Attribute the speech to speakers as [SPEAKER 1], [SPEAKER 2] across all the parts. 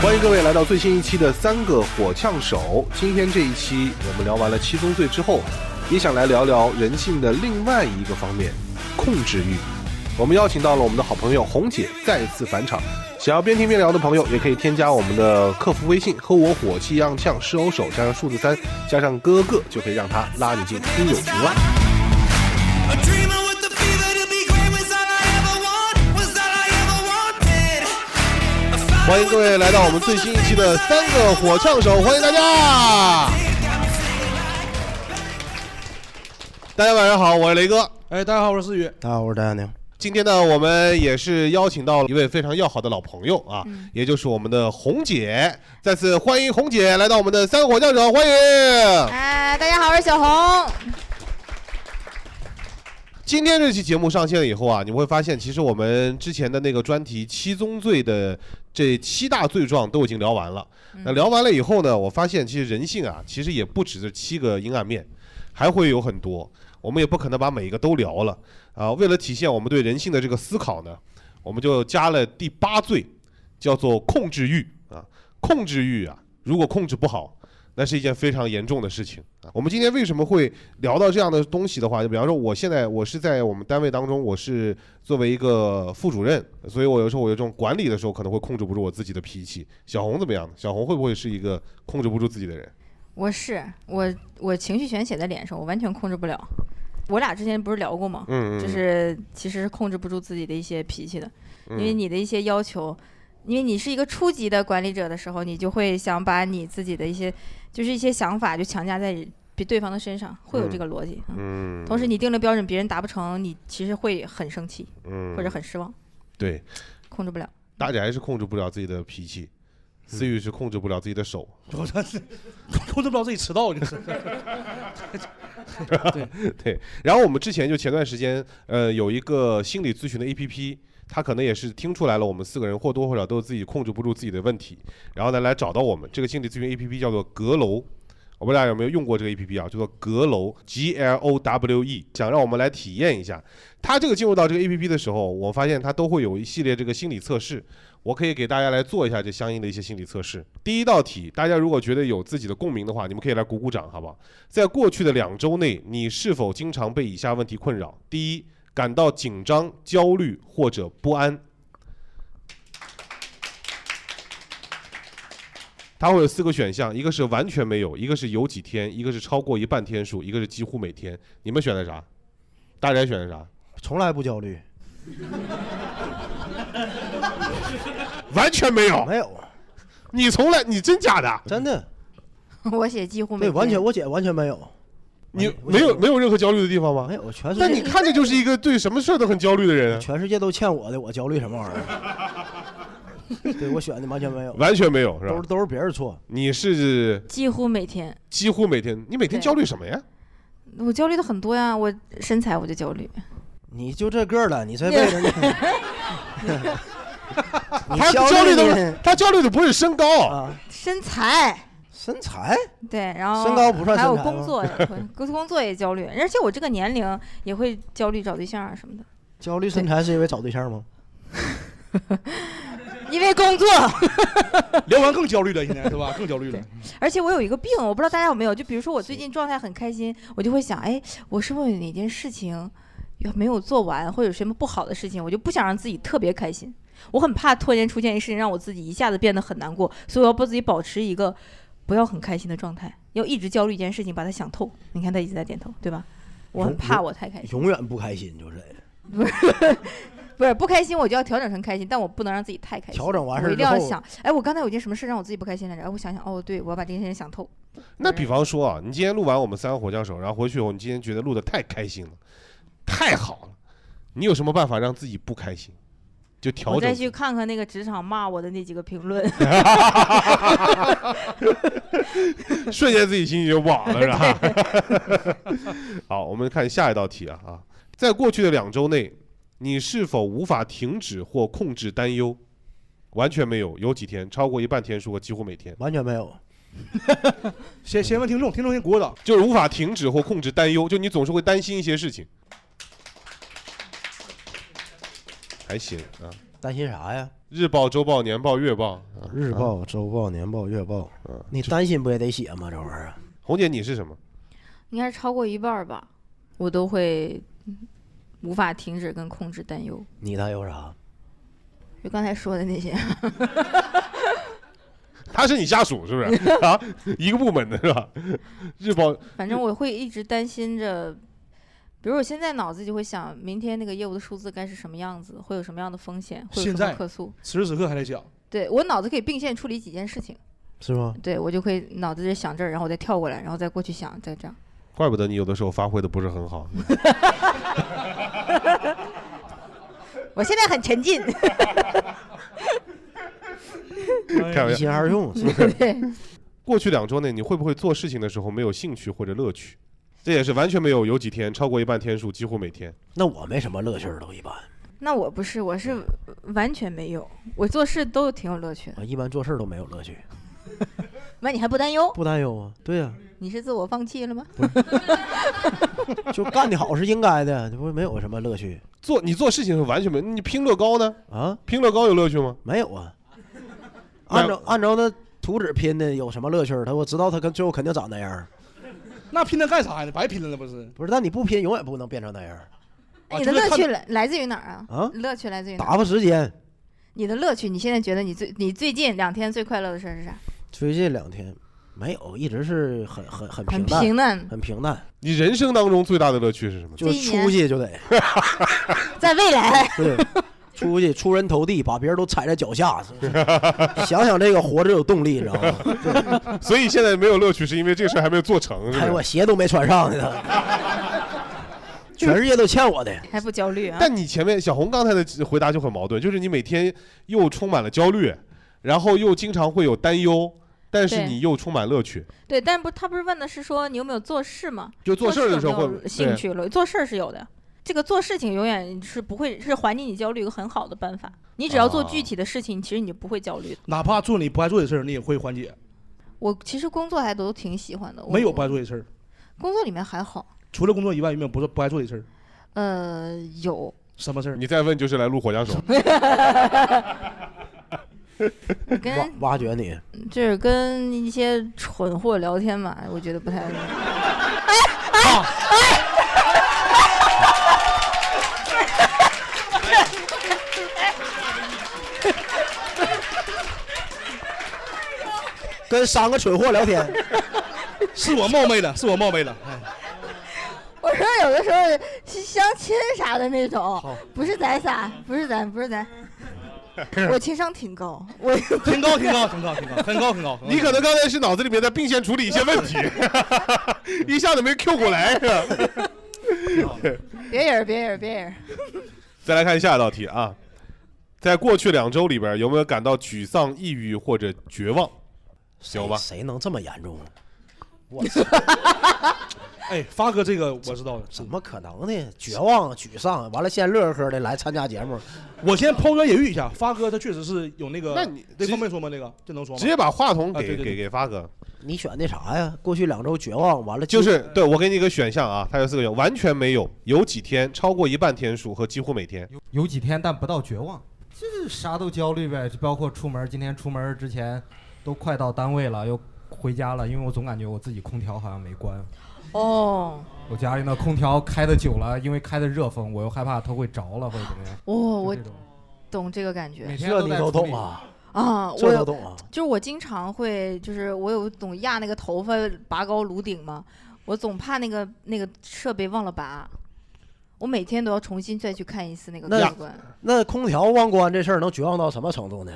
[SPEAKER 1] 欢迎各位来到最新一期的《三个火枪手》。今天这一期，我们聊完了七宗罪之后，也想来聊聊人性的另外一个方面——控制欲。我们邀请到了我们的好朋友红姐再次返场。想要边听边聊的朋友，也可以添加我们的客服微信“和我火气样呛是欧手”，加上数字三，加上哥哥，就可以让他拉你进听友群啦。
[SPEAKER 2] A dreamer with the fever to be great was all I ever want, was all I ever wanted. A
[SPEAKER 1] 欢迎各位来到我们最新一期的《三个火枪手》，欢迎大家！大家晚上好，我是雷哥。
[SPEAKER 3] 哎，大家好，我是思雨。
[SPEAKER 4] 大家好，我是丹宁。
[SPEAKER 1] 今天呢，我们也是邀请到了一位非常要好的老朋友啊，
[SPEAKER 4] 嗯
[SPEAKER 1] 也就是我们的红姐，再次欢迎红姐来到我们的三火教手，欢迎！
[SPEAKER 5] 哎，大家好，我是小红。
[SPEAKER 1] 今天这期节目上线了以后啊，你会发现，其实我们之前的那个专题七宗罪的这七大罪状都已经聊完了。那聊完了以后呢，我发现其实人性啊，其实也不止这七个阴暗面，还会有很多。我们也不可能把每一个都聊了啊。为了体现我们对人性的这个思考呢，我们就加了第八罪，叫做控制欲啊。控制欲啊，如果控制不好，那是一件非常严重的事情啊。我们今天为什么会聊到这样的东西的话，就比方说，我现在我是在我们单位当中，我是作为一个副主任，所以我有时候我有这种管理的时候，可能会控制不住我自己的脾气。小红怎么样？小红会不会是一个控制不住自己的人？
[SPEAKER 5] 我是我，我情绪全写在脸上，我完全控制不了。我俩之前不是聊过吗？
[SPEAKER 1] 嗯嗯嗯
[SPEAKER 5] 就是其实是控制不住自己的一些脾气的，因为
[SPEAKER 1] 嗯
[SPEAKER 5] 你的一些要求，因为你是一个初级的管理者的时候，你就会想把你自己的一些就是一些想法就强加在比对方的身上，会有这个逻 辑。嗯
[SPEAKER 1] 嗯
[SPEAKER 5] 同时，你定了标准，别人达不成，你其实会很生气
[SPEAKER 1] 嗯
[SPEAKER 5] 或者很失望，
[SPEAKER 1] 对，
[SPEAKER 5] 控制不了。
[SPEAKER 1] 大宅是控制不了自己的脾气，思雨是控制不了自己的手。
[SPEAKER 3] 我这是控制不了自己迟到，就是。
[SPEAKER 1] 对，然后我们之前就前段时间，呃，有一个心理咨询的 APP，它可能也是听出来了，我们四个人或多或少都自己控制不住自己的问题，然后呢来找到我们。这个心理咨询 APP 叫做阁楼，我不知道有没有用过这个 APP 啊，叫做阁楼 G L O W E，想让我们来体验一下。它这个进入到这个 APP 的时候，我发现它都会有一系列这个心理测试，我可以给大家来做一下这相应的一些心理测试。第一道题，大家如果觉得有自己的共鸣的话，你们可以来鼓鼓掌，好不好？在过去的两周内，你是否经常被以下问题困扰？第一，感到紧张、焦虑或者不安。它会有四个选项，一个是完全没有，一个是有几天，一个是超过一半天数，一个是几乎每天。你们选的啥？大宅选的啥？
[SPEAKER 4] 从来不焦虑，
[SPEAKER 1] 完全没有。
[SPEAKER 4] 没有，啊
[SPEAKER 1] 你从来，你真假的？
[SPEAKER 4] 真的，
[SPEAKER 5] 我写几乎没
[SPEAKER 4] 对，
[SPEAKER 5] 见。
[SPEAKER 4] 完全，我姐完全没有，
[SPEAKER 1] 你
[SPEAKER 4] 我
[SPEAKER 1] 没
[SPEAKER 4] 也
[SPEAKER 1] 有没有任何焦虑的地方吗
[SPEAKER 4] 没？有，全世
[SPEAKER 1] 但
[SPEAKER 4] 界，
[SPEAKER 1] 你看着就是一个对什么事儿都很焦虑的人啊，
[SPEAKER 4] 全世界都欠我的，我焦虑什么玩意儿？ 对我选的完全没有，
[SPEAKER 1] 完全没有是
[SPEAKER 4] 都
[SPEAKER 1] 吧
[SPEAKER 4] 是？都是别人错，
[SPEAKER 1] 你是
[SPEAKER 5] 几乎每天。
[SPEAKER 1] 几乎每天，你每天
[SPEAKER 5] 对
[SPEAKER 1] 焦虑什么
[SPEAKER 4] 啊
[SPEAKER 1] 呀？
[SPEAKER 5] 我焦虑的很多呀，我身材我就焦虑，
[SPEAKER 4] 你就这个儿了，你这辈 子，你
[SPEAKER 1] 他
[SPEAKER 4] 焦
[SPEAKER 1] 焦虑的
[SPEAKER 4] 呢
[SPEAKER 1] 他焦虑的不是身高，
[SPEAKER 4] 啊，
[SPEAKER 5] 身材
[SPEAKER 4] 身材
[SPEAKER 5] 对，然后
[SPEAKER 4] 身高不算
[SPEAKER 5] 还有
[SPEAKER 4] 身材吗
[SPEAKER 5] 工作也会，工工作也焦虑，而且我这个年龄也会焦虑找对象啊什么的，
[SPEAKER 4] 焦虑身材是因为找对象吗？
[SPEAKER 5] 因为工作。
[SPEAKER 3] 聊完更焦虑了，现在是吧？更焦虑了。
[SPEAKER 5] 而且我有一个病，我不知道大家有没有，就比如说我最近状态很开心，我就会想，哎，我是不是有哪件事情没有做完，或者有什么不好的事情，我就不想让自己特别开心，我很怕突然间出现一个事情让我自己一下子变得很难过，所以我要把自己保持一个不要很开心的状态，要一直焦虑一件事情，把它想透。你看他一直在点头，对吧？我很
[SPEAKER 4] 有
[SPEAKER 5] 怕
[SPEAKER 4] 有
[SPEAKER 5] 我太开心，
[SPEAKER 4] 永远不开心，就是
[SPEAKER 5] 不是不开心，我就要调整成开心，但我不能让自己太开心。
[SPEAKER 4] 调整完事
[SPEAKER 5] 我
[SPEAKER 4] 儿之
[SPEAKER 5] 一定要
[SPEAKER 4] 后，
[SPEAKER 5] 想，哎，我刚才有件什么事让我自己不开心来着？哎，我想想，哦，对，我要把这件事情想透。
[SPEAKER 1] 那比方说啊，你今天录完我们三个火枪手，然后回去以后，你今天觉得录的太开心了，太好了，你有什么办法让自己不开心？就调
[SPEAKER 5] 我再
[SPEAKER 1] 整。
[SPEAKER 5] 去看看那个职场骂我的那几个评论，
[SPEAKER 1] 瞬间自己心情就不好了，是吧？ 好，我们看下一道题啊啊，在过去的两周内，你是否无法停止或控制担忧？完全没有，有几天超过一半天数和几乎每天，
[SPEAKER 4] 完全没有，
[SPEAKER 3] 先先问听众，听众先鼓个掌。
[SPEAKER 1] 就是无法停止或控制担忧，就你总是会担心一些事情。还行啊。
[SPEAKER 4] 担心啥呀？
[SPEAKER 1] 日报、周报、年报、月报，啊
[SPEAKER 4] 日报、周报、年报、月报，啊
[SPEAKER 1] 嗯，
[SPEAKER 4] 你担心不也得写吗？这玩意儿，啊
[SPEAKER 1] 红姐你是什么？
[SPEAKER 5] 应该是超过一半儿吧，我都会嗯无法停止跟控制担忧，
[SPEAKER 4] 你担忧啥？
[SPEAKER 5] 就刚才说的那些。
[SPEAKER 1] 她是你下属是 不是啊？一个部门的是吧？日报
[SPEAKER 5] 反正我会一直担心着，比如我现在脑子就会想，明天那个业务的数字该是什么样子，会有什么样的风险，会有
[SPEAKER 3] 现
[SPEAKER 5] 什么
[SPEAKER 3] 在
[SPEAKER 5] 客诉。
[SPEAKER 3] 此时此刻还在想，
[SPEAKER 5] 对我脑子可以并线处理几件事情，
[SPEAKER 4] 是吗？
[SPEAKER 5] 对我就会脑子里想这儿，然后我再跳过来，然后再过去想，再这样。
[SPEAKER 1] 怪不得你有的时候发挥的不是很好。
[SPEAKER 5] 我现在很沉浸，
[SPEAKER 1] 开玩
[SPEAKER 4] 哎一
[SPEAKER 1] 笑。
[SPEAKER 4] 心二用，
[SPEAKER 5] 对，
[SPEAKER 1] 过去两周内，你会不会做事情的时候没有兴趣或者乐趣？这也是完全没有，有几天超过一半天数，几乎每天。
[SPEAKER 4] 那我没什么乐趣儿，都一般。
[SPEAKER 5] 那我不是，我是完全没有，我做事都挺有乐趣的。
[SPEAKER 4] 啊我一般做事儿都没有乐趣，
[SPEAKER 5] 那你还不担忧？
[SPEAKER 4] 不担忧啊。对呀、
[SPEAKER 5] 你是自我放弃了吗？
[SPEAKER 4] 就干的好是应该的，这不是没有什么乐趣
[SPEAKER 1] 做你做事情是完全没，你拼乐高呢？
[SPEAKER 4] 啊？
[SPEAKER 1] 拼乐高有乐趣吗？
[SPEAKER 4] 没有 啊。
[SPEAKER 1] 那
[SPEAKER 4] 按照按照那图纸拼的有什么乐趣儿？他我知道他跟最后肯定长那样儿，
[SPEAKER 3] 那拼它干啥呀？白拼了那不是？
[SPEAKER 4] 不是？但你不拼永远不能变成那样儿，
[SPEAKER 5] 那你的
[SPEAKER 3] 就是
[SPEAKER 5] 哎乐
[SPEAKER 3] 看
[SPEAKER 5] 趣来来自于哪儿啊？
[SPEAKER 4] 啊
[SPEAKER 5] 乐趣来自于哪儿？
[SPEAKER 4] 打发时间。
[SPEAKER 5] 你的乐趣，你现在觉得你最你最近两天最快乐的事儿是啥？
[SPEAKER 4] 最近两天没有，一直是很很很
[SPEAKER 5] 很
[SPEAKER 4] 平淡，
[SPEAKER 5] 淡，
[SPEAKER 4] 很平淡，
[SPEAKER 1] 你人生当中最大的乐趣是什么？
[SPEAKER 4] 就
[SPEAKER 5] 这一
[SPEAKER 4] 是
[SPEAKER 5] 年
[SPEAKER 4] 出去就得
[SPEAKER 5] 在未
[SPEAKER 6] 哎
[SPEAKER 5] 来，
[SPEAKER 4] 对，出去出人头地，把别人都踩在脚下。是不是想想这个活着有动力，你知道吗？
[SPEAKER 1] 所以现在没有乐趣，是因为这事儿还没有做成，是
[SPEAKER 4] 哎，
[SPEAKER 1] 吧
[SPEAKER 4] 我？鞋都没穿上 呢，全世界都欠我的。
[SPEAKER 5] 还不焦虑啊？
[SPEAKER 1] 但你前面小红刚才的回答就很矛盾，就是你每天又充满了焦虑，然后又经常会有担忧，但是
[SPEAKER 5] 对
[SPEAKER 1] 你又充满乐趣。
[SPEAKER 5] 对，但不，他不是问的是说你有没有做事吗？
[SPEAKER 1] 就做事儿的时候
[SPEAKER 5] 有没有
[SPEAKER 1] 会
[SPEAKER 5] 兴，趣了，做事儿是有的。这个做事情永远是不会是缓解你焦虑一个很好的办法。你只要做具体的事情，其实你就不会焦虑的。
[SPEAKER 3] 哪怕做你不爱做的事儿，你也会缓解。
[SPEAKER 5] 我其实工作还都挺喜欢的，我
[SPEAKER 3] 没有不爱做的事儿，
[SPEAKER 5] 工作里面还好，
[SPEAKER 3] 除了工作以外，有没有不做不爱做的事儿？
[SPEAKER 5] 呃，有
[SPEAKER 3] 什么事
[SPEAKER 1] 对
[SPEAKER 3] 儿？
[SPEAKER 1] 你再问就是来录火枪手。
[SPEAKER 5] 我跟
[SPEAKER 4] 挖挖掘你，
[SPEAKER 5] 就是跟一些蠢货聊天嘛，我觉得不太。
[SPEAKER 4] 跟三个蠢货聊天，
[SPEAKER 3] 是我冒昧了，是我冒昧了。哎，
[SPEAKER 5] 我说有的时候是相亲啥的那种，不是咱仨，不是咱，不是咱。
[SPEAKER 7] 嗯
[SPEAKER 5] 我情商挺高，我
[SPEAKER 3] 挺高，挺高，挺高，挺高，很高，很高。
[SPEAKER 1] 你可能刚才是脑子里面在并线处理一些问题， 一下子没 Q 过来。是吧
[SPEAKER 5] 别人儿别人儿别人儿，
[SPEAKER 1] 再来看下一道题啊，在过去两周里边，有没有感到沮丧、抑郁或者绝望？
[SPEAKER 4] 谁
[SPEAKER 1] 有吧
[SPEAKER 4] 谁能这么严重？啊
[SPEAKER 3] 哎，发哥这个我知道的。
[SPEAKER 4] 怎么可能呢？绝望、沮丧，完了现在乐呵的来参加节目，
[SPEAKER 3] 我先抛砖引玉一下，发哥他确实是有那个，
[SPEAKER 1] 那你
[SPEAKER 3] 这
[SPEAKER 1] 直
[SPEAKER 3] 方便说吗？这个这能说吗
[SPEAKER 1] 直？接把话筒
[SPEAKER 3] 啊对
[SPEAKER 1] 给
[SPEAKER 3] 对
[SPEAKER 1] 给
[SPEAKER 3] 对
[SPEAKER 1] 给发哥，
[SPEAKER 4] 你选的啥呀？过去两周绝望，完了
[SPEAKER 1] 就是对我给你一个选项啊，它有四个选，完全没有，有几天超过一半天数和几乎 每天。
[SPEAKER 7] 有有几天，但不到绝望，就是啥都焦虑呗，就包括出门，今天出门之前都快到单位了，又回家了，因为我总感觉我自己空调好像没关，嗯
[SPEAKER 5] 哦，
[SPEAKER 7] 我家里那空调开的久了，因为开的热风，我又害怕它会着了或者怎么样，
[SPEAKER 5] 哦，
[SPEAKER 7] 就
[SPEAKER 5] 我
[SPEAKER 7] 这种
[SPEAKER 5] 懂这个感
[SPEAKER 7] 每
[SPEAKER 5] 觉
[SPEAKER 7] 天
[SPEAKER 4] 这你
[SPEAKER 7] 在
[SPEAKER 4] 都
[SPEAKER 7] 处
[SPEAKER 4] 懂
[SPEAKER 7] 理
[SPEAKER 4] 啊，
[SPEAKER 5] 啊，我
[SPEAKER 4] 这都
[SPEAKER 5] 有
[SPEAKER 4] 懂啊。
[SPEAKER 5] 就是我经常会，就是我有总压那个头发拔高颅顶嘛，我总怕那个那个设备忘了拔，我每天都要重新再去看一次那个
[SPEAKER 4] 那
[SPEAKER 5] 开关。
[SPEAKER 4] 那空调忘关这事儿能绝望到什么程度呢？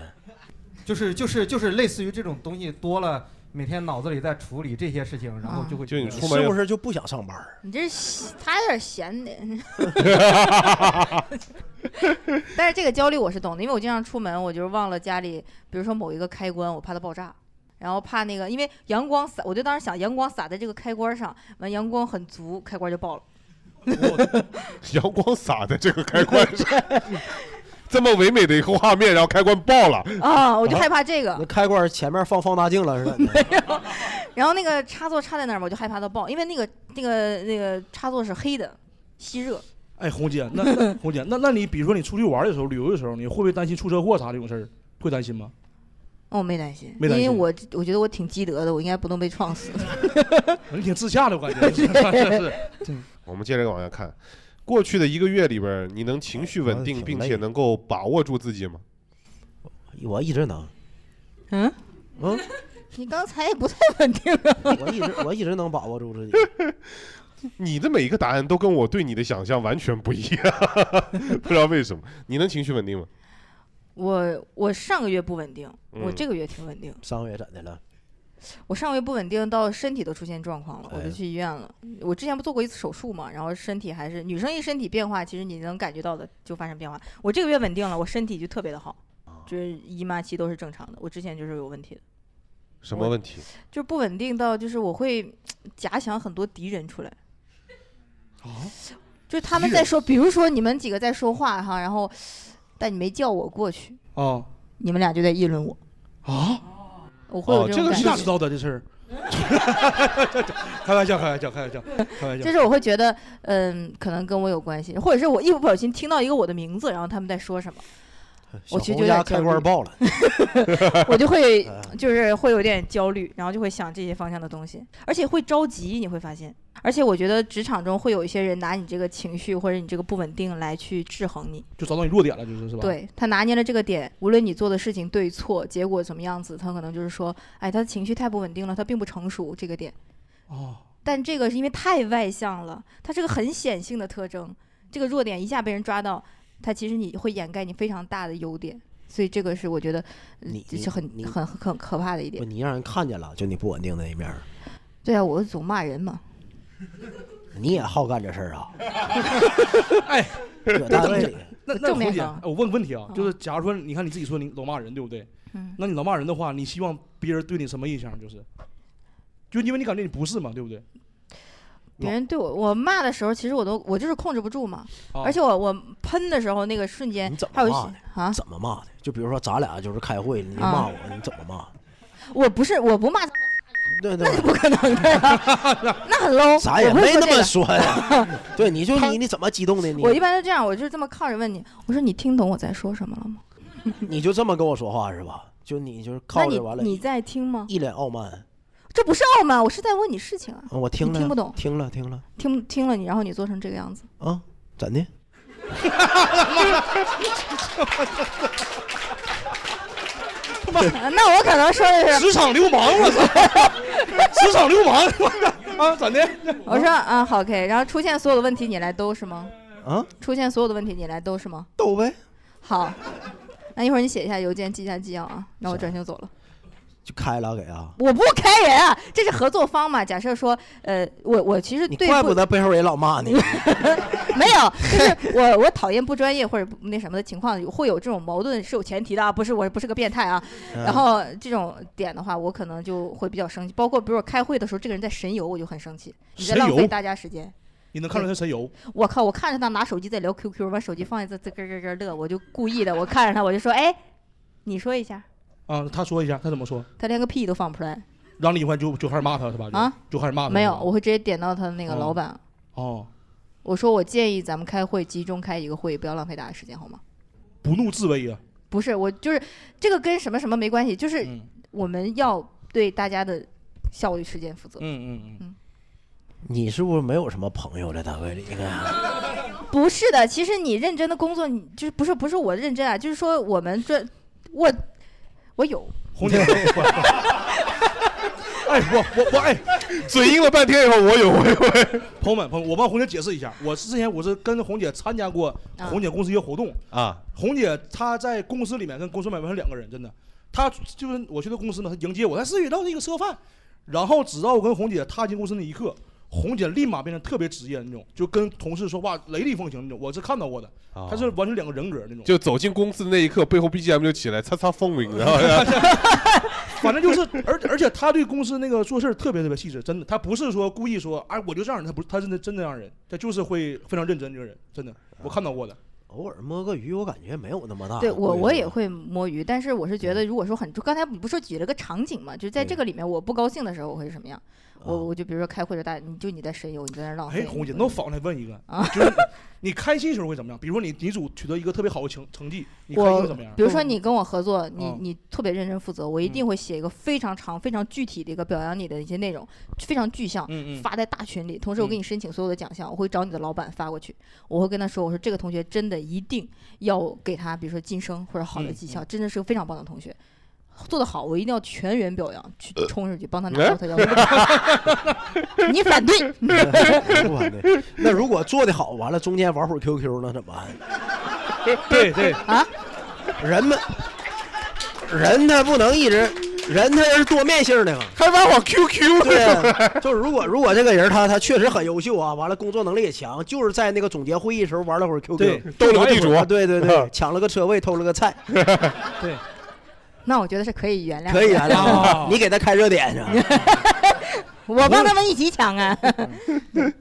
[SPEAKER 7] 就是就是就是类似于这种东西多了，每天脑子里在处理这些事情，然后就会
[SPEAKER 1] 就你
[SPEAKER 7] 觉得
[SPEAKER 1] 出门
[SPEAKER 4] 是不是就不想上班儿？
[SPEAKER 5] 你这是他有点闲的， 但是这个焦虑我是懂的，因为我经常出门，我就是忘了家里，比如说某一个开关，我怕它爆炸，然后怕那个，因为阳光洒，我就当时想阳光洒在这个开关上，完阳光很足，开关就爆了。
[SPEAKER 1] 阳光洒在这个开关上， 这么唯美的一个画面，然后开关爆了，
[SPEAKER 5] 啊，我就害怕这个
[SPEAKER 4] 那，开关前面放放大镜了是怎的？
[SPEAKER 5] 然后那个插座插在那儿嘛，我就害怕它爆，因为那个那个那个插座是黑的，吸热。
[SPEAKER 3] 哎，红姐，那那红姐，那那你比如说你出去玩的时候、旅游的时候，你会不会担心出车祸啥这种事儿？会担心吗？
[SPEAKER 5] 我哦没担心，
[SPEAKER 3] 没担心
[SPEAKER 5] 因为我我觉得我挺积德的，我应该不能被 撞死。
[SPEAKER 3] 你挺自洽的，我感觉 是是是。
[SPEAKER 1] 我们接着往下看，过去的一个月里边儿，你能情绪稳定，
[SPEAKER 4] 挺
[SPEAKER 1] 并
[SPEAKER 4] 累
[SPEAKER 1] 且能够把握住自己吗？
[SPEAKER 4] 我一直能，
[SPEAKER 5] 嗯，
[SPEAKER 4] 嗯，
[SPEAKER 5] 你刚才也不太稳定啊。
[SPEAKER 4] 我一直我一直能把握住自己。
[SPEAKER 1] 你的每一个答案都跟我对你的想象完全不一样，不知道为什么。你能情绪稳定吗？
[SPEAKER 5] 我我上个月不稳定，我
[SPEAKER 1] 嗯
[SPEAKER 5] 这个月挺稳定。
[SPEAKER 4] 上个月怎的了？
[SPEAKER 5] 我上个月不稳定到身体都出现状况了，我
[SPEAKER 4] 哎
[SPEAKER 5] 就去医院了。我之前不做过一次手术嘛，然后身体还是女生一身体变化，其实你能感觉到的就发生变化。我这个月稳定了，我身体就特别的好，
[SPEAKER 4] 哦
[SPEAKER 5] 就是姨妈期都是正常的。我之前就是有问题的，
[SPEAKER 1] 什么问题？
[SPEAKER 5] 就是不稳定到就是我会假想很多敌人出来。
[SPEAKER 1] 啊
[SPEAKER 5] 就是他们在说，比如说你们几个在说话哈，然后但你没叫我过去，
[SPEAKER 3] 啊
[SPEAKER 5] 你们俩就在议论我，
[SPEAKER 3] 啊！
[SPEAKER 5] 我会有
[SPEAKER 1] 哦
[SPEAKER 5] 这
[SPEAKER 1] 这
[SPEAKER 5] 种
[SPEAKER 1] 个
[SPEAKER 5] 感
[SPEAKER 3] 你
[SPEAKER 1] 是
[SPEAKER 5] 觉。
[SPEAKER 3] 咋知道的这事儿？ 开玩笑，开玩笑，开玩笑，开玩笑。
[SPEAKER 5] 就是我会觉得，嗯，可能跟我有关系，或者是我一不小心听到一个我的名字，然后他们在说什么，
[SPEAKER 4] 小
[SPEAKER 5] 我其实
[SPEAKER 4] 红
[SPEAKER 5] 有点
[SPEAKER 4] 家开
[SPEAKER 5] 焦
[SPEAKER 4] 关
[SPEAKER 5] 虑
[SPEAKER 4] 爆了，
[SPEAKER 5] 我就会
[SPEAKER 4] 啊
[SPEAKER 5] 就是会有点焦虑，然后就会想这些方向的东西，而且会着急，你会发现。而且我觉得职场中会有一些人拿你这个情绪或者你这个不稳定来去制衡你，
[SPEAKER 3] 就找到你弱点了，就是是吧？，
[SPEAKER 5] 对他拿捏了这个点，无论你做的事情对错，结果怎么样子，他可能就是说，哎，他的情绪太不稳定了，他并不成熟这个点。
[SPEAKER 3] 哦，
[SPEAKER 5] 但这个是因为太外向了，它是个很显性的特征，这个弱点一下被人抓到，它其实你会掩盖你非常大的优点，所以这个是我觉得呃
[SPEAKER 4] 你
[SPEAKER 5] 这
[SPEAKER 4] 你
[SPEAKER 5] 是很
[SPEAKER 4] 你
[SPEAKER 5] 很很很可怕的一
[SPEAKER 4] 不
[SPEAKER 5] 点。
[SPEAKER 4] 你让人看见了，就你不稳定的一面儿，
[SPEAKER 5] 对啊，我总骂人嘛，
[SPEAKER 4] 你也好干这事儿啊？
[SPEAKER 3] 哎，
[SPEAKER 4] 搁单位里，
[SPEAKER 3] 那那
[SPEAKER 5] 正面
[SPEAKER 3] 红姐，
[SPEAKER 5] 刚
[SPEAKER 3] 哎我问个问题啊
[SPEAKER 5] 嗯，
[SPEAKER 3] 就是假如说你看你自己说你老骂人，对不对？
[SPEAKER 5] 嗯，
[SPEAKER 3] 那你老骂人的话，你希望别人对你什么印象？就是，就因为你感觉你不是嘛，对不对？
[SPEAKER 5] 别人对我我骂的时候，其实我都我就是控制不住嘛，
[SPEAKER 3] 啊
[SPEAKER 5] 而且我我喷的时候那个瞬间
[SPEAKER 4] 哦你怎么
[SPEAKER 5] 还有一
[SPEAKER 4] 骂
[SPEAKER 5] 些啊，
[SPEAKER 4] 怎么骂的？就比如说咱俩就是开会，你就骂我，你怎么骂？
[SPEAKER 5] 我不是我不骂，
[SPEAKER 4] 对对
[SPEAKER 5] 那，不可能的呀，那很 low，
[SPEAKER 4] 咱也
[SPEAKER 5] 我不会
[SPEAKER 4] 没
[SPEAKER 5] 说
[SPEAKER 4] 那
[SPEAKER 5] 这
[SPEAKER 4] 么
[SPEAKER 5] 个
[SPEAKER 4] 说呀。 对，你就你你怎么激动的？你
[SPEAKER 5] 我一般都这样，我就是这么靠着问你，我说你听懂我在说什么了吗？
[SPEAKER 4] 你就这么跟我说话是吧？就你就是
[SPEAKER 5] 那
[SPEAKER 4] 靠
[SPEAKER 5] 你
[SPEAKER 4] 着完了，
[SPEAKER 5] 你在听吗？
[SPEAKER 4] 一脸傲慢。
[SPEAKER 5] 这不是傲慢，我是在问你事情啊。
[SPEAKER 4] 啊我听
[SPEAKER 5] 你
[SPEAKER 4] 了，
[SPEAKER 5] 听不懂
[SPEAKER 4] 听了，听了
[SPEAKER 5] 听听了你，然后你做成这个样子，
[SPEAKER 4] 啊，怎的？
[SPEAKER 5] 那我可能说的是，
[SPEAKER 3] 职场流氓，我操！职场流氓，啊，咋的？
[SPEAKER 5] 我说啊好 OK，然后出现所有的问题你来兜是吗？
[SPEAKER 4] 啊，
[SPEAKER 5] 出现所有的问题你来兜是吗？
[SPEAKER 4] 逗呗，
[SPEAKER 5] 好， 那一会儿你写一下邮件，记一下纪要啊。那我转身走了，
[SPEAKER 4] 就开了给啊。
[SPEAKER 5] 我不开人啊，这是合作方嘛。假设说，呃，我我其实
[SPEAKER 4] 你
[SPEAKER 5] 对
[SPEAKER 4] 怪不得背后也老骂 你，
[SPEAKER 5] 没有，就是我我讨厌不专业或者不那什么的情况，会有这种矛盾是有前提的啊，不是我不是个变态啊。
[SPEAKER 4] 嗯
[SPEAKER 5] 然后这种点的话，我可能就会比较生气，包括比如我开会的时候，这个人在神游，我就很生气，你在
[SPEAKER 3] 神
[SPEAKER 5] 浪
[SPEAKER 3] 游
[SPEAKER 5] 费大家时间。
[SPEAKER 3] 你能看出来他神游？
[SPEAKER 5] 我靠！我看着他拿手机在聊 QQ，把手机放下这这咯咯咯乐，我就故意的，我看着他我就说，哎，你说一下，
[SPEAKER 3] 啊，他说一下，他怎么说？
[SPEAKER 5] 他连个屁都放不出来
[SPEAKER 3] 然后你一会儿就就开始骂他是吧？就
[SPEAKER 5] 啊？
[SPEAKER 3] 就开始骂他。
[SPEAKER 5] 没有，我会直接点到他的
[SPEAKER 3] 嗯
[SPEAKER 5] 那个老板，
[SPEAKER 3] 哦，
[SPEAKER 5] 我说我建议咱们开会集中开一个会，不要浪费大家时间，好吗？
[SPEAKER 3] 不怒自威啊。
[SPEAKER 5] 不是，我就是这个跟什么什么没关系，就是
[SPEAKER 3] 嗯
[SPEAKER 5] 我们要对大家的效率时间负责。
[SPEAKER 3] 嗯嗯嗯，
[SPEAKER 4] 你是不是没有什么朋友在单位里？你看，
[SPEAKER 5] 不是的，其实你认真的工作，你就是不是不是我认真啊，就是说我们这我我有，
[SPEAKER 3] 红姐，哎，我我我哎，
[SPEAKER 1] 嘴硬了半天以后，我有我有。
[SPEAKER 3] 朋友们朋友们，我帮红姐解释一下，我之前我是跟红姐参加过
[SPEAKER 5] 啊
[SPEAKER 3] 红姐公司一个活动，
[SPEAKER 1] 啊，
[SPEAKER 3] 红姐她在公司里面跟公司买完是两个人，真的。她就是我去她公司嘛，她迎接我，她思雨到那个吃个饭，然后直到我跟红姐踏进公司那一刻，红姐立马变成特别职业那种，就跟同事说话雷厉风行那种，我是看到过的，她是完全两个人格那种。
[SPEAKER 1] 啊就走进公司的那一刻，背后 BGM 就起来，擦擦风铃， 然后
[SPEAKER 3] 反正就是，而而且她对公司那个做事儿特别特别细致，真的，她不是说故意说，哎，我就这样，她不是，她是真真这样人，她就是会非常认真这个人，真的，我看到过的。
[SPEAKER 4] 啊偶尔摸个鱼，我感觉没啊有那么大的
[SPEAKER 5] 对
[SPEAKER 4] 贵。
[SPEAKER 5] 我我也会摸鱼，但
[SPEAKER 3] 嗯
[SPEAKER 5] 是我是觉得，如果说很，就刚才你不是说举了个场景嘛，就是在这
[SPEAKER 4] 对
[SPEAKER 5] 个里面我不高兴的时候我会是什么样？我我就比如说开会的大，你就你在深忧，你在那儿浪费。
[SPEAKER 3] 啊哎，红姐，那我反过来问一个
[SPEAKER 5] 啊，
[SPEAKER 3] 就是你开心时候会怎么样？比如说你你组取得一个特别好的成成绩，你开心
[SPEAKER 5] 我
[SPEAKER 3] 会怎么样？
[SPEAKER 5] 比如
[SPEAKER 4] 嗯
[SPEAKER 5] 说你跟我合作，你
[SPEAKER 3] 嗯
[SPEAKER 5] 你特别认真负责，我一定会写一个非常长、非常具体的一个表扬你的一些内容，非常具象
[SPEAKER 3] 嗯嗯，
[SPEAKER 5] 发在大群里。同时，我给你申请所有的奖项，我会找你的老板发过去，我会跟他说，我说这个同学真的一定要给他，比如说晋升或者好的
[SPEAKER 3] 嗯
[SPEAKER 5] 绩
[SPEAKER 3] 嗯
[SPEAKER 5] 效，真的是个非常棒的同学。做得好，我一定要全员表扬，去
[SPEAKER 4] 呃
[SPEAKER 5] 冲上去帮他拿
[SPEAKER 1] 哎
[SPEAKER 5] 到他要的。 你反对，
[SPEAKER 4] 不反对那如果做的好，完了中间玩会儿 QQ 呢，怎么办？
[SPEAKER 3] 对对，
[SPEAKER 4] 人们，人他不能一直，人他是多面性的嘛。
[SPEAKER 1] 还玩我 QQ
[SPEAKER 4] 对啊，就是如果如果这个人他他确实很优秀啊，完了工作能力也强，就是在那个总结会议时候玩了会儿 QQ，
[SPEAKER 3] 对
[SPEAKER 1] 斗了个地主
[SPEAKER 4] 啊，对对对，抢了个车位，偷了个菜，
[SPEAKER 5] 那我觉得是可以原谅的。
[SPEAKER 4] 可以原谅
[SPEAKER 3] 啊
[SPEAKER 4] 的。你给他开热点去，
[SPEAKER 5] 我帮他们一起抢啊！
[SPEAKER 3] 嗯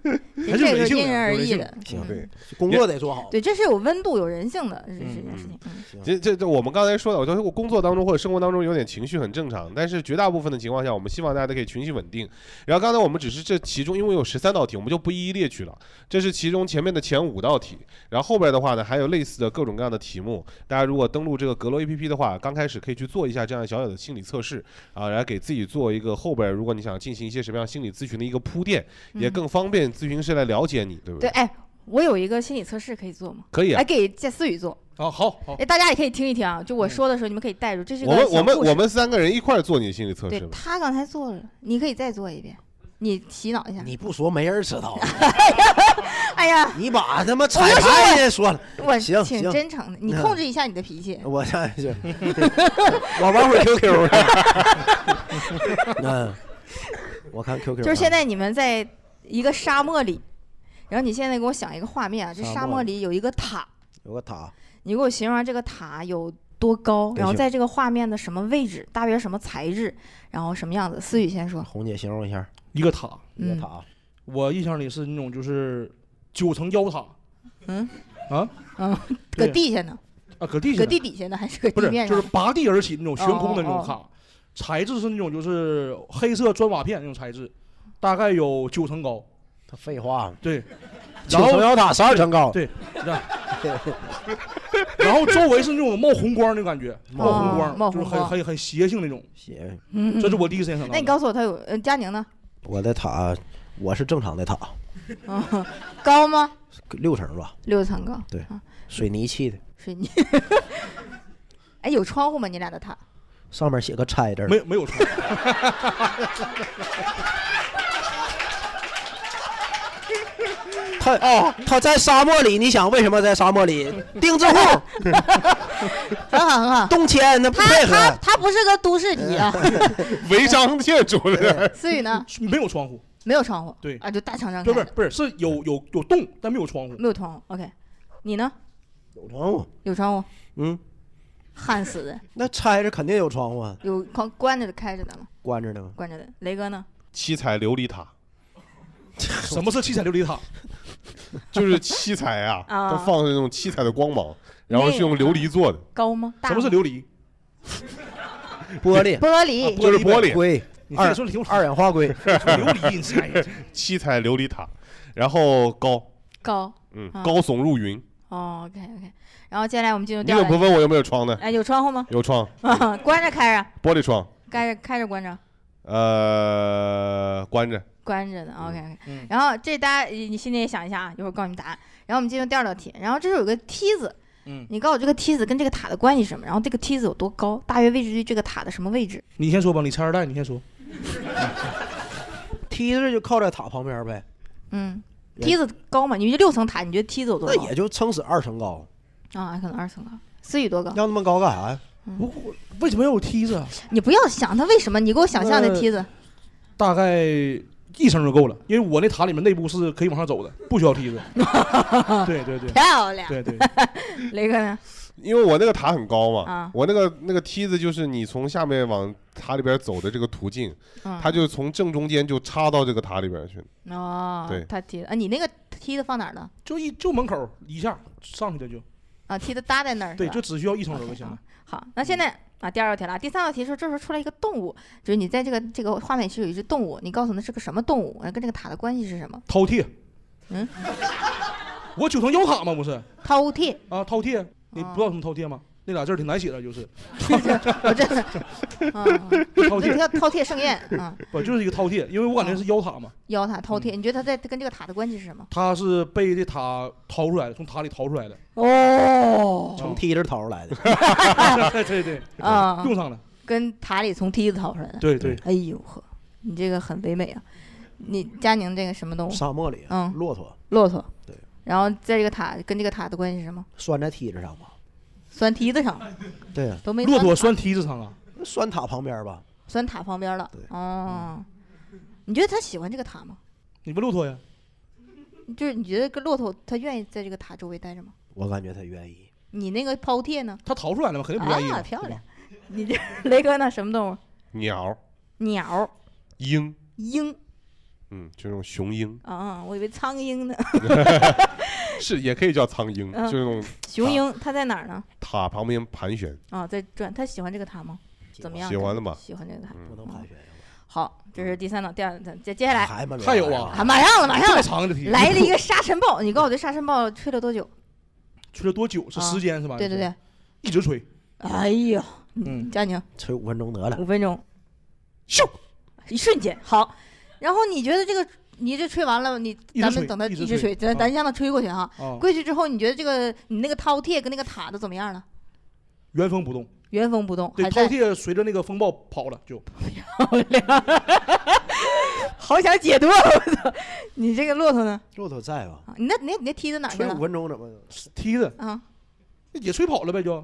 [SPEAKER 5] 这
[SPEAKER 3] 还是
[SPEAKER 5] 个是
[SPEAKER 3] 人性的
[SPEAKER 5] 因人而异的。
[SPEAKER 4] 性的
[SPEAKER 5] 嗯
[SPEAKER 1] 对，
[SPEAKER 4] 工作得做好。啊
[SPEAKER 5] 对，这是有温度、有人性的这这件事情。嗯
[SPEAKER 1] 这这这，我们刚才说的，我觉得我工作当中或者生活当中有点情绪很正常，但是绝大部分的情况下，我们希望大家都可以情绪稳定。然后刚才我们只是这其中，因为有十三道题，我们就不一一列举了。这是其中前面的前五道题，然后后边的话呢，还有类似的各种各样的题目。大家如果登录这个阁楼 APP 的话，刚开始可以去做一下这样小小的心理测试啊，然后给自己做一个后边，如果你想进行一些什么样心理咨询的一个铺垫，也
[SPEAKER 5] 嗯
[SPEAKER 1] 更方便咨询师来了解你，对不
[SPEAKER 5] 对，？哎，我有一个心理测试可以做吗？
[SPEAKER 1] 可以啊
[SPEAKER 5] 哎，。给谢思雨做。
[SPEAKER 3] 好好
[SPEAKER 5] 哎，大家也可以听一听啊，就我说的时候，你们可以带入。这是一
[SPEAKER 1] 我
[SPEAKER 5] 个
[SPEAKER 1] 们
[SPEAKER 5] 小
[SPEAKER 1] 我们
[SPEAKER 5] 故事
[SPEAKER 1] 我们三个人一块儿做你的心理测
[SPEAKER 5] 对
[SPEAKER 1] 试吧。
[SPEAKER 5] 他刚才做了，你可以再做一遍，你洗脑一下。
[SPEAKER 4] 你不说没人知道，啊
[SPEAKER 5] 哎呀，
[SPEAKER 4] 你把他妈彩排也说了，
[SPEAKER 5] 我
[SPEAKER 4] 行
[SPEAKER 5] 挺
[SPEAKER 4] 行
[SPEAKER 5] 真诚的，你控制一下你的脾气。
[SPEAKER 4] 我下去， 我 玩会儿 QQ 去。嗯，我看 QQ 啊。
[SPEAKER 5] 就是现在你们在一个沙漠里，然后你现在给我想一个画面啊，这
[SPEAKER 4] 沙
[SPEAKER 5] 沙
[SPEAKER 4] 漠
[SPEAKER 5] 漠
[SPEAKER 4] 里
[SPEAKER 5] 里有一个塔，
[SPEAKER 4] 有个塔，
[SPEAKER 5] 你给我形容下这个塔有多高，然后
[SPEAKER 4] 哎行
[SPEAKER 5] 在这个画面的什么位置，大约什么材质，然后什么样子。思雨先说，
[SPEAKER 4] 红姐形容一下，
[SPEAKER 3] 一个塔，
[SPEAKER 4] 一个
[SPEAKER 5] 嗯
[SPEAKER 4] 塔，啊，
[SPEAKER 3] 我印象里是那种就是九层妖塔啊
[SPEAKER 5] 嗯，搁
[SPEAKER 3] 对
[SPEAKER 5] 地下呢，
[SPEAKER 3] 啊，搁地下
[SPEAKER 5] 搁
[SPEAKER 3] 的
[SPEAKER 5] 地底下呢，还是搁
[SPEAKER 3] 不
[SPEAKER 5] 地
[SPEAKER 3] 是
[SPEAKER 5] 面
[SPEAKER 3] 就
[SPEAKER 5] 上
[SPEAKER 3] 是？拔地而起那种悬空的那
[SPEAKER 5] 哦哦
[SPEAKER 3] 种
[SPEAKER 5] 哦
[SPEAKER 3] 塔，材质是那种就是黑色砖瓦片那种材质，大概有九层高，
[SPEAKER 4] 他废话，
[SPEAKER 3] 对，
[SPEAKER 4] 九
[SPEAKER 3] 然
[SPEAKER 4] 层
[SPEAKER 3] 后
[SPEAKER 4] 妖塔十二层高，
[SPEAKER 3] 对，然后 然后周围是那种冒红光的感觉，
[SPEAKER 4] 冒
[SPEAKER 3] 冒
[SPEAKER 4] 红
[SPEAKER 3] 红光，
[SPEAKER 5] 冒
[SPEAKER 3] 就是
[SPEAKER 5] 红
[SPEAKER 3] 很
[SPEAKER 5] 光
[SPEAKER 3] 很很邪性那种，
[SPEAKER 4] 写
[SPEAKER 5] 嗯
[SPEAKER 3] 这是我第一时间想到
[SPEAKER 5] 那你
[SPEAKER 3] 的。
[SPEAKER 5] 告诉我，它有呃，佳宁呢？
[SPEAKER 4] 我的塔，我是正常的塔，
[SPEAKER 5] 嗯， 高吗？
[SPEAKER 4] 六层吧，
[SPEAKER 5] 六层高。
[SPEAKER 4] 对
[SPEAKER 5] 啊，
[SPEAKER 4] 水泥砌的，
[SPEAKER 5] 水泥。 哎，有窗户吗？你俩的塔？
[SPEAKER 4] 上面写个拆字儿
[SPEAKER 3] 没，有没有错，
[SPEAKER 4] 他哦，他在沙漠里，你想为什么在沙漠 里？定制户
[SPEAKER 5] 很好，很好。
[SPEAKER 4] 动迁，那不
[SPEAKER 5] 他
[SPEAKER 4] 配
[SPEAKER 5] 他
[SPEAKER 4] 合，
[SPEAKER 5] 他不是个都
[SPEAKER 4] 哎
[SPEAKER 5] 市题啊。
[SPEAKER 1] 违章建筑的，
[SPEAKER 5] 思雨呢？
[SPEAKER 3] 没有窗户，
[SPEAKER 5] 没有窗户。
[SPEAKER 3] 对
[SPEAKER 5] 啊，就大敞亮
[SPEAKER 3] 不
[SPEAKER 5] 开
[SPEAKER 3] 是不是
[SPEAKER 5] 的，
[SPEAKER 3] 不是是有有有洞，但没有窗户。
[SPEAKER 5] 没有窗户。OK，你呢？
[SPEAKER 4] 有窗户，
[SPEAKER 5] 有窗户？
[SPEAKER 4] 嗯，
[SPEAKER 5] 焊死的，
[SPEAKER 4] 那拆着肯定有窗户，啊，
[SPEAKER 5] 有关关着的，开着的吗？
[SPEAKER 4] 关着呢吗？
[SPEAKER 5] 关着的。雷哥呢？
[SPEAKER 1] 七彩琉璃塔
[SPEAKER 3] 什么是七彩琉璃塔？
[SPEAKER 1] 就是七彩啊，
[SPEAKER 5] 啊
[SPEAKER 1] 它放的那种七彩的光芒，然后是用琉璃做的，
[SPEAKER 5] 高吗？大
[SPEAKER 3] 什么是
[SPEAKER 5] 吗
[SPEAKER 3] 琉璃？ 啊
[SPEAKER 4] 玻璃、
[SPEAKER 5] 玻璃？
[SPEAKER 1] 就是玻璃
[SPEAKER 4] 硅、
[SPEAKER 3] 你非
[SPEAKER 4] 二
[SPEAKER 3] 得说琉璃，
[SPEAKER 4] 二氧化 硅，
[SPEAKER 3] 琉璃，你猜呀？
[SPEAKER 1] 七彩琉璃塔，然后高，
[SPEAKER 5] 高。
[SPEAKER 1] 嗯，
[SPEAKER 5] 啊
[SPEAKER 1] 高耸入云。
[SPEAKER 5] 哦，OK OK。然后接下来我们进入
[SPEAKER 1] 你
[SPEAKER 5] 第
[SPEAKER 1] 怎
[SPEAKER 5] 二
[SPEAKER 1] 么不
[SPEAKER 5] 个。
[SPEAKER 1] 问我有没有窗呢？
[SPEAKER 5] 哎，有窗户吗？
[SPEAKER 1] 有窗，
[SPEAKER 5] 关着开着，
[SPEAKER 1] 玻璃窗，
[SPEAKER 5] 开着开着关着。
[SPEAKER 1] 呃，关着。
[SPEAKER 5] 关着呢，OK OK。
[SPEAKER 3] 嗯
[SPEAKER 5] 然后这大家呃你心里也想一下啊，一会儿告诉你答案。然后我们进入第二道题，然后这是有个梯子，
[SPEAKER 3] 嗯，
[SPEAKER 5] 你告诉我这个梯子跟这个塔的关系是什么，然后这个梯子有多高，大约位置于这个塔的什么位置？
[SPEAKER 3] 你先说吧，你拆二代，你先说。
[SPEAKER 4] 梯子就靠在塔旁边呗，
[SPEAKER 5] 嗯，
[SPEAKER 3] 哎
[SPEAKER 4] 人
[SPEAKER 5] 梯子高嘛，你就六层塔，你觉得梯子有多
[SPEAKER 4] 那
[SPEAKER 5] 高？
[SPEAKER 4] 也就撑死二层高，
[SPEAKER 3] 哎
[SPEAKER 5] 啊，可能二层高。思雨多高？嗯
[SPEAKER 4] 要那么高干啥呀？
[SPEAKER 3] 我我为什么要有梯子啊？呃
[SPEAKER 5] 你不要想它为什么，你给我想象那梯子。
[SPEAKER 3] 大概一层就够了，因为我那塔里面内部是可以往 上走的，不需要梯子。对对对
[SPEAKER 5] 漂亮，
[SPEAKER 3] 对对，
[SPEAKER 5] 雷哥呢？
[SPEAKER 1] 因为我那个塔很高嘛，
[SPEAKER 5] 啊
[SPEAKER 1] 我那个那个梯子就是你从下面往塔里边走的这个途径，
[SPEAKER 5] 嗯，
[SPEAKER 1] 它就从正中间就插到这个塔里边去。
[SPEAKER 5] 哦
[SPEAKER 1] 对，
[SPEAKER 5] 他梯子啊，你那个梯子放哪儿了？
[SPEAKER 3] 就一就门口一下上去的就，
[SPEAKER 5] 啊，梯子搭在那儿是
[SPEAKER 3] 对，
[SPEAKER 5] 吧
[SPEAKER 3] 就只需要一层楼就
[SPEAKER 5] OK，
[SPEAKER 3] 行
[SPEAKER 5] 好
[SPEAKER 3] 了。
[SPEAKER 5] 好，那现在啊，第二道题了。第三道题是这时候出来一个动物，就是你在这个这个画面是有一只动物，你告诉它是个什么动物，然后跟这个塔的关系是什么？
[SPEAKER 3] 饕餮。
[SPEAKER 5] 嗯，
[SPEAKER 3] 我九层妖塔嘛，不是
[SPEAKER 5] 饕餮。
[SPEAKER 3] 啊，饕餮，你不知道什么饕餮吗？那俩字儿挺难写的，就是。
[SPEAKER 5] 我真 的，嗯，
[SPEAKER 3] 饕
[SPEAKER 5] 这
[SPEAKER 3] 餮
[SPEAKER 5] 叫饕餮盛 宴啊，
[SPEAKER 3] 不就是一个饕餮，因为我感觉是妖塔嘛，
[SPEAKER 5] 妖塔饕餮。你觉得它在跟这个塔的关系是什么？
[SPEAKER 3] 他是被这塔逃出来的，从塔里逃出来的。
[SPEAKER 5] 哦，
[SPEAKER 4] 从梯子逃出来的。
[SPEAKER 3] 对 对对，
[SPEAKER 5] 啊，
[SPEAKER 3] 用上了。
[SPEAKER 5] 跟塔里从梯子逃出来的。
[SPEAKER 3] 对对，
[SPEAKER 5] 哎呦呵，你这个很唯美啊！你佳宁这个什么动物？
[SPEAKER 4] 沙漠里，
[SPEAKER 5] 嗯
[SPEAKER 4] 骆驼
[SPEAKER 5] 骆驼。
[SPEAKER 4] 对。
[SPEAKER 5] 然后在这个塔跟这个塔的关系是什么？
[SPEAKER 4] 拴在梯子上吧？
[SPEAKER 5] 拴梯子上了
[SPEAKER 4] 对呀，
[SPEAKER 5] 都没啊
[SPEAKER 3] 骆驼
[SPEAKER 5] 拴
[SPEAKER 3] 拴梯子上啊，
[SPEAKER 4] 拴塔旁边吧？
[SPEAKER 5] 塔拴塔旁边了。哦，你觉得他喜欢这个塔吗？
[SPEAKER 3] 你问骆驼呀？
[SPEAKER 5] 就是你觉得跟骆驼他愿意在这个塔周围待着吗？
[SPEAKER 4] 我感觉他愿意。
[SPEAKER 5] 你那个饕餮呢？
[SPEAKER 3] 他逃出来了嘛，肯定不愿意嘛。
[SPEAKER 5] 啊，漂
[SPEAKER 3] 对吧
[SPEAKER 5] 亮！！ 你这雷哥呢？什么动物？
[SPEAKER 1] 鸟、
[SPEAKER 5] 鸟、
[SPEAKER 1] 鹰，
[SPEAKER 5] 鹰
[SPEAKER 1] 嗯，就那种 雄鹰，
[SPEAKER 5] 啊，我以为苍鹰呢。
[SPEAKER 1] 是也可以叫苍鹰，
[SPEAKER 5] 嗯
[SPEAKER 1] 就那种
[SPEAKER 5] 雄鹰它在哪儿呢？
[SPEAKER 1] 塔旁边盘旋，
[SPEAKER 5] 啊，在转。它喜欢这个塔吗？怎么样？
[SPEAKER 1] 喜欢的嘛。
[SPEAKER 5] 喜欢这个塔。
[SPEAKER 4] 嗯
[SPEAKER 5] 嗯
[SPEAKER 4] 不能盘旋。
[SPEAKER 5] 好，这是第三道，第二道，接接下来
[SPEAKER 4] 还没
[SPEAKER 3] 还有啊
[SPEAKER 5] 啊，马上了，马上
[SPEAKER 3] 这么
[SPEAKER 5] 了，
[SPEAKER 3] 长的题，
[SPEAKER 5] 来了一 个沙尘暴。你告诉我这沙尘暴吹了多久？
[SPEAKER 3] 吹了多久？是
[SPEAKER 5] 啊
[SPEAKER 3] 时间是吧？
[SPEAKER 5] 对对对，
[SPEAKER 3] 一直吹。
[SPEAKER 5] 哎呦，
[SPEAKER 3] 嗯
[SPEAKER 5] 佳宁
[SPEAKER 4] 吹五分钟得了。
[SPEAKER 5] 五分钟，
[SPEAKER 1] 咻，
[SPEAKER 5] 一瞬间好。然后你觉得这个，你这吹完了，你
[SPEAKER 3] 一直
[SPEAKER 5] 咱
[SPEAKER 3] 吹
[SPEAKER 5] 们等它
[SPEAKER 3] 一
[SPEAKER 5] 一
[SPEAKER 3] 直
[SPEAKER 5] 直吹，
[SPEAKER 3] 吹
[SPEAKER 5] 咱
[SPEAKER 3] 啊
[SPEAKER 5] 咱让它吹过去哈。
[SPEAKER 3] 啊，
[SPEAKER 5] 过去之后，你觉得这个你那个饕餮跟那个塔都怎么样了？
[SPEAKER 3] 原封不动。
[SPEAKER 5] 原封不动，
[SPEAKER 3] 对，
[SPEAKER 5] 哦还
[SPEAKER 3] 饕
[SPEAKER 5] 在。
[SPEAKER 3] 餮随着那个风暴跑了，就
[SPEAKER 5] 好想解脱，我操！你这个骆驼呢？
[SPEAKER 4] 骆驼在吧？
[SPEAKER 5] 啊，你那你那你那梯子哪儿去
[SPEAKER 4] 吹
[SPEAKER 5] 了
[SPEAKER 4] 五？分钟怎么？
[SPEAKER 3] 梯子
[SPEAKER 5] 啊，哦
[SPEAKER 3] 也吹跑了呗，就。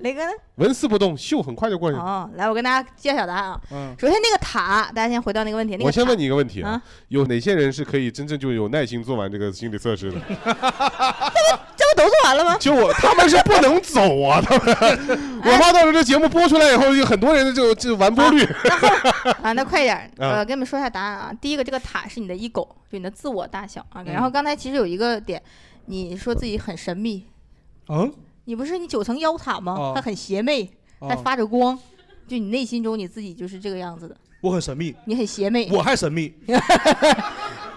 [SPEAKER 5] 雷哥呢？
[SPEAKER 1] 纹丝不动，咻，很快就过去了。
[SPEAKER 5] 哦，来，我跟大家揭晓答案啊。
[SPEAKER 3] 嗯，
[SPEAKER 5] 首先那个塔，大家先回到那个问题。那个
[SPEAKER 1] 我先
[SPEAKER 5] 塔
[SPEAKER 1] 问你一个问题啊
[SPEAKER 5] 啊，
[SPEAKER 1] 有哪些人是可以真正就有耐心做完这个心理测试的？
[SPEAKER 5] 嗯这不都做完了吗？
[SPEAKER 1] 就我他们是不能走啊，他们。 我怕到时候这节目播出来以后，有很多人就就完播率。
[SPEAKER 5] 啊，那快点儿，
[SPEAKER 1] 啊
[SPEAKER 5] 呃，跟你们说一下答案啊。第一个，这个塔是你的 ego，就你的自我大小
[SPEAKER 1] 嗯
[SPEAKER 5] 啊。然后刚才其实有一个点，你说自己很神秘，
[SPEAKER 3] 嗯，
[SPEAKER 5] 你不是你九层妖塔吗
[SPEAKER 3] 哦？
[SPEAKER 5] 它很邪魅，
[SPEAKER 1] 哦
[SPEAKER 5] 它
[SPEAKER 3] 啊，
[SPEAKER 5] 发着光，就你内心中你自己就是这个样子的，
[SPEAKER 3] 我很神秘，
[SPEAKER 5] 你很邪魅，
[SPEAKER 3] 我还神秘。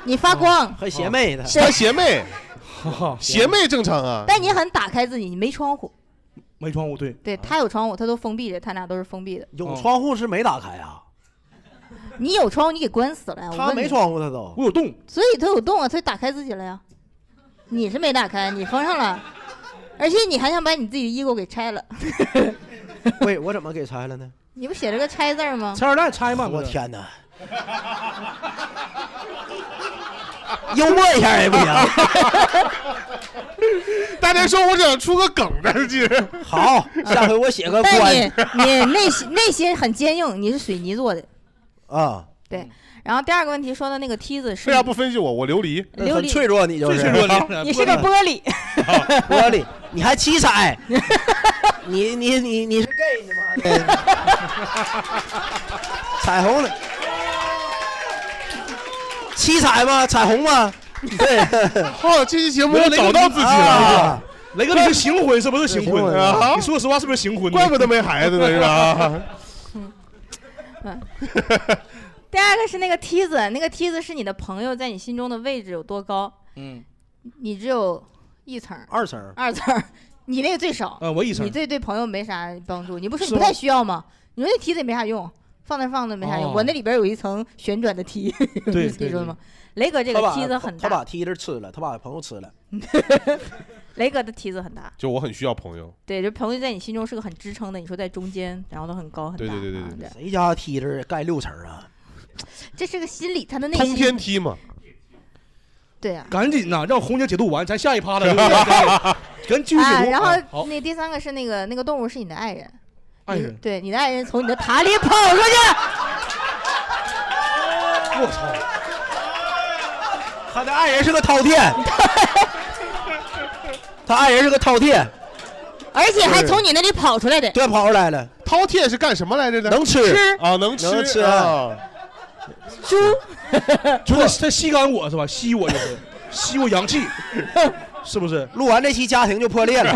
[SPEAKER 5] 你发光，
[SPEAKER 4] 哦很邪魅的，
[SPEAKER 1] 他哦邪 魅，
[SPEAKER 3] 哈哈，
[SPEAKER 1] 邪魅正常啊。
[SPEAKER 5] 但你很打开自己，你没窗户。
[SPEAKER 3] 没窗户，对，
[SPEAKER 1] 哦
[SPEAKER 5] 对他有窗户，他都封闭着，他俩都是封闭的。
[SPEAKER 4] 有窗户是没打开啊，
[SPEAKER 5] 你有窗户，你给关死啊了呀。我
[SPEAKER 4] 他
[SPEAKER 5] 问
[SPEAKER 4] 没
[SPEAKER 5] 你，
[SPEAKER 4] 窗户他都
[SPEAKER 3] 我有洞，
[SPEAKER 5] 所以他有洞啊，他就打开自己了呀。你是没打开，你封上了，而且你还想把你自己的 ego 给拆了。
[SPEAKER 4] 喂， 我怎么给拆了呢？
[SPEAKER 5] 你不写了个拆字儿吗？
[SPEAKER 3] 拆二蛋拆嘛，
[SPEAKER 4] 我
[SPEAKER 3] 不是，
[SPEAKER 4] 天哪！ 幽默一下也不行，
[SPEAKER 1] 大家说我想出个梗，但是其实
[SPEAKER 4] 好，下回我写个
[SPEAKER 5] 但
[SPEAKER 4] 关
[SPEAKER 5] 你你 内心内心很坚硬，你是水泥做的。
[SPEAKER 4] 啊，
[SPEAKER 3] 嗯
[SPEAKER 5] 然后第二个问题说的那个梯子是
[SPEAKER 1] 为啥不分析我？我琉璃，
[SPEAKER 5] 琉
[SPEAKER 4] 嗯很脆
[SPEAKER 5] 璃，
[SPEAKER 4] 弱，你就
[SPEAKER 3] 最
[SPEAKER 4] 是
[SPEAKER 3] 脆弱的，
[SPEAKER 5] 你是个玻璃，
[SPEAKER 4] 玻璃，你还七彩， 你你你你是 gay 你妈的， 彩虹的，七彩吗？彩虹吗？ 对，
[SPEAKER 1] 好，这期节目
[SPEAKER 3] 我
[SPEAKER 1] 我
[SPEAKER 3] 雷
[SPEAKER 1] 找到自己了，
[SPEAKER 4] 啊，
[SPEAKER 3] 雷哥，你是行婚是不是行
[SPEAKER 4] 行
[SPEAKER 3] 婚
[SPEAKER 4] 婚
[SPEAKER 1] 啊
[SPEAKER 3] 你说实话是不是行婚？
[SPEAKER 1] 怪不得没孩子呢，是吧？
[SPEAKER 5] 嗯第二个是那个梯子，那个梯子是你的朋友在你心中的位置有多高？
[SPEAKER 3] 嗯，
[SPEAKER 5] 你只有一层儿、
[SPEAKER 4] 二层，
[SPEAKER 5] 二层儿，你那个最少。
[SPEAKER 3] 啊，我一
[SPEAKER 5] 你
[SPEAKER 3] 层，
[SPEAKER 5] 这对朋友没啥帮助，你不是
[SPEAKER 3] 是
[SPEAKER 5] 你不
[SPEAKER 3] 吗
[SPEAKER 5] 太需要吗？你说那梯子也没啥用，放那放那没啥用。
[SPEAKER 3] 哦
[SPEAKER 5] 我那里边有一层旋转的 梯，
[SPEAKER 3] 对
[SPEAKER 5] 你自己说的吗？雷哥这
[SPEAKER 4] 他
[SPEAKER 5] 个
[SPEAKER 4] 把
[SPEAKER 5] 梯子很
[SPEAKER 4] 他把
[SPEAKER 5] 大，
[SPEAKER 4] 梯子吃了，他把朋友吃了，
[SPEAKER 5] 雷哥的梯子很大，
[SPEAKER 1] 就我很需要朋友，
[SPEAKER 5] 对，就朋友在你心中是个很支撑的。你说在中间，然后都很高很大，
[SPEAKER 1] 对对对对
[SPEAKER 5] 啊
[SPEAKER 1] 对
[SPEAKER 4] 谁家梯子盖六层啊？
[SPEAKER 5] 这是个心理，他的内
[SPEAKER 1] 通天
[SPEAKER 5] 心，
[SPEAKER 1] 梯嘛。
[SPEAKER 5] 对啊。
[SPEAKER 3] 赶紧呐，让红姐解读完，咱下一趴了，对不对赶紧继续
[SPEAKER 5] 啊，
[SPEAKER 3] 解读。
[SPEAKER 5] 然后
[SPEAKER 3] 啊好，
[SPEAKER 5] 那第三个是那个那个动物是你的爱人，
[SPEAKER 3] 爱
[SPEAKER 5] 你
[SPEAKER 3] 人，
[SPEAKER 5] 对你的爱人从你的塔里跑出去，
[SPEAKER 3] 我操，
[SPEAKER 4] 他的爱人是个饕餮，他爱人是个饕餮，
[SPEAKER 5] 而且还从你那里跑出来的，
[SPEAKER 4] 对，跑出来了，
[SPEAKER 1] 饕餮是干什么来着的？
[SPEAKER 4] 能吃，
[SPEAKER 1] 啊，能
[SPEAKER 4] 能吃
[SPEAKER 1] 啊，
[SPEAKER 5] 猪，
[SPEAKER 3] 就是他吸干我是吧？吸 我就是，吸我阳气，是不是？
[SPEAKER 4] 录完这期家庭就破裂了。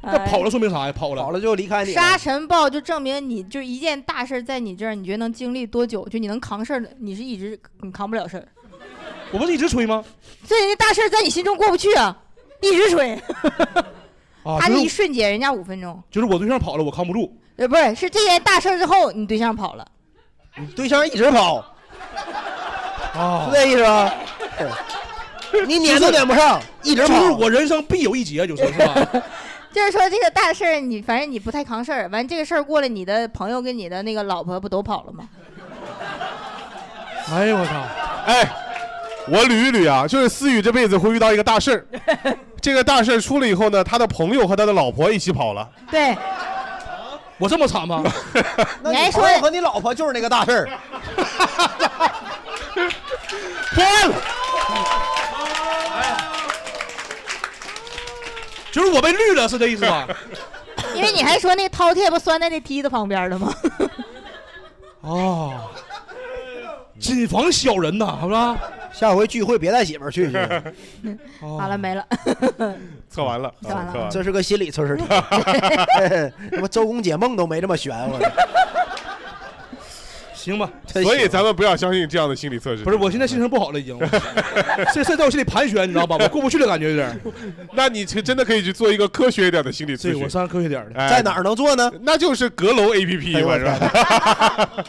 [SPEAKER 3] 那跑
[SPEAKER 5] 哎
[SPEAKER 3] 了说明啥呀？跑了，
[SPEAKER 4] 跑了就离开你了。
[SPEAKER 5] 沙尘暴就证明你就一件大事儿在你这儿，你觉得能经历多久？就你能扛事儿的，你是一直你扛不了事儿。
[SPEAKER 3] 我不是一直吹吗？
[SPEAKER 5] 所以那大事儿在你心中过不去啊，一直吹。
[SPEAKER 4] 哦
[SPEAKER 3] 啊，
[SPEAKER 5] 他
[SPEAKER 3] 就
[SPEAKER 5] 这一
[SPEAKER 3] 是
[SPEAKER 5] 瞬间，人家五分钟，
[SPEAKER 3] 就是我对象跑了，我扛不住，
[SPEAKER 5] 呃，不是，是这件大事儿之后，你对象跑了。
[SPEAKER 4] 你对象一直跑，
[SPEAKER 3] 啊
[SPEAKER 4] 是这意思吧？你撵都撵不 上，一直
[SPEAKER 3] 就
[SPEAKER 4] 跑。
[SPEAKER 3] 是我人生必有一劫，就是 是吧？
[SPEAKER 5] 就是说这个大事儿，你反正你不太扛事儿，完这个事儿过了，你的朋友跟你的那个老婆不都跑了吗？
[SPEAKER 3] 哎呦我操！
[SPEAKER 1] 哎，我捋一捋啊，就是思雨这辈子会遇到一个大事儿， 这个大事儿出了以后呢，他的朋友和他的老婆一起跑了。
[SPEAKER 5] 对，
[SPEAKER 3] 我这么 惨吗？
[SPEAKER 4] 那
[SPEAKER 5] 你还说
[SPEAKER 4] 朋友和你老婆就是那个大事儿，
[SPEAKER 3] 天了！哎就是我被绿了，是这意思吧？
[SPEAKER 5] 因为你还说那个饕餮不拴在那梯子旁边了吗？
[SPEAKER 1] 哦
[SPEAKER 3] 啊，谨防小人呐，是吧？
[SPEAKER 4] 下回聚会别带媳妇儿去， 去哦
[SPEAKER 3] 好
[SPEAKER 5] 好了，没了，
[SPEAKER 1] 测完了，
[SPEAKER 5] 测完了
[SPEAKER 1] 测完了。
[SPEAKER 4] 这是个心理测 试题。他妈周公解梦都没这么悬，啊我
[SPEAKER 3] 行吧。
[SPEAKER 4] 真
[SPEAKER 1] 所以
[SPEAKER 4] 行
[SPEAKER 1] 咱们不要相信这样的心理测试。
[SPEAKER 3] 不是，我现在心情不好了，已经。我这事在我心里盘旋，你知道吧？我过不去了，感觉有点儿。
[SPEAKER 1] 那你真的可以去做一个科学一点的心理
[SPEAKER 3] 这
[SPEAKER 1] 咨
[SPEAKER 3] 个我
[SPEAKER 1] 询。
[SPEAKER 3] 上科学点儿的。
[SPEAKER 1] 哎
[SPEAKER 4] 在哪？儿能做呢？
[SPEAKER 1] 那就是阁楼
[SPEAKER 4] 哎
[SPEAKER 1] APP
[SPEAKER 4] 呦
[SPEAKER 1] 吧，
[SPEAKER 4] 我
[SPEAKER 1] 是吧？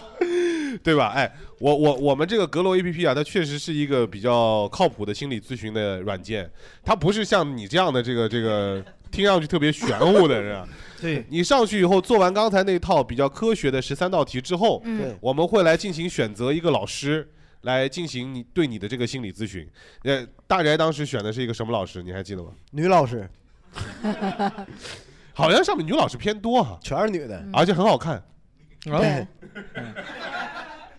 [SPEAKER 1] 对吧？哎，我我我们这个阁楼 APP 啊，它确实是一个比较靠谱的心理咨询的软件，它不是像你这样的这个这个听上去特别玄乎的，是吧？
[SPEAKER 3] 对，
[SPEAKER 1] 你上去以后做完刚才那套比较科学的十三道题之后，
[SPEAKER 5] 嗯，
[SPEAKER 4] 对
[SPEAKER 1] 我们会来进行选择一个老师来进行你对你的这个心理咨询。呃，大宅当时选的是一个什么老师？你还记得吗？
[SPEAKER 4] 女老师
[SPEAKER 1] 好像上面女老师偏多哈、
[SPEAKER 4] 全是女的，
[SPEAKER 1] 而且很好看
[SPEAKER 5] 嗯对，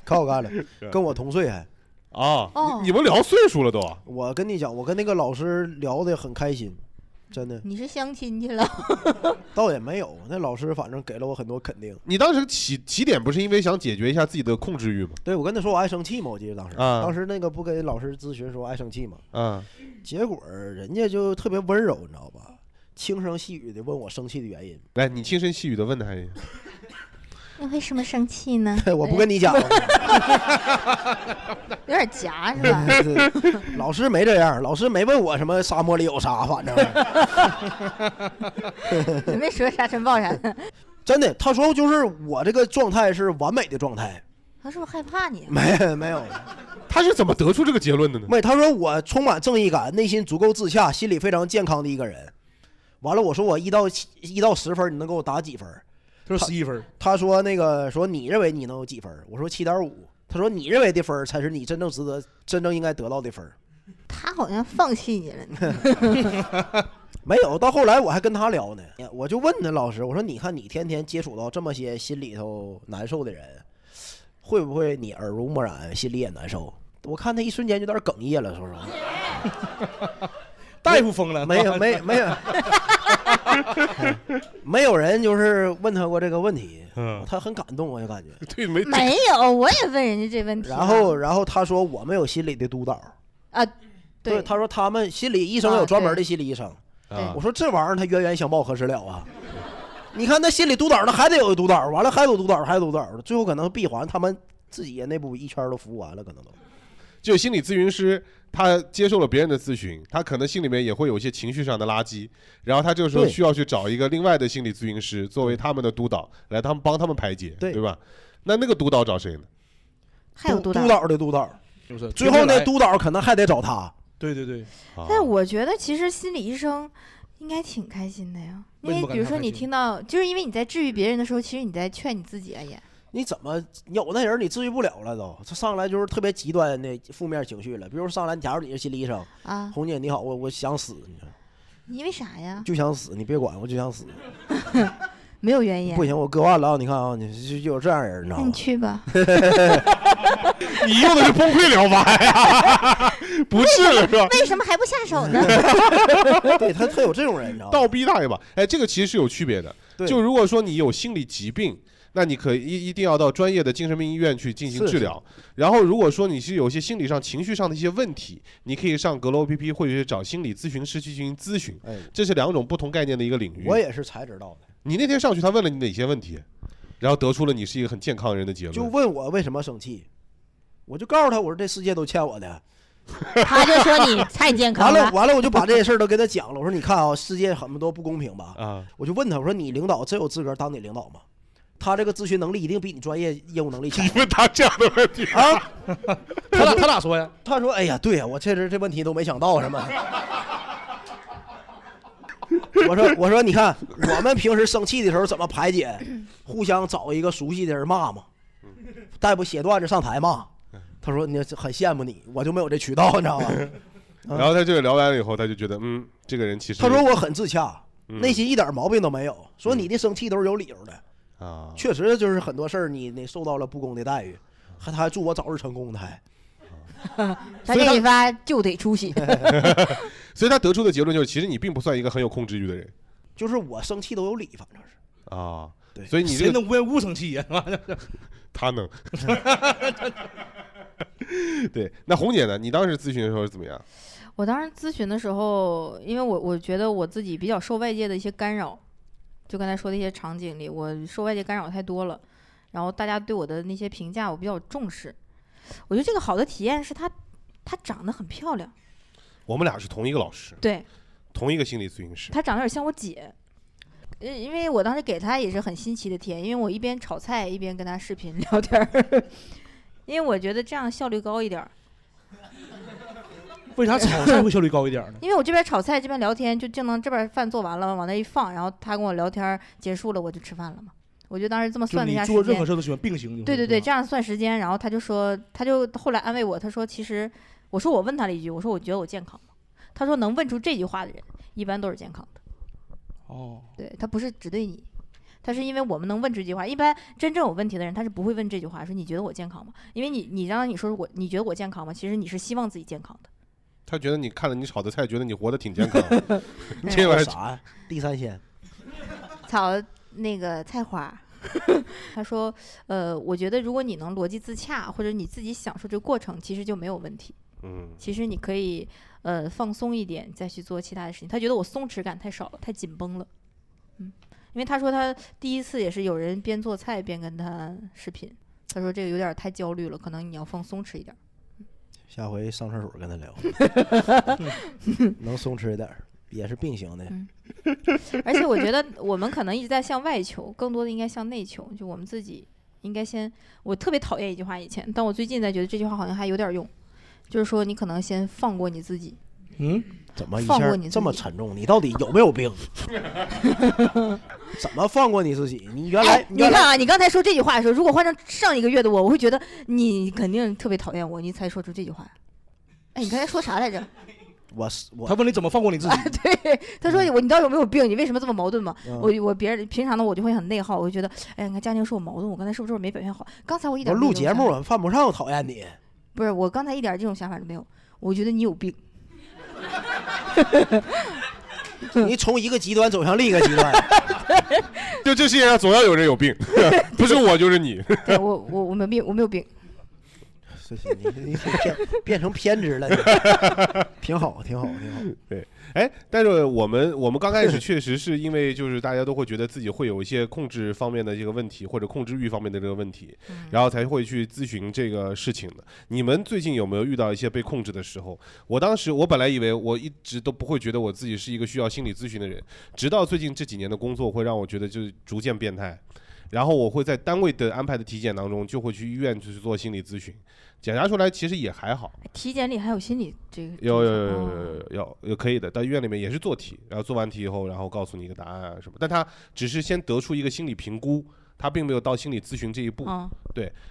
[SPEAKER 4] 可好看了，跟我同岁还。
[SPEAKER 1] 啊。
[SPEAKER 5] 哦
[SPEAKER 1] 你你们聊岁数了都啊？
[SPEAKER 4] 我跟你讲，我跟那个老师聊得很开心，真的
[SPEAKER 5] 你是相亲去了？
[SPEAKER 4] 倒也没有。那老师反正给了我很多肯定。
[SPEAKER 1] 你当时起起点不是因为想解决一下自己的控制欲吗？
[SPEAKER 4] 对我跟他说我爱生气嘛，我记得当时，
[SPEAKER 1] 啊
[SPEAKER 4] 当时那个不跟老师咨询说爱生气嘛，
[SPEAKER 1] 啊，
[SPEAKER 4] 结果儿人家就特别温柔，你知道吧？轻声细语的问我生气的原因，
[SPEAKER 1] 来，你轻声细语的问他一下。
[SPEAKER 5] 那为什么生气呢
[SPEAKER 4] 我不跟你讲了，
[SPEAKER 5] 有点夹 是吧？
[SPEAKER 4] 是老师没这样，老师没问我什么沙漠里有啥，反正
[SPEAKER 5] 你没说沙尘暴啥的，
[SPEAKER 4] 真的，他说就是我这个状态是完美的状态，
[SPEAKER 5] 他是不是害怕你？啊
[SPEAKER 4] 没没有，
[SPEAKER 1] 他是怎么得出这个结论的呢？
[SPEAKER 4] 没，他说我充满正义感，内心足够自洽，心理非常健康的一个人。完了，我说我一到七一到十分，你能给我打几分？
[SPEAKER 3] 他说十一分儿，
[SPEAKER 4] 他说那个说你认为你能有几分儿？我说七点五。他说你认为的分儿才是你真正值得、真正应该得到的分儿。
[SPEAKER 5] 他好像放弃你了。
[SPEAKER 4] 没有，到后来我还跟他聊呢，我就问他老师，我说你看你天天接触到这么些心里头难受的人，会不会你耳濡目染，心里也难受？我看他一瞬间有点哽咽了，说实话，
[SPEAKER 3] 大夫疯了，
[SPEAKER 4] 没有，没有没有，没有人就是问他过这个问题，
[SPEAKER 1] 嗯，
[SPEAKER 4] 他很感动，我就感觉。
[SPEAKER 1] 对，没
[SPEAKER 5] 没有，我也问人家这问题了。
[SPEAKER 4] 然后，然后他说我们有心理的督导，
[SPEAKER 5] 啊，
[SPEAKER 4] 对，
[SPEAKER 5] 对，
[SPEAKER 4] 他说他们心理医生
[SPEAKER 5] 啊
[SPEAKER 4] 有专门
[SPEAKER 5] 对
[SPEAKER 4] 的心理医生。
[SPEAKER 1] 啊
[SPEAKER 4] 我，说这玩意儿它冤冤相报何时了啊？你看那心理督导，那还得有个督导，完了还有督导，还有督导，最后可能闭环他们自己也内部一圈都服务完了，可能都。
[SPEAKER 1] 就心理咨询师，他接受了别人的咨询，他可能心里面也会有一些情绪上的垃圾，然后他这个时候
[SPEAKER 4] 对
[SPEAKER 1] 需要去找一个另外的心理咨询师作为他们的督导，来他们帮他们排解，对
[SPEAKER 4] 对
[SPEAKER 1] 吧？那那个督导找谁呢？
[SPEAKER 5] 还有
[SPEAKER 4] 督
[SPEAKER 5] 督导。
[SPEAKER 4] 导的督导，
[SPEAKER 3] 就是
[SPEAKER 4] 最后那
[SPEAKER 3] 都
[SPEAKER 4] 督导可能还得找他。
[SPEAKER 3] 对对对，
[SPEAKER 1] 啊
[SPEAKER 5] 但我觉得其实心理医生应该挺开心的呀，因
[SPEAKER 3] 为什
[SPEAKER 5] 为比
[SPEAKER 3] 么感
[SPEAKER 5] 如
[SPEAKER 3] 觉
[SPEAKER 5] 说
[SPEAKER 3] 开
[SPEAKER 5] 你
[SPEAKER 3] 心
[SPEAKER 5] 听到，就是因为你在治愈别人的时候，其实你在劝你自己啊也。
[SPEAKER 4] 你怎么有的人你治愈不了了都，他上来就是特别极端的负面情绪了。比如上来，假如你是心理医生，
[SPEAKER 5] 啊，
[SPEAKER 4] 红姐你好，我我想死，你
[SPEAKER 5] 嗯
[SPEAKER 4] 知道
[SPEAKER 5] 因为啥呀？
[SPEAKER 4] 就想死，你别管，我就想死，
[SPEAKER 5] 没有原因
[SPEAKER 4] 不。行我割腕了啊！你看啊，你就就有这样人，你知道
[SPEAKER 5] 那
[SPEAKER 4] 吗
[SPEAKER 5] 你？去吧，
[SPEAKER 1] 你用的是崩溃疗法呀， 不治了 是吧？
[SPEAKER 5] 为什么还不下手 呢？
[SPEAKER 4] 对他他有这种人，你知道吗？
[SPEAKER 1] 倒逼他一把，哎，这个其实是有区别的。
[SPEAKER 4] 对
[SPEAKER 1] 就如果说你有心理疾病，那你可以一一定要到专业的精神病医院去进行
[SPEAKER 4] 是
[SPEAKER 1] 治疗。然后，如果说你是有一些心理上、情绪上的一些问题，你可以上阁楼 APP 或者是找心理咨询师去进行咨询。
[SPEAKER 4] 哎，
[SPEAKER 1] 这是两种不同概念的一个领域。
[SPEAKER 4] 我也是才知道的，
[SPEAKER 1] 你那天上去，他问了你哪些问题，然后得出了你是一个很健康人的结论。
[SPEAKER 4] 就嗯问我为什么生气，我就告诉他，我说这世界都欠我的。
[SPEAKER 6] 他就说你太健康
[SPEAKER 4] 完了
[SPEAKER 6] 了，
[SPEAKER 4] 完了，我就把这些事儿都跟他讲了。我说你看啊，世界很多不公平吧？
[SPEAKER 1] 啊，
[SPEAKER 4] 我就问他，我说你领导真有资格当你领导吗？他这个咨询能力一定比你专业业务能力强
[SPEAKER 1] 你问他这样的问题，
[SPEAKER 4] 啊！
[SPEAKER 3] 他俩他俩说呀，
[SPEAKER 4] 他说：“哎呀，对呀、我确实这问题都没想到什么。”我说：“我说，你看我们平时生气的时候怎么排解？互相找一个熟悉的人骂嘛，
[SPEAKER 1] 嗯
[SPEAKER 4] 再不写段子上台骂。”他说：“你很羡慕你，我就没有这渠道，你知道吗
[SPEAKER 1] 嗯然后他这个聊完了以后，他就觉得，嗯，这个人其？”实
[SPEAKER 4] 他说：“我很自洽，
[SPEAKER 1] 嗯
[SPEAKER 4] 内心一点毛病都没有。说你的生气都是有理由的，
[SPEAKER 1] 啊，
[SPEAKER 4] 确实就是很多事儿你你受到了不公的待遇。”还他还祝我早日成功，他还
[SPEAKER 6] 他给
[SPEAKER 1] 所以
[SPEAKER 6] 你发就得 出血，
[SPEAKER 1] 所以他得出的结论就是，其实你并不算一个很有控制欲的人
[SPEAKER 4] 就是我生气都有理，反正是
[SPEAKER 1] 啊。
[SPEAKER 4] 对
[SPEAKER 1] 所以你这个
[SPEAKER 3] 谁能无缘无故生气呀？是吧
[SPEAKER 1] 他能。 对，那红姐呢？你当时咨询的时候是怎么样？
[SPEAKER 5] 我当时咨询的时候，因为我我觉得我自己比较受外界的一些干扰，就刚才说的一些场景里，我受外界干扰太多了，然后大家对我的那些评价我比较重视。我觉得这个好的体验是她，她长得很漂亮，
[SPEAKER 1] 我们俩是同一个老师，
[SPEAKER 5] 对
[SPEAKER 1] 同一个心理咨询师。
[SPEAKER 5] 她长得有点像我姐。呃，因为我当时给她也是很新奇的体验，因为我一边炒菜一边跟她视频 聊天儿，因为我觉得这样效率高一点儿。
[SPEAKER 3] 为啥炒菜会效率高一点呢？
[SPEAKER 5] 因为我这边炒菜，这边聊天，就正当这边饭做完了，往那一放，然后他跟我聊天结束了，我就吃饭了嘛。我就当时这么
[SPEAKER 3] 就
[SPEAKER 5] 算了一
[SPEAKER 3] 你
[SPEAKER 5] 下时
[SPEAKER 3] 做任
[SPEAKER 5] 间
[SPEAKER 3] 何，事都喜欢并行，就是
[SPEAKER 5] 对对对，
[SPEAKER 3] 吧
[SPEAKER 5] 这样算时间，然后他就说，他就后来安慰我，他说其实我说我问他了一句，我说我觉得我健康吗？他说能问出这句话的人，一般都是健康的。
[SPEAKER 3] 哦，
[SPEAKER 5] 对他不是只对你，他是因为我们能问出这句话，一般真正有问题的人，他是不会问这句话，说你觉得我健康吗？因为你你让你说我你觉得我健康吗？其实你是希望自己健康的。
[SPEAKER 1] 他觉得你看了你炒的菜，觉得你活得挺健康 的。你这玩
[SPEAKER 4] 说
[SPEAKER 1] 意儿
[SPEAKER 4] 啥呀？地三鲜，
[SPEAKER 5] 炒那个菜花儿。他说：“呃，我觉得如果你能逻辑自洽，或者你自己享受这个过程，其实就没有问题。
[SPEAKER 1] 嗯，
[SPEAKER 5] 其实你可以呃放松一点，再去做其他的事情。他觉得我松弛感太少了，太紧绷了。嗯，因为他说他第一次也是有人边做菜边跟他视频，他说这个有点儿太焦虑了，可能你要放松弛一点儿。
[SPEAKER 4] 下回上厕所跟他聊，能松弛一点儿，也是并行的。
[SPEAKER 5] 而且我觉得我们可能一直在向外求，更多的应该向内求，就我们自己应该先。我特别讨厌一句话，以前，但我最近才觉得这句话好像还有点用，就是说你可能先放过你自己。
[SPEAKER 3] 嗯，
[SPEAKER 4] 怎么一
[SPEAKER 5] 放
[SPEAKER 4] 下
[SPEAKER 5] 过
[SPEAKER 4] 儿
[SPEAKER 5] 你自
[SPEAKER 4] 这么
[SPEAKER 5] 己
[SPEAKER 4] 沉重？你到底有没有 病？怎么放过你自己？你原来
[SPEAKER 5] 哎，你
[SPEAKER 4] 原来
[SPEAKER 5] 看啊，你刚才说这句话的时候，如果换成上一个月的我，我会觉得你肯定特别讨厌我，你才说出这句话。哎，你刚才说啥来着？
[SPEAKER 4] 我是
[SPEAKER 3] 他
[SPEAKER 4] 我
[SPEAKER 3] 问你怎么放过你 自己，
[SPEAKER 5] 对，他说我你到底有没有病？你为什么这么矛盾嘛？
[SPEAKER 4] 嗯
[SPEAKER 5] 我我别人平常的我就会很内耗，我就觉得，哎，你看嘉宁说我矛盾，我刚才是不是没表现好？刚才我一
[SPEAKER 4] 我
[SPEAKER 5] 点
[SPEAKER 4] 录
[SPEAKER 5] 没有
[SPEAKER 4] 节
[SPEAKER 5] 想
[SPEAKER 4] 目我犯不上讨厌你，
[SPEAKER 5] 不是，我刚才一点这种想法都没有。我觉得你有 病，
[SPEAKER 4] 你从一个极端走向另一个极端，
[SPEAKER 1] 就这世界上总要有人 有病，不是我就是你。
[SPEAKER 5] 对我我我没病，我没 有病。
[SPEAKER 4] 是是你你变变成偏 执了，你挺好，挺好，挺好。
[SPEAKER 1] 哎，但是我们我们刚开始确实是因为就是大家都会觉得自己会有一些控制方面的这个问题，或者控制欲方面的这个问题，然后才会去咨询这个事情的。你们最近有没有遇到一些被控制的时候？我当时我本来以为我一直都不会觉得我自己是一个需要心理咨询的人，直到最近这几年的工作会让我觉得就是逐渐变态。然后我会在单位的安排的体检当中，就会去医院去做心理咨询，检查出来其实也还好，
[SPEAKER 5] 体检里还有心理这个
[SPEAKER 1] 有有有有
[SPEAKER 5] 哦
[SPEAKER 1] 有有有有可以的，到医院里面也是做题，然后做完题以后，然后告诉你一个答案啊什么，但他只是先得出一个心理评估，他并没有到心理咨询这一步。
[SPEAKER 5] 嗯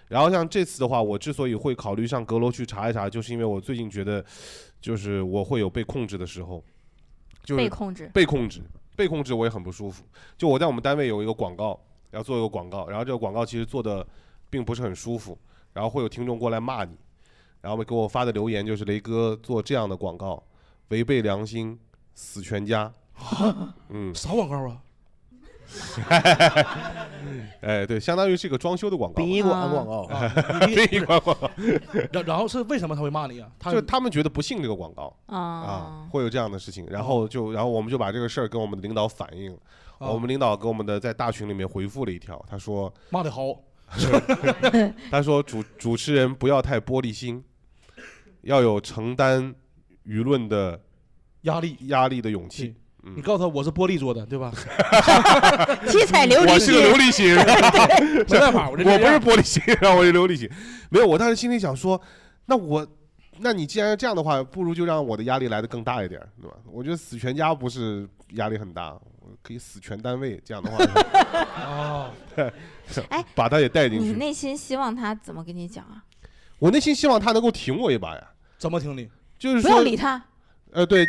[SPEAKER 1] 然后像这次的话，我之所以会考虑上阁楼去查一查，就是因为我最近觉得，就是我会有被控制的时候，就
[SPEAKER 5] 被
[SPEAKER 1] 是
[SPEAKER 5] 控制，
[SPEAKER 1] 被控制，被控制我也很不舒服。就我在我们单位有一个广告，要做一个广告，然后这个广告其实做的并不是很舒服，然后会有听众过来骂你，然后给我发的留言就是雷哥做这样的广告 违背良心，死全家。嗯，
[SPEAKER 3] 啥广告啊？
[SPEAKER 1] 哎，对，相当于是一个装修的广告吧，殡
[SPEAKER 4] 仪馆广告
[SPEAKER 1] 啊 殡仪馆广告，
[SPEAKER 3] 然然后是为什么他会骂你啊？他
[SPEAKER 1] 就他们觉得不信这个广告
[SPEAKER 3] 啊
[SPEAKER 1] 啊，会有这样的事情，然后就然后我们就把这个事儿跟我们的领导反映，
[SPEAKER 3] 哦
[SPEAKER 1] 我们领导给我们的在大群里面回复了一条，他说
[SPEAKER 3] 骂的好，
[SPEAKER 1] 他说主主持人不要太玻璃心，要有承担舆论的
[SPEAKER 3] 压力
[SPEAKER 1] 压力的勇气。嗯
[SPEAKER 3] 你告诉他我是玻璃做的，对吧？
[SPEAKER 6] 七彩琉璃
[SPEAKER 1] 我是个
[SPEAKER 6] 心
[SPEAKER 1] 琉璃心，
[SPEAKER 3] 没办法我这
[SPEAKER 1] 我
[SPEAKER 3] 这
[SPEAKER 1] 不是
[SPEAKER 3] 样
[SPEAKER 1] 玻璃心，然后我就琉璃心。没有，我当时心里想说，那我，那你既然这样的话，不如就让我的压力来的更大一点，对吧？我觉得死全家不是压力很大，我可以死全单位，这样的话
[SPEAKER 3] 哦，
[SPEAKER 5] 哎，
[SPEAKER 1] 把他也带进
[SPEAKER 5] 你
[SPEAKER 1] 去。
[SPEAKER 5] 内心希望他怎么跟你讲啊？
[SPEAKER 1] 我内心希望他能够挺我一把呀，
[SPEAKER 3] 怎么挺你？
[SPEAKER 1] 就是
[SPEAKER 5] 不
[SPEAKER 1] 说
[SPEAKER 5] 要理 他，
[SPEAKER 1] 呃，对，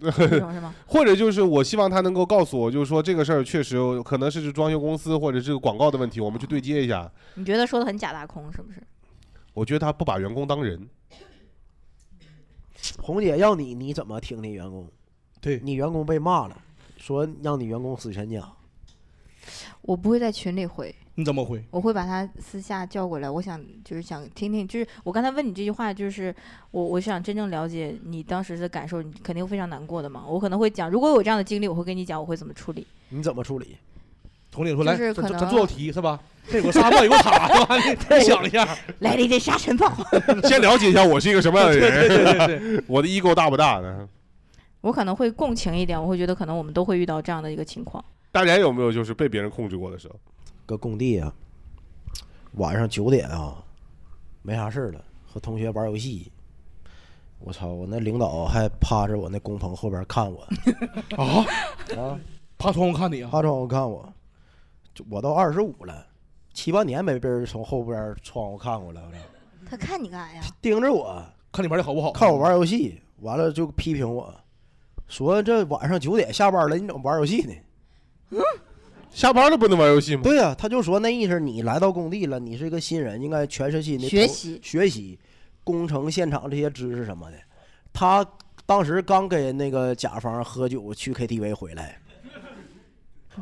[SPEAKER 5] 这种是吗？
[SPEAKER 1] 或者就是我希望他能够告诉我，就是说这个事儿确实有可能是是装修公司或者这个广告的问题，我们去对接一下。
[SPEAKER 5] 你觉得说的很假大空是不是？
[SPEAKER 1] 我觉得他不把员工当人，
[SPEAKER 4] 红姐要你，你怎么听你员工？
[SPEAKER 3] 对
[SPEAKER 4] 你员工被骂了，说让你员工死全家，
[SPEAKER 5] 我不会在群里回，
[SPEAKER 3] 你怎么回？
[SPEAKER 5] 我会把他私下叫过来，我想就是想听听，就是我刚才问你这句话，就是我我想真正了解你当时的感受，你肯定非常难过的嘛。我可能会讲，如果有这样的经历，我会跟你讲我会怎么 处理。
[SPEAKER 4] 你怎么处理？
[SPEAKER 3] 佟姐
[SPEAKER 5] 就
[SPEAKER 3] 说来，
[SPEAKER 5] 是可
[SPEAKER 3] 咱咱
[SPEAKER 5] 能
[SPEAKER 3] 咱做道题是吧？这有个沙 漠，有个塔，是吧？你你 想一下，
[SPEAKER 5] 来了一阵沙尘暴，
[SPEAKER 1] 先了解一下我是一个什么样的
[SPEAKER 3] 对 对
[SPEAKER 1] 人，
[SPEAKER 3] 对对对，
[SPEAKER 1] 我的 ego 大不大呢？
[SPEAKER 5] 我可能会共情一点，我会觉得可能我们都会遇到这样的一个情况。
[SPEAKER 1] 大家有没有就是被别人控制过的时候？
[SPEAKER 4] 搁工地啊，晚上九点啊，没啥事儿了，和同学玩游戏。我操！我那领导还趴着我那工棚后边看我
[SPEAKER 3] 啊，
[SPEAKER 4] 啊，
[SPEAKER 3] 趴窗户看你啊，
[SPEAKER 4] 趴窗户看我，就我都二十五了，七八年没被人从后边窗户看我了，我操
[SPEAKER 5] 他看你干啥呀？
[SPEAKER 4] 盯着我，
[SPEAKER 3] 看你玩的好不好？
[SPEAKER 4] 看我玩游戏，完了就批评我，说这晚上九点下班了，你怎么玩游戏呢？
[SPEAKER 1] 下班了不能玩游戏吗？
[SPEAKER 4] 对呀、他就说那意思，你来到工地了，你是一个新人，应该全身心的
[SPEAKER 6] 学习
[SPEAKER 4] 学习工程现场这些知识什么的。他当时刚跟那个甲方喝酒去 KTV 回来，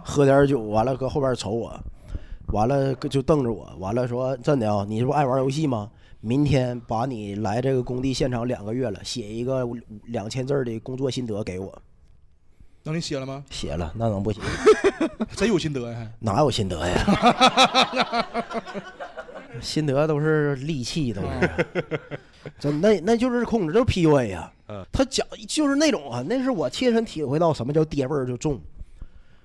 [SPEAKER 4] 喝点酒，完了搁后边瞅我，完了就瞪着我，完了说真的啊，你这不爱玩游戏吗？明天把你来这个工地现场两个月了，写一个两千字儿的工作心得给我。
[SPEAKER 3] 让你写了吗？
[SPEAKER 4] 写了，那能不行？
[SPEAKER 3] 真有心得呀！还
[SPEAKER 4] 哪有心得呀？ 心得都是利器，都 是，真那那就是控制，就是 PUA 呀、
[SPEAKER 1] 嗯
[SPEAKER 4] 他讲就是那种啊，那是我切身体会到什么叫爹味儿就重。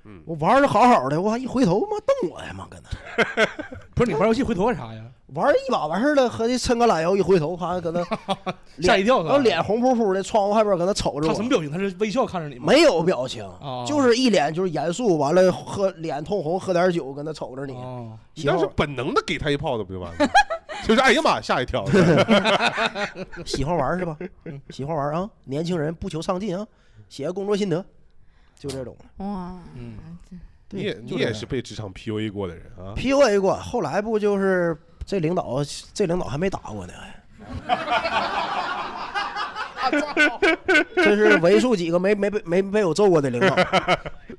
[SPEAKER 1] 嗯
[SPEAKER 4] 我玩的好好的，我一回头妈瞪我呀妈搁那
[SPEAKER 3] 不是你玩游戏回头干啥呀？
[SPEAKER 4] 玩一把完事儿了，合计抻个懒腰，一回头他搁那
[SPEAKER 3] 吓一跳是吧
[SPEAKER 4] 然后脸红扑扑的，窗户外边搁那瞅着
[SPEAKER 3] 他什么
[SPEAKER 4] 我，
[SPEAKER 3] 表情？他是微笑看着你吗？
[SPEAKER 4] 没有表情，
[SPEAKER 3] 哦
[SPEAKER 4] 就是一脸就是严肃，完了喝脸通红，喝点酒搁那瞅着你。
[SPEAKER 3] 哦，
[SPEAKER 1] 你
[SPEAKER 4] 喜欢
[SPEAKER 1] 当时本能的给他一炮的不就完了？ 就是哎呀妈，吓一跳！是 吧
[SPEAKER 4] 喜欢玩儿是吧？喜欢玩儿啊，年轻人不求上进啊，写个工作心得，就这种。
[SPEAKER 5] 哇，
[SPEAKER 3] 嗯，
[SPEAKER 1] 你也你也是被职场 PUA 过的人 啊！
[SPEAKER 4] PUA 过，后来不就是这领导，这领导还没打过呢，
[SPEAKER 3] 嗯
[SPEAKER 4] 这是为数几个没没被没没有揍过的领导。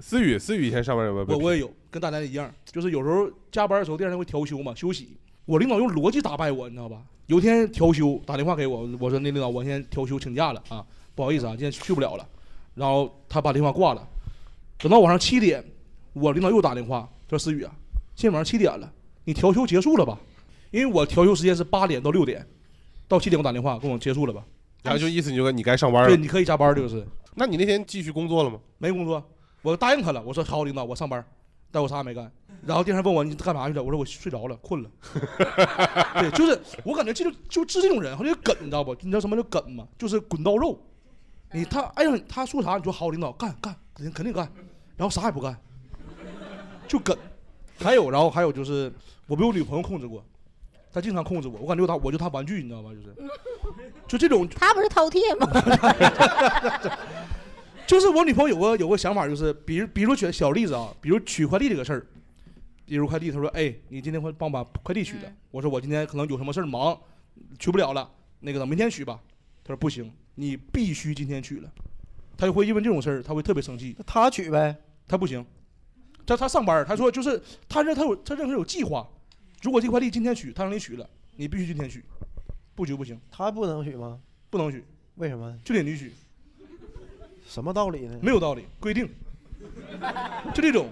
[SPEAKER 1] 思雨，思雨以前上班有没有被
[SPEAKER 3] 我
[SPEAKER 1] PUA？
[SPEAKER 3] 我也有，跟大家一样，就是有时候加班的时候，第二天会调休嘛，休息。我领导用逻辑打败我，你知道吧？有一天调休打电话给我，我说那领导我现在调休请假了啊，不好意思啊，今天去不了了。然后他把电话挂了。等到晚上七点，我领导又打电话，说思雨啊，今天晚上七点了，你调休结束了吧？因为我调休时间是八点到六点，到七点我打电话跟我结束了吧？
[SPEAKER 1] 然后就意思你就说你该上班
[SPEAKER 3] 对，
[SPEAKER 1] 了。
[SPEAKER 3] 你可以加班，这个是
[SPEAKER 1] 那你那天继续工作了吗？
[SPEAKER 3] 没工作，我答应他了，我说好，领导，我上班，但我啥也没干。然后第二天问我你干嘛去了，我说我睡着了，困了。 对，就是我感觉这就就治这种人，他就梗，你知道不？你知道什么叫梗吗？就是滚刀肉。你他哎呀，他说啥你说好，领导干干肯定肯定干，然后啥也不干，就梗。还有然后还有就是我被我女朋友控制过，她经常控制我，我感觉我她我就她玩具，你知道吗？就是就这种
[SPEAKER 6] 他不是饕餮吗？
[SPEAKER 3] 就是我女朋友有个有个想法，就是比如比如举小例子啊，比如取快递这个事儿，比如快递，她说：“哎，你今天会帮我把快递取了。我说：“我今天可能有什么事儿忙，取不了了，那个等明天取吧。”她说：“不行，你必须今天取了。”她就会因为这种事儿，她会特别生气，
[SPEAKER 4] 他取呗，
[SPEAKER 3] 她不行，他他上班儿，他说就是他认他有他认为有计划，如果这块地今天取，他让你取了，你必须今天取，不取不行。
[SPEAKER 4] 他不能取吗？
[SPEAKER 3] 不能取，
[SPEAKER 4] 为什么？
[SPEAKER 3] 就得你取。
[SPEAKER 4] 什么道理呢？
[SPEAKER 3] 没有道理，规定。就这种，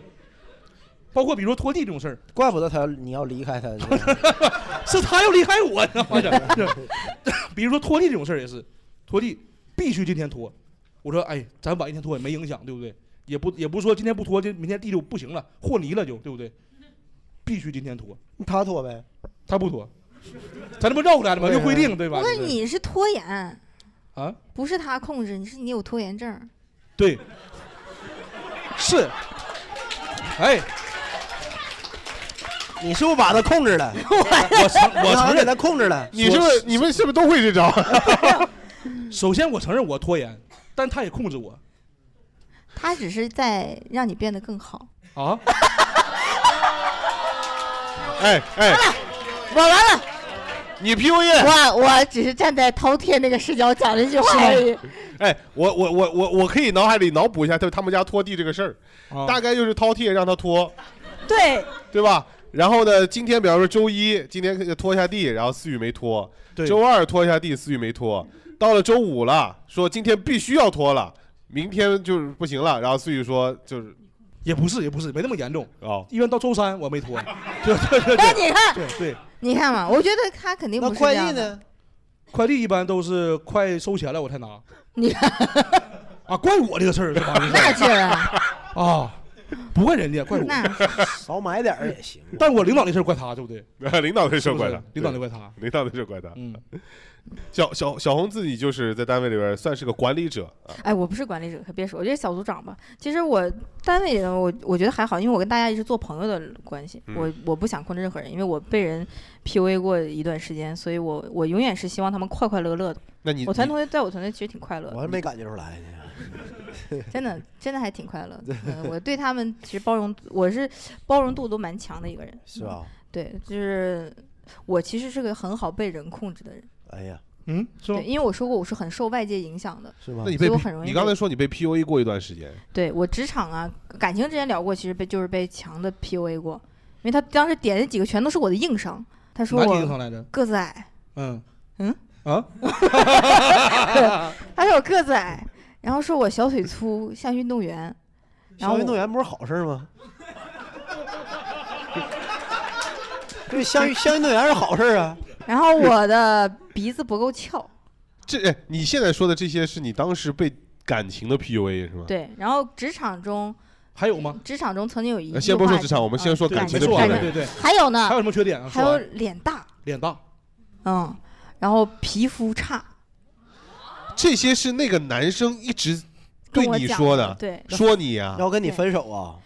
[SPEAKER 3] 包括比如说拖地这种事儿，
[SPEAKER 4] 怪不得他你要离开他，
[SPEAKER 3] 是他要离开我，你 知道吗？这这 比如说拖地这种事儿也是，拖地必须今天拖。我说，哎，咱晚一天拖也没影响，对不对？也不也不是说今天不拖，这明天地就不行了，和泥了就，对不对？必须今天拖。
[SPEAKER 4] 他拖呗，
[SPEAKER 3] 他不拖，咱这不绕过来了吗？
[SPEAKER 4] 对啊
[SPEAKER 3] 就规 定对吧？
[SPEAKER 5] 我
[SPEAKER 3] 就
[SPEAKER 5] 问
[SPEAKER 3] 是
[SPEAKER 5] 你是拖延，
[SPEAKER 3] 啊，
[SPEAKER 5] 不是他控制，你是你有拖延症。
[SPEAKER 3] 对，是，哎，
[SPEAKER 4] 你是不是把他控 制了？
[SPEAKER 3] 我承我承认
[SPEAKER 4] 他控制了。
[SPEAKER 1] 你是不是你们是不是都会 这招？
[SPEAKER 3] 首先我承认我拖延，但他也控制我
[SPEAKER 5] 他只是在让你变得更好。
[SPEAKER 3] 啊。
[SPEAKER 1] 哎哎，
[SPEAKER 6] 我完了，
[SPEAKER 1] 你 PUA，
[SPEAKER 6] 我我只是站在饕餮那个视角讲这句话而已。
[SPEAKER 1] 哎，我我我我我可以脑海里脑补一下他他们家拖地这个事儿，
[SPEAKER 3] 啊
[SPEAKER 1] 大概就是饕餮让他拖，
[SPEAKER 5] 对
[SPEAKER 1] 对吧？然后呢，今天比方说周一，今天拖一下地，然后思雨没拖；
[SPEAKER 3] 对
[SPEAKER 1] 周二拖一下地，思雨没拖。到了周五了，说今天必须要拖了，明天就是不行了。然后思雨说就是
[SPEAKER 3] 也不是也不是没那么严重
[SPEAKER 1] 哦，
[SPEAKER 3] 一般到周三我没拖，对对对
[SPEAKER 5] 那哎
[SPEAKER 3] 对
[SPEAKER 5] 你看，
[SPEAKER 3] 对对，
[SPEAKER 5] 你看嘛，我觉得他肯定不是这样的。？
[SPEAKER 3] 快递一般都是快收钱了我才拿
[SPEAKER 5] 你看，
[SPEAKER 3] 啊，怪我这个事儿是吧？
[SPEAKER 5] 那劲儿啊，
[SPEAKER 3] 啊，不怪人家，怪我，
[SPEAKER 5] 那
[SPEAKER 4] 少买点儿也行。
[SPEAKER 3] 但我领导那事儿怪他，对不对？
[SPEAKER 1] 领导的事儿怪
[SPEAKER 3] 是
[SPEAKER 1] 他
[SPEAKER 3] 不是，领导就怪他。
[SPEAKER 1] 对领导的事儿怪他。
[SPEAKER 3] 嗯，
[SPEAKER 1] 小小小红自己就是在单位里边算是个管理者啊，
[SPEAKER 5] 哎，我不是管理者，可别说，我就是小组长吧。其实我单位的我，我觉得还好，因为我跟大家一直做朋友的关系。
[SPEAKER 1] 嗯
[SPEAKER 5] 我我不想控制任何人，因为我被人 PUA 过一段时间，所以我我永远是希望他们快快乐乐的。
[SPEAKER 1] 那你
[SPEAKER 5] 我团同学在我团队其实挺快乐
[SPEAKER 4] 我
[SPEAKER 5] 的，
[SPEAKER 4] 还没感觉出来呢。
[SPEAKER 5] 真的真的还挺快乐的。 嗯我对他们其实包容，我是包容度都蛮强的一个人，嗯
[SPEAKER 4] 是？吧？
[SPEAKER 5] 对，就是我其实是个很好被人控制的人，
[SPEAKER 4] 哎呀，
[SPEAKER 3] 嗯，是吧
[SPEAKER 5] 对，？因为我说过我是很受外界影响的。
[SPEAKER 4] 是吗
[SPEAKER 1] 那？你
[SPEAKER 5] 所
[SPEAKER 1] 被
[SPEAKER 5] 以我很容易
[SPEAKER 1] 你刚才说你被 PUA 过一段时间，
[SPEAKER 5] 对我职场啊，感情之前聊过，其实被就是被强的 PUA 过，因为他当时点的几个全都是我的硬伤，他说
[SPEAKER 3] 哪几个上
[SPEAKER 5] 我
[SPEAKER 3] 来着？
[SPEAKER 5] 个子矮，
[SPEAKER 3] 嗯
[SPEAKER 5] 嗯
[SPEAKER 3] 啊，
[SPEAKER 5] 他说我个子矮，然后说我小腿粗，像运动员，然后
[SPEAKER 4] 像运动员不是好事儿吗？对，像像运动员是好事儿啊。
[SPEAKER 5] 然后我的鼻子不够翘，
[SPEAKER 1] 这哎你现在说的这些是你当时被感情的 PUA 是吗？
[SPEAKER 5] 对，然后职场中
[SPEAKER 3] 还有吗？
[SPEAKER 5] 职场中曾经有一句
[SPEAKER 1] 呃先不说
[SPEAKER 5] 话啊
[SPEAKER 1] 职场，我们先说
[SPEAKER 5] 对
[SPEAKER 1] 感情
[SPEAKER 3] 没
[SPEAKER 1] 的
[SPEAKER 3] 说完，
[SPEAKER 5] 对
[SPEAKER 3] 对
[SPEAKER 1] PUA。
[SPEAKER 3] 对对，
[SPEAKER 6] 还有呢
[SPEAKER 3] 还有，什么缺点啊？
[SPEAKER 5] 还
[SPEAKER 3] 说
[SPEAKER 5] 有
[SPEAKER 3] 完
[SPEAKER 5] 脸大，
[SPEAKER 3] 脸大，
[SPEAKER 5] 嗯，然后皮肤差，
[SPEAKER 1] 这些是那个男生一直
[SPEAKER 5] 跟
[SPEAKER 1] 对
[SPEAKER 5] 我
[SPEAKER 1] 你
[SPEAKER 5] 讲
[SPEAKER 1] 说
[SPEAKER 5] 的
[SPEAKER 1] 的，
[SPEAKER 5] 对
[SPEAKER 1] 说你呀、
[SPEAKER 4] 要跟你分手啊，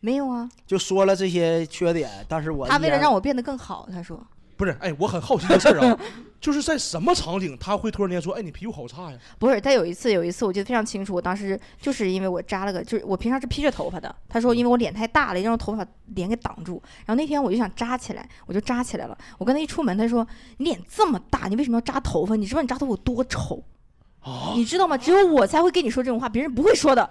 [SPEAKER 5] 没有啊，
[SPEAKER 4] 就说了这些缺点，但是我
[SPEAKER 5] 他为了
[SPEAKER 4] 依然
[SPEAKER 5] 让我变得更好，他说
[SPEAKER 3] 不是？哎，我很好奇这事儿啊， 就是在什么场景他会突然间说，哎，你皮肤好差呀？
[SPEAKER 5] 不是，他有一次有一次我记得非常清楚，我当时就是因为我扎了个，就是我平常是披着头发的，他说因为我脸太大了，要让头发脸给挡住，然后那天我就想扎起来，我就扎起来了，我跟他一出门，他说你脸这么大，你为什么要扎头发？你知不知道你扎头发有多丑？你知道吗？只有我才会跟你说这种话，别人不会说的。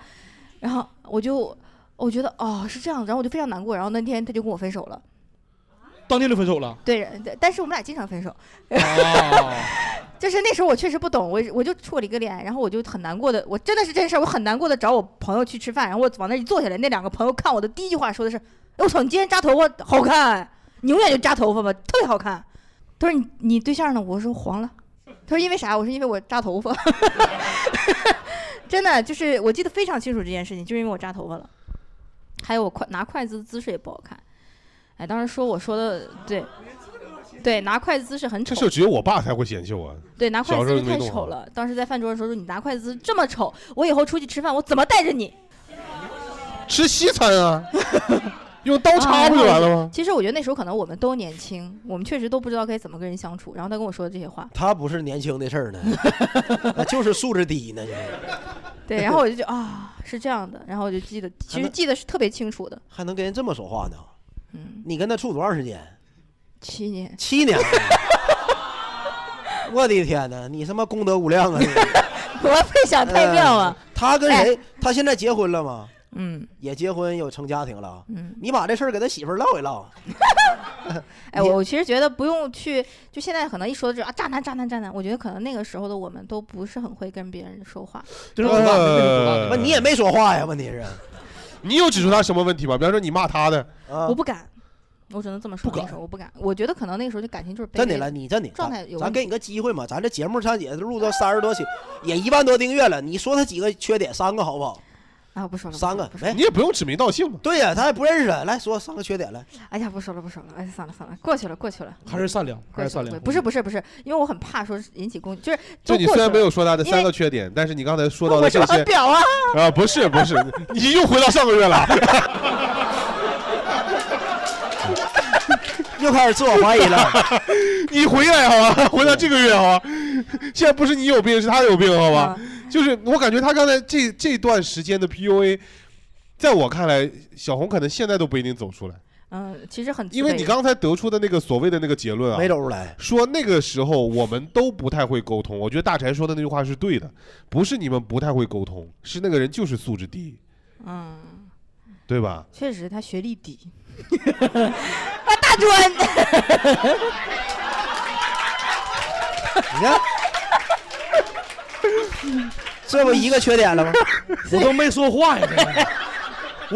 [SPEAKER 5] 然后我就我觉得哦是这样，然后我就非常难过，然后那天他就跟我分手了。
[SPEAKER 3] 当天就分手了
[SPEAKER 5] 对，但是我们俩经常分手，
[SPEAKER 3] 啊？
[SPEAKER 5] 就是那时候我确实不懂，我我就处了一个恋爱，然后我就很难过的，我真的是真事儿，我很难过的找我朋友去吃饭，然后我往那一坐下来，那两个朋友看我的第一句话说的是：“哎我操，你今天扎头发好看，你永远就扎头发吧，特别好看。”他说你：“你对象呢？”我说：“黄了。”他说：“因为啥？”我说：“因为我扎头发。” 真的就是我记得非常清楚这件事情，就是因为我扎头发了，还有我筷拿筷子的姿势也不好看。哎，当时说我说的对，对，拿筷子姿势很丑
[SPEAKER 1] 这。事儿只有我爸才会嫌弃我。啊
[SPEAKER 5] 对，拿筷
[SPEAKER 1] 小
[SPEAKER 5] 子
[SPEAKER 1] 时候
[SPEAKER 5] 姿
[SPEAKER 1] 就
[SPEAKER 5] 势
[SPEAKER 1] 没
[SPEAKER 5] 太
[SPEAKER 1] 弄
[SPEAKER 5] 丑
[SPEAKER 1] 好
[SPEAKER 5] 了。当时在饭桌上说说你拿筷子这么丑，我以后出去吃饭我怎么带着你？
[SPEAKER 1] 吃西餐啊，用刀叉不就完了
[SPEAKER 5] 啊
[SPEAKER 1] 吗？
[SPEAKER 5] 其实我觉得那时候可能我们都年轻，我们确实都不知道该怎么跟人相处。然后他跟我说这些 话，
[SPEAKER 4] 他不是年轻的事儿呢， 那就是素质低呢，就是
[SPEAKER 5] 对，然后我就觉得啊是这样的，然后我就记得，其实
[SPEAKER 4] 能
[SPEAKER 5] 记得是特别清楚的。
[SPEAKER 4] 还能跟人这么说话呢？
[SPEAKER 5] 嗯，
[SPEAKER 4] 你跟他处多长时间？
[SPEAKER 5] 七年，
[SPEAKER 4] 七年了。 我的天哪，你他妈 功德无量啊！你哎
[SPEAKER 5] 我不想太妙了。啊哎
[SPEAKER 4] 他跟谁？他现在结婚了吗？
[SPEAKER 5] 嗯，
[SPEAKER 4] 也结婚有成家庭了，
[SPEAKER 5] 嗯，
[SPEAKER 4] 你把这事儿给他媳妇儿唠一唠，
[SPEAKER 5] 哎，我其实觉得不用去，就现在可能一说就是啊，渣男渣男渣男，我觉得可能那个时候的我们都不是很会跟别人说话。
[SPEAKER 1] 这种呃那种主
[SPEAKER 4] 不，
[SPEAKER 1] 办
[SPEAKER 4] 你也没说话呀？问题是，
[SPEAKER 1] 你有指出他什么问题吗？比方说你骂他的，
[SPEAKER 5] 我不敢，我只能这么说。那时候我不敢，我觉得可能那个时候就感情就是卑
[SPEAKER 4] 真的
[SPEAKER 5] 微
[SPEAKER 4] 了，你真的，
[SPEAKER 5] 状
[SPEAKER 4] 咱
[SPEAKER 5] 态有
[SPEAKER 4] 咱
[SPEAKER 5] 问
[SPEAKER 4] 给
[SPEAKER 5] 题
[SPEAKER 4] 你个机会嘛，咱这节目上也录到三十多期，也一万多订阅了，你说他几个缺点，三个好不好？
[SPEAKER 5] 啊，不说了，
[SPEAKER 4] 三个，没，
[SPEAKER 1] 你也不用指名道姓嘛。
[SPEAKER 4] 对呀，他也不认识他，来说三个缺点来，
[SPEAKER 5] 哎呀，不说了不说了，哎，算了算了，过去了过去了。
[SPEAKER 3] 还是善良，
[SPEAKER 5] 过
[SPEAKER 3] 还是
[SPEAKER 5] 去
[SPEAKER 3] 善
[SPEAKER 5] 了，
[SPEAKER 3] 良。
[SPEAKER 5] 不是不是不是，因为我很怕说是引起攻击，就是
[SPEAKER 1] 就
[SPEAKER 5] 都
[SPEAKER 1] 你
[SPEAKER 5] 过
[SPEAKER 1] 虽
[SPEAKER 5] 去
[SPEAKER 1] 然没
[SPEAKER 5] 了
[SPEAKER 1] 有说他的
[SPEAKER 5] 因
[SPEAKER 1] 三
[SPEAKER 5] 为
[SPEAKER 1] 个缺点，但是你刚才说到
[SPEAKER 5] 我
[SPEAKER 1] 的
[SPEAKER 5] 是
[SPEAKER 1] 这些
[SPEAKER 5] 很表啊，
[SPEAKER 1] 啊，不是不是，你又回到上个月了。
[SPEAKER 4] 又开始自我怀疑了。
[SPEAKER 1] 你回来好吧，回到这个月好吧。现在不是你有病，是他有病好
[SPEAKER 5] 啊
[SPEAKER 1] 吧？就是我感觉他刚才这这段时间的 PUA，在我看来，小红可能现在都不一定走出来，
[SPEAKER 5] 嗯，其实很自
[SPEAKER 1] 因为
[SPEAKER 5] 卑
[SPEAKER 1] 你刚才得出的那个所谓的那个结论啊，
[SPEAKER 4] 没走出来，
[SPEAKER 1] 说那个时候我们都不太会沟通。我觉得大柴说的那句话是对的，不是你们不太会沟通，是那个人就是素质低，
[SPEAKER 5] 嗯，
[SPEAKER 1] 对吧？
[SPEAKER 5] 确实他学历低， 啊大专，
[SPEAKER 4] 你看，这不一个缺点了吗？
[SPEAKER 3] 我都没说话呀，这个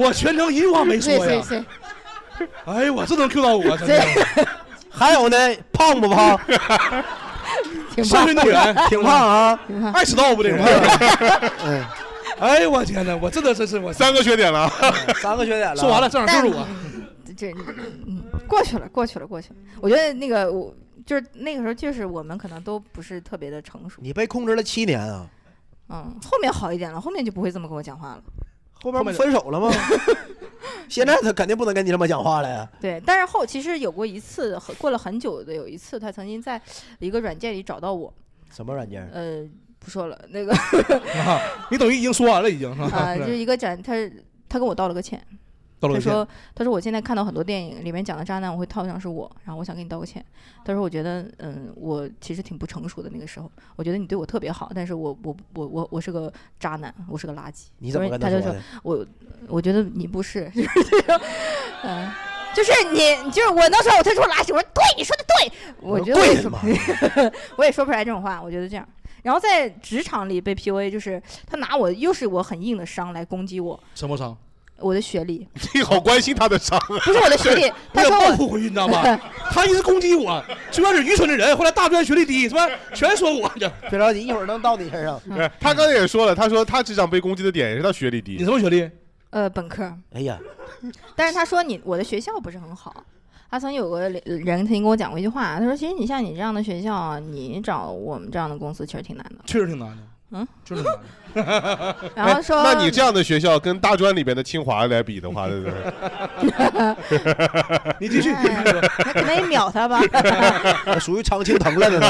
[SPEAKER 3] 我全程一句话没说呀。
[SPEAKER 6] 是是
[SPEAKER 3] 哎呦，我这能 Q 到我，真的。
[SPEAKER 4] 还有呢，胖不 胖？
[SPEAKER 6] 挺
[SPEAKER 3] 上
[SPEAKER 6] 棒
[SPEAKER 3] 运动员
[SPEAKER 4] 挺胖 啊，
[SPEAKER 6] 挺棒。
[SPEAKER 3] 爱迟到不这人。
[SPEAKER 4] 嗯，
[SPEAKER 3] 哎呦我天哪，我真的真是我
[SPEAKER 1] 三个缺点了，
[SPEAKER 4] 三个缺点了。
[SPEAKER 3] 说完了，，正好就是 我。
[SPEAKER 5] 这嗯过去了过去了过去了，我觉得那个我就是那个时候就是我们可能都不是特别的成熟，
[SPEAKER 4] 你被控制了七年啊，
[SPEAKER 5] 嗯，后面好一点了，后面就不会这么跟我讲话了。
[SPEAKER 4] 后边
[SPEAKER 3] 后
[SPEAKER 4] 不
[SPEAKER 3] 面的
[SPEAKER 4] 分手 了吗？现在他肯定不能跟你这么讲话了呀。
[SPEAKER 5] 对，但是后其实有过一次，很过了很久的有一次，他曾经在一个软件里找到我，
[SPEAKER 4] 什么软件？啊
[SPEAKER 5] 呃，不说了，那个
[SPEAKER 3] 啊你等于已经说完了，已经。
[SPEAKER 5] 啊，就是一个展，他他跟我道了个歉，
[SPEAKER 3] 到
[SPEAKER 5] 他
[SPEAKER 3] 了
[SPEAKER 5] 说他说我现在看到很多电影里面讲的渣男，我会套上是我，然后我想跟你道个歉。他说我觉得嗯，我其实挺不成熟的那个时候，我觉得你对我特别好，但是我我我我我是个渣男，我是个垃圾。
[SPEAKER 4] 你怎么
[SPEAKER 5] 因为
[SPEAKER 4] 跟
[SPEAKER 5] 他
[SPEAKER 4] 说
[SPEAKER 5] 就说
[SPEAKER 4] 的？
[SPEAKER 5] 我我觉得你不是， 就是这种，嗯。就是你，就是我能说我退出垃圾，我说对，你说的对，我觉得我
[SPEAKER 4] 跪
[SPEAKER 5] 也
[SPEAKER 4] 着
[SPEAKER 5] 说
[SPEAKER 4] 嘛，
[SPEAKER 5] 我也说不出来这种话，我觉得这样。然后在职场里被 PUA，就是他拿我又是我很硬的伤来攻击我，
[SPEAKER 3] 什么伤？
[SPEAKER 5] 我的学历
[SPEAKER 1] 你好关心他的伤啊。
[SPEAKER 5] 不是我的学 历，
[SPEAKER 3] 我
[SPEAKER 5] 他
[SPEAKER 3] 有
[SPEAKER 5] 说
[SPEAKER 3] 报
[SPEAKER 5] 我
[SPEAKER 3] 复回去，你知 道吗？他一直攻击我，最开始愚蠢的人，后来大专学历低，是吧？全说我 这。
[SPEAKER 4] 别着急，一会儿能到你身上。
[SPEAKER 3] 嗯
[SPEAKER 1] 对哎他刚才也说了，他说他职场被攻击的点也是他学历
[SPEAKER 3] 你
[SPEAKER 1] 低。
[SPEAKER 3] 什么学历？
[SPEAKER 5] 呃本科，
[SPEAKER 4] 哎呀，
[SPEAKER 5] 但是他说你我的学校不是很好。他曾经有个人曾经跟我讲过一句话，他说其实你像你这样的学校啊，你找我们这样的公司确实挺难的。
[SPEAKER 3] 确实挺难的。
[SPEAKER 5] 嗯，
[SPEAKER 3] 就是挺难的。
[SPEAKER 5] 然后说，
[SPEAKER 1] 那你这样的学校跟大专里边的清华来比的话，对不对？
[SPEAKER 3] 你继续。
[SPEAKER 5] 哎那可能也秒他 吧。
[SPEAKER 4] 那 属于常青藤了，这都。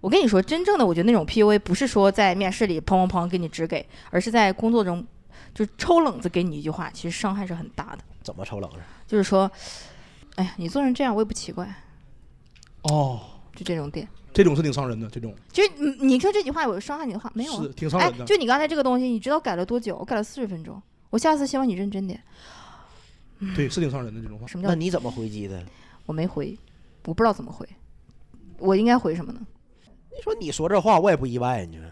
[SPEAKER 5] 我跟你说，真正的我觉得那种 PUA 不是说在面试里砰砰砰给你指给，而是在工作中就是抽冷子给你一句话，其实伤害是很大的。
[SPEAKER 4] 怎么抽冷子？
[SPEAKER 5] 就是说，哎呀，你做成这样我也不奇怪，
[SPEAKER 3] 哦，
[SPEAKER 5] 就这种点。
[SPEAKER 3] 这种是挺伤人的，这种
[SPEAKER 5] 就是你你说这句话有伤害你的话没有啊
[SPEAKER 3] 是？挺伤
[SPEAKER 5] 哎
[SPEAKER 3] 人，的。
[SPEAKER 5] 就你刚才这个东西，你知道改了多久？我改了四十分钟。我下次希望你认真点。
[SPEAKER 3] 对，是挺伤人的这种话。
[SPEAKER 5] 什么
[SPEAKER 4] 那
[SPEAKER 5] 叫
[SPEAKER 4] 你怎么回击的？
[SPEAKER 5] 我没回？我不知道怎么回，我应该回什么呢？
[SPEAKER 4] 你说你说这话我也不意外，你说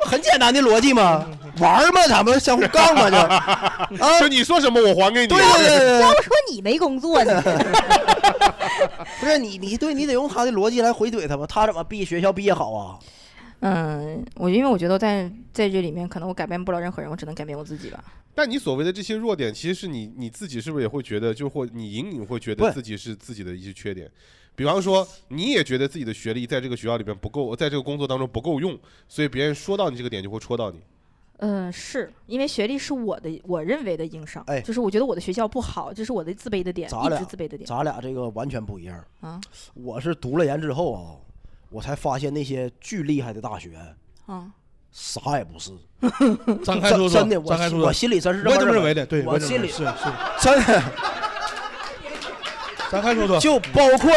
[SPEAKER 4] 很简单的逻辑嘛，玩儿嘛，咱们相互 杠嘛就啊
[SPEAKER 1] 就，你说什么我还给你。
[SPEAKER 4] 对对对对
[SPEAKER 6] 要
[SPEAKER 4] 对，
[SPEAKER 6] 不说你没工作呢，
[SPEAKER 4] 不是你你对你得用他的逻辑来回怼他嘛，他怎么毕学校毕业好啊？
[SPEAKER 5] 嗯，我因为我觉得在在这里面，可能我改变不了任何人，我只能改变我自己吧。
[SPEAKER 1] 但你所谓的这些弱点，其实是你你自己是不是也会觉得，就或你隐隐会觉
[SPEAKER 4] 不
[SPEAKER 1] 得自己是自己的一些缺点，比方说你也觉得自己的学历在这个学校里边不够，在这个工作当中不够用，所以别人说到你这个点就会戳到你。
[SPEAKER 5] 嗯，是因为学历是我的，我认为的硬伤，
[SPEAKER 4] 哎
[SPEAKER 5] 就是我觉得我的学校不好，这是我的自卑的点，
[SPEAKER 4] 咱
[SPEAKER 5] 一
[SPEAKER 4] 俩
[SPEAKER 5] 直自卑的点
[SPEAKER 4] 咱俩这个完全不一样。
[SPEAKER 5] 啊
[SPEAKER 4] 我是读了研之后啊，我才发现那些巨厉害的大学
[SPEAKER 5] 啊！
[SPEAKER 4] 啥也不是，
[SPEAKER 3] 张开
[SPEAKER 4] 真
[SPEAKER 3] 说说，
[SPEAKER 4] 真的，
[SPEAKER 3] 张开
[SPEAKER 4] 我
[SPEAKER 3] 说
[SPEAKER 4] 我
[SPEAKER 3] 说，
[SPEAKER 4] 心里真是
[SPEAKER 3] 我也这么认
[SPEAKER 4] 认
[SPEAKER 3] 为的，对，
[SPEAKER 4] 我
[SPEAKER 3] 也这么
[SPEAKER 4] 心
[SPEAKER 3] 认 为
[SPEAKER 4] 里
[SPEAKER 3] 是是。
[SPEAKER 4] 真的。
[SPEAKER 3] 张开说说，
[SPEAKER 4] 就包括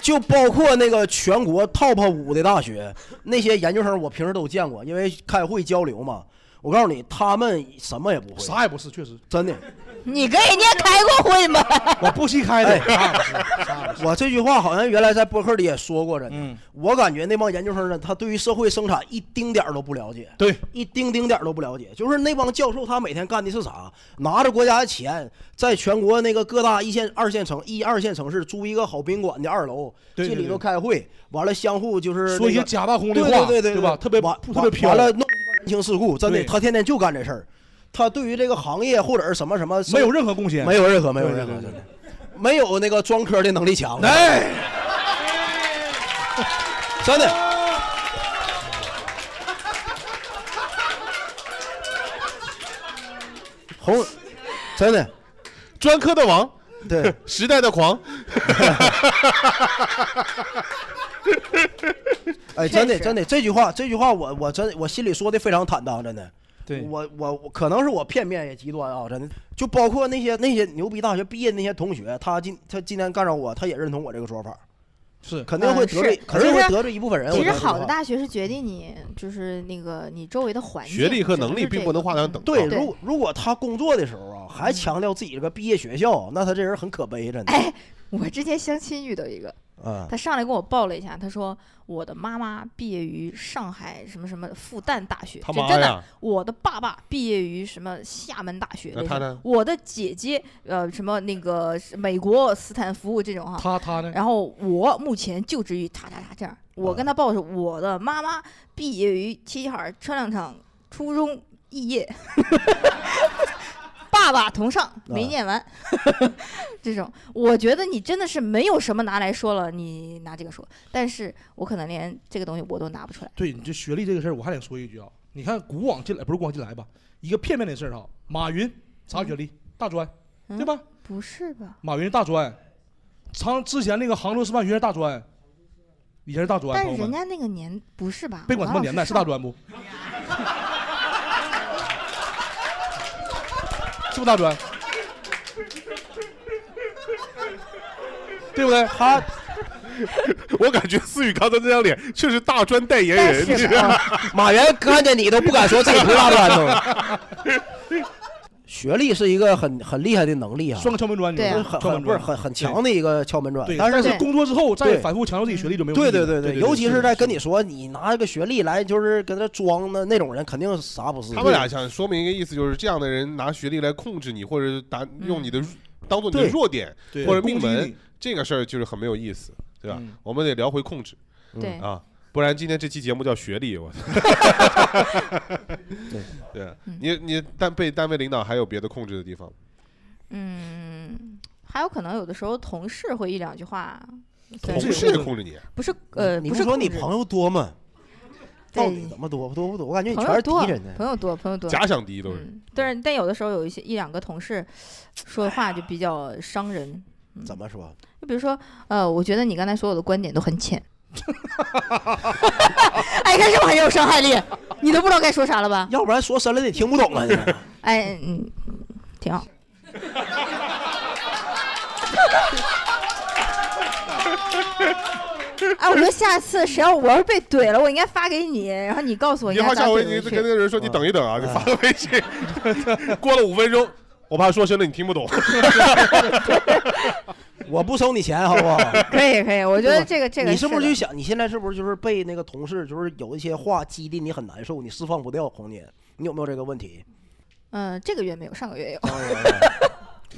[SPEAKER 4] 就包括那个全国 top 五的大学，那些研究生我平时都见过，因为开会交流嘛。我告诉你，他们什么也不会，啥
[SPEAKER 3] 也不是，确实
[SPEAKER 4] 真的。
[SPEAKER 6] 你跟人家开过会吗？
[SPEAKER 3] 我哎不惜开的
[SPEAKER 4] 我这句话好像原来在播客里也说过，真的。
[SPEAKER 3] 嗯
[SPEAKER 4] 我感觉那帮研究生呢，他对于社会生产一丁点儿都不了解，
[SPEAKER 1] 对，
[SPEAKER 4] 一丁丁点儿都不了解。就是那帮教授，他每天干的是啥？拿着国家的钱，在全国那个各大一线、二线城、一二线城市租一个好宾馆的二楼，
[SPEAKER 3] 对对
[SPEAKER 4] 这里头
[SPEAKER 3] 对
[SPEAKER 4] 开会，完了相互就是、那个、
[SPEAKER 3] 说一些假大空的话
[SPEAKER 4] 对对对
[SPEAKER 3] 对吧特别
[SPEAKER 4] 完
[SPEAKER 3] 特别飘
[SPEAKER 4] 完了弄人情世故，真的，
[SPEAKER 3] 对
[SPEAKER 4] 他天天就干这事儿。他对于这个行业或者是什么什么
[SPEAKER 3] 没有任何贡献
[SPEAKER 4] 没有任何没有任何
[SPEAKER 3] 对对对
[SPEAKER 4] 真的没有那个专科的能力强。
[SPEAKER 3] 哎，
[SPEAKER 4] 真的。红，真的，
[SPEAKER 1] 专科的王，
[SPEAKER 4] 对，
[SPEAKER 1] 时代 的狂，
[SPEAKER 4] 哎，真的真的，这句话这句话我我真我心里说的非常坦荡，真的。
[SPEAKER 3] 对
[SPEAKER 4] 我我我可能是我片面也极端啊，真的。就包括那些那些牛逼大学毕业那些同学，他今他今天干上我，他也认同我这个说法，
[SPEAKER 3] 是
[SPEAKER 4] 肯定会得罪，
[SPEAKER 5] 嗯是
[SPEAKER 4] 肯定
[SPEAKER 5] 其
[SPEAKER 4] 会
[SPEAKER 5] 实
[SPEAKER 4] 得罪一部分人。
[SPEAKER 5] 其
[SPEAKER 4] 我
[SPEAKER 5] 实
[SPEAKER 4] 觉得
[SPEAKER 5] 好的大学是决定你就是那个你周围的环境，
[SPEAKER 1] 学历和能
[SPEAKER 5] 就
[SPEAKER 1] 力
[SPEAKER 5] 是这
[SPEAKER 1] 并不能画上等号。
[SPEAKER 4] 对，如如果他工作的时候啊，还强调自己这个毕业学校，那他这人很可悲，真的。
[SPEAKER 5] 哎，我之前相亲遇到一个，
[SPEAKER 1] 嗯
[SPEAKER 4] 啊
[SPEAKER 5] 他上来跟我报了一下，他说我的妈妈毕业于上海什么什么复旦大学，
[SPEAKER 1] 他
[SPEAKER 5] 就
[SPEAKER 1] 妈
[SPEAKER 5] 真的
[SPEAKER 1] 呀。
[SPEAKER 5] 我的爸爸毕业于什么厦门大学，
[SPEAKER 1] 那
[SPEAKER 5] 类
[SPEAKER 1] 他
[SPEAKER 5] 似
[SPEAKER 1] 呢
[SPEAKER 5] 我的姐姐呃什么那个是美国斯坦福这种哈。
[SPEAKER 3] 他他呢？
[SPEAKER 5] 然后我目前就职于叉叉叉这样，我
[SPEAKER 1] 嗯
[SPEAKER 5] 跟他报的是我的妈妈毕业于齐齐哈尔车辆厂初中肄业，爸爸同
[SPEAKER 3] 啊
[SPEAKER 5] 上没念完， 这种我觉得你真的是没有什么拿来说了，你拿这个说，但是我可能连这个东西我都拿不出来。
[SPEAKER 3] 对你这学历这个事儿，我还得说一句啊，你看古往今来不是古往今来吧，一个片面的事儿哈。马云啥学历？大专，对吧？
[SPEAKER 5] 嗯不是吧？
[SPEAKER 3] 马云大专，长之前那个杭州师范学院大专，以前是大专，
[SPEAKER 5] 但
[SPEAKER 3] 朋
[SPEAKER 5] 是
[SPEAKER 3] 友
[SPEAKER 5] 人
[SPEAKER 3] 们，
[SPEAKER 5] 家那个年不是吧？
[SPEAKER 3] 别管什么年代，是大专不？是不是大专？对不对？
[SPEAKER 4] 他，
[SPEAKER 1] 我感觉思雨刚才那张脸确实大专代言人，
[SPEAKER 5] 但是
[SPEAKER 1] 你知道吗
[SPEAKER 4] 啊马原看见你都不敢说自己不是大专呢。学历是一个很很厉害的能力啊，
[SPEAKER 3] 双个敲门砖，你
[SPEAKER 5] 对
[SPEAKER 3] 说
[SPEAKER 5] 啊
[SPEAKER 4] 很
[SPEAKER 3] 敲门
[SPEAKER 4] 很不是
[SPEAKER 3] 砖
[SPEAKER 4] 很很强的一个敲门砖
[SPEAKER 3] 对，，
[SPEAKER 4] 但
[SPEAKER 3] 但
[SPEAKER 4] 是
[SPEAKER 3] 是
[SPEAKER 5] 对
[SPEAKER 3] 工作之后再
[SPEAKER 4] 对
[SPEAKER 3] 反复强调自己学历就没有意义
[SPEAKER 4] 对
[SPEAKER 3] 了。
[SPEAKER 4] 对对
[SPEAKER 3] 对
[SPEAKER 4] 对，尤其是在跟
[SPEAKER 3] 你
[SPEAKER 4] 你说你拿一个学历来就是跟他装的那种人，肯定是啥
[SPEAKER 3] 嗯
[SPEAKER 4] 不是。
[SPEAKER 1] 他们俩想说明一个意思，就是这样的人拿学历来控制你，或者是打用你的当做你的
[SPEAKER 4] 对
[SPEAKER 1] 弱点
[SPEAKER 3] 对
[SPEAKER 1] 或者命
[SPEAKER 3] 攻击
[SPEAKER 1] 门
[SPEAKER 3] 你，
[SPEAKER 1] 这个事儿就是很没有意思，对吧
[SPEAKER 3] 嗯？
[SPEAKER 1] 我们得聊回控制
[SPEAKER 5] 对，
[SPEAKER 1] 啊，不然今天这期节目叫学历， 我操！对，你你单被单位领导还有别的控制的地方吗？
[SPEAKER 5] 嗯，还有可能有的时候同事会一两句话。
[SPEAKER 3] 同
[SPEAKER 1] 同
[SPEAKER 3] 事
[SPEAKER 1] 事也控制你，
[SPEAKER 5] 不是呃，
[SPEAKER 4] 你
[SPEAKER 5] 不
[SPEAKER 4] 不
[SPEAKER 5] 是
[SPEAKER 4] 说你
[SPEAKER 5] 控制
[SPEAKER 4] 朋友多吗？
[SPEAKER 5] 对
[SPEAKER 4] 到底怎么多不多不多？我感觉你
[SPEAKER 5] 朋
[SPEAKER 4] 全
[SPEAKER 5] 友
[SPEAKER 4] 是
[SPEAKER 5] 多，
[SPEAKER 4] 敌人呢。
[SPEAKER 5] 朋友多，朋友多。
[SPEAKER 1] 假想敌都是。
[SPEAKER 5] 嗯，但是但有的时候有一些一两个同事说的话就比较伤人，
[SPEAKER 4] 怎么说？
[SPEAKER 5] 就比如说呃，我觉得你刚才所有的观点都很浅。哎， 看是不是很有伤害力？你都不知道该说啥了吧？
[SPEAKER 4] 要不然说深了你听不懂啊！你
[SPEAKER 5] 哎，嗯，挺好。哎，我觉得下次谁要我要是被怼了，我应该发给你，然后你告诉我应
[SPEAKER 1] 你
[SPEAKER 5] 该
[SPEAKER 1] 好，
[SPEAKER 5] 咋
[SPEAKER 1] 下回
[SPEAKER 5] 怼
[SPEAKER 1] 你
[SPEAKER 5] 回
[SPEAKER 1] 跟
[SPEAKER 5] 去。
[SPEAKER 1] 那个人说
[SPEAKER 3] 嗯
[SPEAKER 1] 你等一等啊，你发个微信， 过了五分钟，我怕说深了你听不懂。
[SPEAKER 4] 我不收你钱，好不好？
[SPEAKER 5] 可以可以，我觉得
[SPEAKER 4] 对吧
[SPEAKER 5] 这个这个
[SPEAKER 4] 你是不是
[SPEAKER 5] 的
[SPEAKER 4] 就想你现在是不是就是被那个同事就是有一些话激励你很难受，你释放不掉，红姐，你有没有这个问题？
[SPEAKER 5] 嗯，这个月没有，上个月有。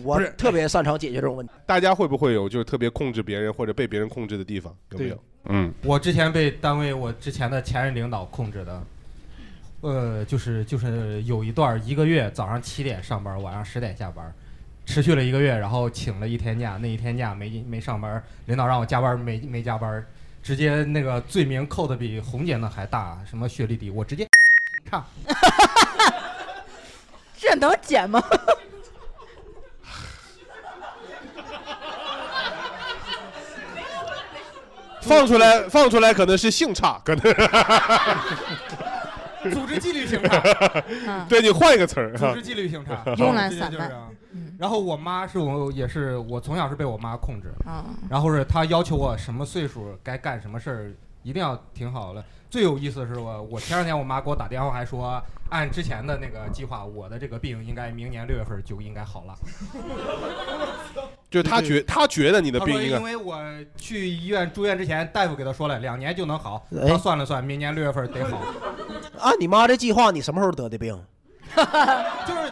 [SPEAKER 4] 我特别擅长解决这种问题。
[SPEAKER 1] 大家会不会有就是特别控制别人或者被别人控制的地方？有没
[SPEAKER 3] 对
[SPEAKER 1] 有？ 嗯，
[SPEAKER 7] 我之前被单位我之前的前任领导控制的，呃，就是就是有一段儿一个月早上七点上班，晚上十点下班，持续了一个月，然后请了一天假，那一天假没没上班，领导让我加班没没加班，直接那个罪名扣的比红姐那还大，什么学历低，我直接 差。
[SPEAKER 5] 这能剪吗？
[SPEAKER 1] 放出来，放出来可能是性差，可能
[SPEAKER 7] 组织纪律性差，
[SPEAKER 5] 嗯，
[SPEAKER 1] 对你换一个词儿
[SPEAKER 7] 组
[SPEAKER 1] 哈
[SPEAKER 7] 嗯织。纪律性差， 嗯
[SPEAKER 5] 慵懒散漫
[SPEAKER 7] 直接就是这样。然后我妈是我也是我从小是被我妈控制，
[SPEAKER 5] 嗯，
[SPEAKER 7] 然后是她要求我什么岁数该干什么事儿，一定要挺好了。最有意思的是我，我前两天我妈给我打电话还说，按之前的那个计划，我的这个病应该明年六月份就应该好了。
[SPEAKER 1] 就是他觉他觉得你的
[SPEAKER 7] 她
[SPEAKER 1] 病
[SPEAKER 7] 说
[SPEAKER 1] 应
[SPEAKER 7] 因
[SPEAKER 1] 该
[SPEAKER 7] 为我去医院住院之前，大夫给她说了两年就能好，
[SPEAKER 4] 哎
[SPEAKER 7] 她算了算，明年六月份得好。
[SPEAKER 4] 按啊你妈这计划，你什么时候得的病？
[SPEAKER 7] 就是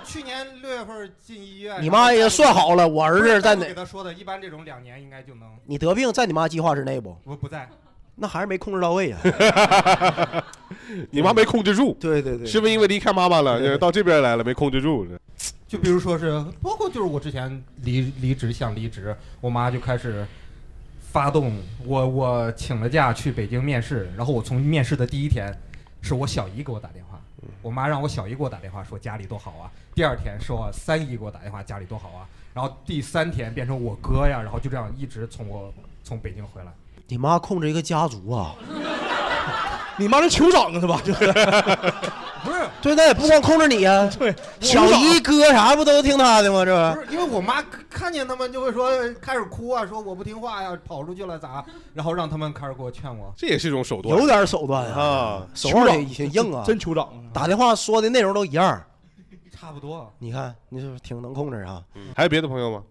[SPEAKER 7] 去年六月份进医院，
[SPEAKER 4] 你妈也算好了，我儿子在
[SPEAKER 7] 哪？
[SPEAKER 4] 哪
[SPEAKER 7] 给？她说的，一般这种两年应该就能
[SPEAKER 4] 你得病在你妈计划之内不？
[SPEAKER 7] 不不在。
[SPEAKER 4] 那还是没控制到 位啊。
[SPEAKER 1] 你妈没控制住，
[SPEAKER 4] 对对对，
[SPEAKER 1] 是不是因为离开妈妈了，
[SPEAKER 4] 对对
[SPEAKER 1] 就是到这边来了没控制住？是
[SPEAKER 7] 就比如说是，包括就是我之前离离职想离职，我妈就开始发动我我请了假去北京面试，然后我从面试的第一天，是我小姨给我打电话，我妈让我小姨给我打电话说家里多好啊，第二天是我三姨给我打电话家里多好啊，然后第三天变成我哥呀，然后就这样一直从我从北京回来。
[SPEAKER 4] 你妈控制一个家族 啊。
[SPEAKER 3] 你妈是酋长啊，是吧？就是
[SPEAKER 7] 不是
[SPEAKER 4] 对，那也不光控制你啊，
[SPEAKER 3] 对，
[SPEAKER 4] 小姨哥啥不都听她的吗？这
[SPEAKER 7] 不是，因为我妈看见他们就会说开始哭啊，说我不听话呀，跑出去了咋，然后让他们开始给我劝我。
[SPEAKER 1] 这也是一种手段
[SPEAKER 4] 有点手段啊，
[SPEAKER 1] 啊。
[SPEAKER 4] 手腕得硬啊。
[SPEAKER 3] 真酋长啊！
[SPEAKER 4] 打电话说的内容都一样，
[SPEAKER 7] 差不多，啊
[SPEAKER 4] 你看你是不是挺能控制啊？
[SPEAKER 1] 嗯还有别的朋友吗？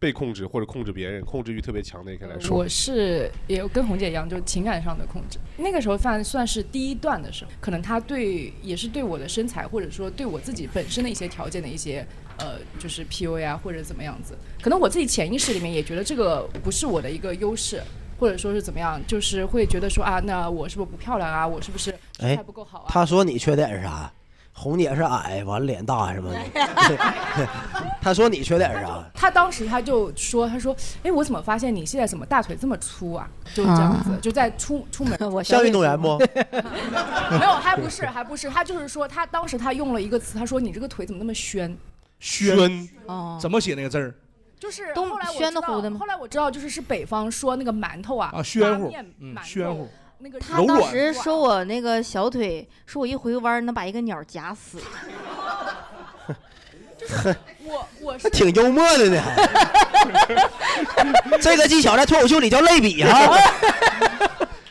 [SPEAKER 1] 被控制或者控制别人，控制欲特别强的也可以来说。
[SPEAKER 8] 我是也跟红姐一样，就情感上的控制。那个时候算算是第一段的时候，可能她对也是对我的身材，或者说对我自己本身的一些条件的一些呃，就是 PUA 啊，或者怎么样子。可能我自己潜意识里面也觉得这个不是我的一个优势，或者说是怎么样，就是会觉得说啊，那我是不是不漂亮啊？我是不 是身材不够好啊？
[SPEAKER 4] 她哎说你缺点是啥？红姐是矮，完脸大什么 的。她说你缺点是啥？
[SPEAKER 8] 他当时他就说：“他说，哎，我怎么发现你现在怎么大腿这么粗啊？就这样子，就在出出门
[SPEAKER 5] 我小
[SPEAKER 4] 像
[SPEAKER 5] 姐
[SPEAKER 4] 运动
[SPEAKER 5] 是
[SPEAKER 4] 员不？
[SPEAKER 8] 没有，还不是，还不是，他就是说，他当时他用了一个词，他说你这个腿怎么那么宣？
[SPEAKER 3] 宣
[SPEAKER 5] 哦，
[SPEAKER 3] 怎么写那个字儿
[SPEAKER 8] 就是
[SPEAKER 5] 东
[SPEAKER 8] 后来我知
[SPEAKER 5] 宣的
[SPEAKER 8] 道
[SPEAKER 5] 乎的吗
[SPEAKER 8] 后来我知道，就是是北方说那个馒头啊，
[SPEAKER 3] 啊？宣
[SPEAKER 8] 拉
[SPEAKER 3] 乎
[SPEAKER 8] 面，
[SPEAKER 3] 嗯
[SPEAKER 8] 馒，头
[SPEAKER 3] 宣乎，
[SPEAKER 8] 那个
[SPEAKER 5] 他
[SPEAKER 3] 柔
[SPEAKER 5] 当
[SPEAKER 3] 软
[SPEAKER 5] 时说我那个小腿，说我一回弯儿能把一个鸟夹死。
[SPEAKER 8] 我我
[SPEAKER 4] 还
[SPEAKER 8] 是
[SPEAKER 4] 挺幽默的 呢。这个技巧在脱口秀里叫类比 啊。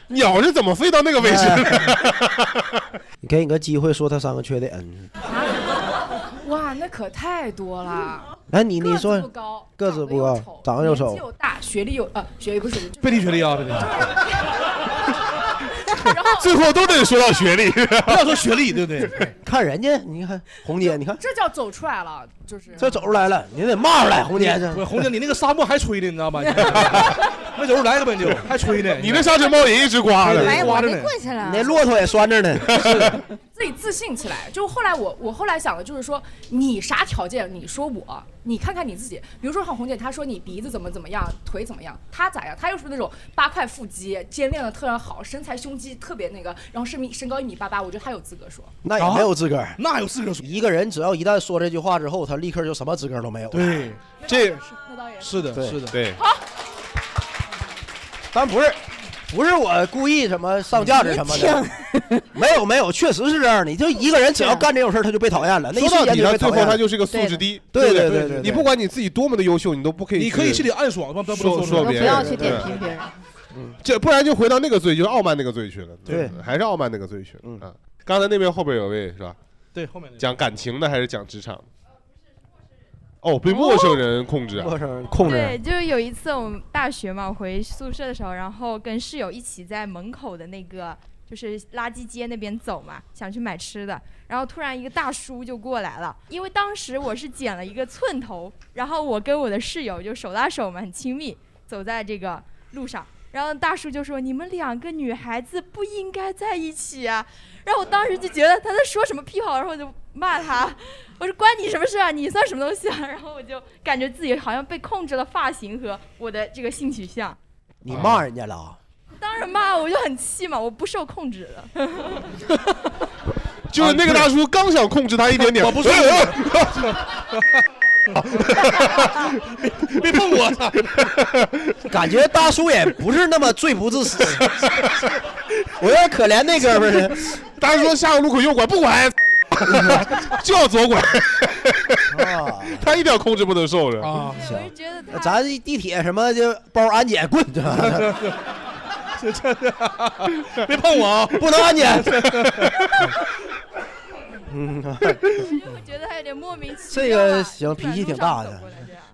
[SPEAKER 1] 鸟是怎么飞到那个位置
[SPEAKER 4] 哎
[SPEAKER 1] 的？
[SPEAKER 4] 你给你个机会说她三个缺点。
[SPEAKER 8] 哇，那可太多了。
[SPEAKER 4] 哎，你你
[SPEAKER 8] 个子不
[SPEAKER 4] 说
[SPEAKER 8] 高，
[SPEAKER 4] 个子不高
[SPEAKER 8] 长
[SPEAKER 4] 长
[SPEAKER 8] 得
[SPEAKER 4] 得
[SPEAKER 8] 又
[SPEAKER 4] 又
[SPEAKER 8] 丑
[SPEAKER 4] 丑
[SPEAKER 8] 年纪又大，学历又呃学历不 是学历，就是
[SPEAKER 3] 背地学历啊，背地
[SPEAKER 8] 然后
[SPEAKER 1] 最后都得说到 学历。
[SPEAKER 3] 不要说学历，对不对？
[SPEAKER 4] 看人家，你看红姐，你看
[SPEAKER 8] 这叫走出来了，就是
[SPEAKER 4] 这走出来了，你得骂出来，红姐
[SPEAKER 3] 不
[SPEAKER 4] 这
[SPEAKER 3] 是红姐，你那个沙漠还吹呢，你知道吧？你没走出来根本就还吹呢。
[SPEAKER 1] 你那沙尘暴也一直刮
[SPEAKER 3] 对
[SPEAKER 1] 的，
[SPEAKER 5] 哎，我
[SPEAKER 3] 刮着
[SPEAKER 5] 那
[SPEAKER 3] 呢
[SPEAKER 5] 跪下来
[SPEAKER 4] 你那
[SPEAKER 5] 了。
[SPEAKER 4] 骆驼也拴着呢。
[SPEAKER 8] 自己自信起来。就后来我我后来想的就是说，你啥条件？你说我，你看看你自己。比如说像红姐，她说你鼻子怎么怎么样，腿怎么样，她咋样？她又是那种八块腹肌，肩练的特别好，身材胸肌特别那个，然后身米身高一米八八，我觉得她有资格说。
[SPEAKER 4] 那
[SPEAKER 1] 啊
[SPEAKER 4] 也没有资格。
[SPEAKER 3] 那有资格说？
[SPEAKER 4] 一个人只要一旦说这句话之后，他立刻就什么资格都没有。，
[SPEAKER 3] 对，
[SPEAKER 1] 这
[SPEAKER 8] 那倒也是。
[SPEAKER 3] 是的，
[SPEAKER 4] 对
[SPEAKER 3] 是的。
[SPEAKER 1] 对，
[SPEAKER 4] 但不是，不是我故意什么上价值什么的，没有没有，确实是这样的。你就一个人只要干这种事儿，他就被讨厌了。那一
[SPEAKER 1] 说到
[SPEAKER 4] 瞬间
[SPEAKER 1] 底，
[SPEAKER 4] 就
[SPEAKER 1] 他
[SPEAKER 4] 被
[SPEAKER 1] 最
[SPEAKER 4] 讨
[SPEAKER 1] 后
[SPEAKER 4] 厌
[SPEAKER 1] 他
[SPEAKER 4] 了。
[SPEAKER 1] 就是个素质低。
[SPEAKER 4] 对
[SPEAKER 1] 不
[SPEAKER 4] 对
[SPEAKER 1] 对
[SPEAKER 4] 对对，
[SPEAKER 1] 你不管你自己多么的优秀，你都不可以。
[SPEAKER 3] 你可以心里暗爽，但不能
[SPEAKER 1] 说
[SPEAKER 3] 说
[SPEAKER 1] 说
[SPEAKER 5] 我
[SPEAKER 1] 别
[SPEAKER 5] 不
[SPEAKER 1] 人
[SPEAKER 5] 要去
[SPEAKER 1] 对
[SPEAKER 5] 点评别人。
[SPEAKER 1] 这，不然就回到那个罪，就是傲慢那个罪去了。嗯
[SPEAKER 4] 对
[SPEAKER 1] 还是傲慢那个罪去了。
[SPEAKER 4] 嗯
[SPEAKER 1] 啊，刚才那边后边有位是吧？
[SPEAKER 3] 对后面那个
[SPEAKER 1] 讲感情的还是讲职场？哦，被陌生人控制啊！
[SPEAKER 4] 哦陌生人控
[SPEAKER 9] 对，
[SPEAKER 4] 制，
[SPEAKER 9] 就是有一次我们大学嘛，我回宿舍的时候，然后跟室友一起在门口的那个就是垃圾街那边走嘛，想去买吃的，然后突然一个大叔就过来了，因为当时我是剪了一个寸头，然后我跟我的室友就手拉手嘛，很亲密，走在这个路上。然后大叔就说：“你们两个女孩子不应该在一起啊！”然后我当时就觉得他在说什么屁话，然后我就骂他，我说关你什么事啊？你算什么东西啊？ 然后我就感觉自己好像被控制了发型和我的这个性取向。
[SPEAKER 4] 你骂人家了啊。
[SPEAKER 9] 当然嘛，我就很气嘛，我不受控制了。
[SPEAKER 1] 就是那个大叔刚想控制他一点点，
[SPEAKER 3] 我不是
[SPEAKER 1] 哎哎
[SPEAKER 3] 别碰我！操
[SPEAKER 4] 感觉大叔也不是 那么罪不至死。我有点可怜那哥们儿呢，
[SPEAKER 1] 大叔说下个路口右拐，不管。就要左拐， 他一点控制不能受着
[SPEAKER 3] 啊。
[SPEAKER 4] 啊行，咱地铁什么就包安检棍，这
[SPEAKER 3] 这这 别碰我啊，
[SPEAKER 4] 不能安检。嗯，
[SPEAKER 9] 我觉得他有点莫名其
[SPEAKER 4] 这
[SPEAKER 9] 妙
[SPEAKER 4] 个
[SPEAKER 9] 啊。
[SPEAKER 4] 行，脾气挺大的。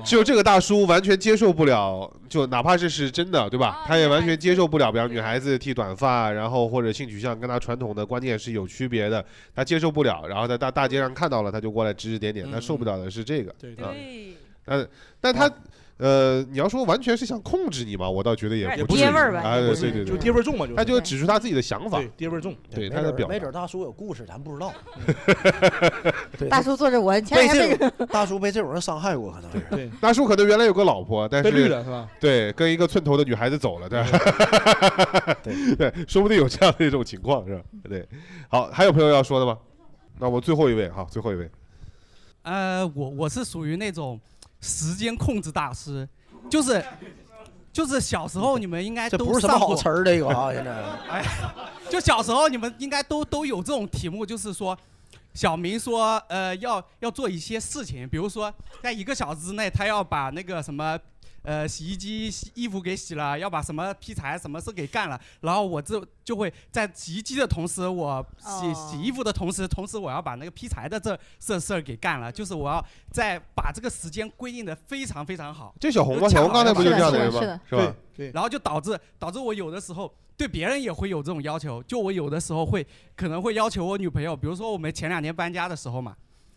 [SPEAKER 1] 就这个大叔完全接受不了，就哪怕是是真的，对
[SPEAKER 3] 哦
[SPEAKER 1] 吧？他也完全接受不了，比方女孩子剃短发，然后或者性取向跟他传统的观念是有区别的，他接受不了。然后在大大街上看到了，他就过来指指点点，他
[SPEAKER 3] 嗯
[SPEAKER 1] 受不了的是这个。对啊，但但他。呃，你要说完全是想控制你嘛，我倒觉得也
[SPEAKER 3] 也
[SPEAKER 1] 不
[SPEAKER 3] 不
[SPEAKER 1] 至于
[SPEAKER 3] 爹味儿吧
[SPEAKER 1] 哎，
[SPEAKER 3] 也
[SPEAKER 1] 对
[SPEAKER 3] 不至
[SPEAKER 1] 对
[SPEAKER 3] 于
[SPEAKER 1] 对，
[SPEAKER 3] 就爹味儿重嘛就是
[SPEAKER 1] 他就指出他自己的想法，
[SPEAKER 3] 对爹味重，
[SPEAKER 4] 没
[SPEAKER 1] 对他的
[SPEAKER 4] 准儿
[SPEAKER 1] 表
[SPEAKER 4] 没
[SPEAKER 1] 达。
[SPEAKER 4] 准儿大叔有故事，咱不知道。对
[SPEAKER 6] 大叔坐着我前
[SPEAKER 4] 被
[SPEAKER 6] 两天
[SPEAKER 4] 这
[SPEAKER 6] 被
[SPEAKER 4] 种大叔被这种人伤害过，可能是。
[SPEAKER 3] 对，
[SPEAKER 1] 大叔可能原来有个老婆，但是
[SPEAKER 3] 被绿了是吧？
[SPEAKER 1] 对，跟一个寸头的女孩子走了， 对吧？
[SPEAKER 4] 对
[SPEAKER 1] 对，说不定有这样的一种情况，是吧？对，好，还有朋友要说的吗？那我最后一位哈，最后一位，
[SPEAKER 10] 呃，我我是属于那种时间控制大师，就是就是小时候你们应该
[SPEAKER 4] 这
[SPEAKER 10] 都
[SPEAKER 4] 不是什么
[SPEAKER 10] 上
[SPEAKER 4] 好
[SPEAKER 10] 过
[SPEAKER 4] 词儿，这个啊，现在。
[SPEAKER 10] 哎，就小时候你们应该都都有这种题目，就是说，小明说，呃，要要做一些事情，比如说在一个小时之内，他要把那个什么。呃，洗衣机洗衣服给洗了，要把什么劈柴什么事给干了，然后我这就会在洗衣机的同时，我洗、洗衣服的同时，同时我要把那个劈柴的这这事儿给干了，就是我要再把这个时间规定的非常非常好。
[SPEAKER 1] 这小红吧
[SPEAKER 10] 就恰
[SPEAKER 1] 小红刚才
[SPEAKER 10] 好
[SPEAKER 1] 不就是
[SPEAKER 10] 要
[SPEAKER 1] 这样
[SPEAKER 10] 把
[SPEAKER 1] 的
[SPEAKER 10] 事
[SPEAKER 1] 人吗
[SPEAKER 10] 儿
[SPEAKER 1] 是吧
[SPEAKER 10] 对，然后就导致导致我有的时候对别人也会有这种要求，就我有的时候会可能会要求我女朋友，比如说我们前两年搬家的时候嘛，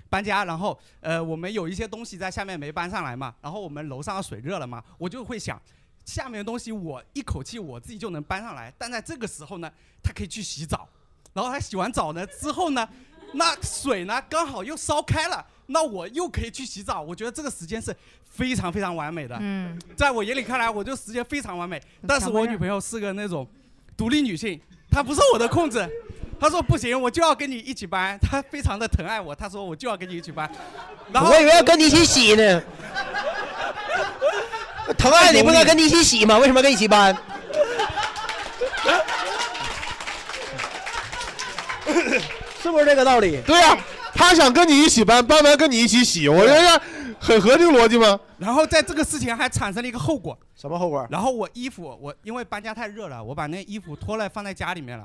[SPEAKER 10] 搬家，然后呃我们有一些东西在下面没搬上来嘛，然后我们楼上的水热了嘛，我就会想。下面的东西我一口气我自己就能搬上来，但在这个时候呢，她可以去洗澡，然后她洗完澡呢之后呢，那水呢刚好又烧开了，那我又可以去洗澡，我觉得这个时间是非常非常完美的。
[SPEAKER 2] 嗯，
[SPEAKER 10] 在我眼里看来，我就时间非常完美。但是我女朋友是个那种独立女性，她不受我的控制。她说不行，我就要跟你一起搬。她非常的疼爱我，她说我就要跟你一起搬。然后
[SPEAKER 4] 我以为要跟你一起洗 呢。疼爱你不该跟你一起洗吗？为什么跟你一起 搬？是不是这个道理？
[SPEAKER 1] 对呀、他想跟你一起搬，搬完跟你一起洗，我觉得很合这个逻辑吗？
[SPEAKER 10] 然后在这个事情还产生了一个后果，
[SPEAKER 4] 什么后果？
[SPEAKER 10] 然后我衣服，我因为搬家太热了，我把那衣服脱了放在家里面了，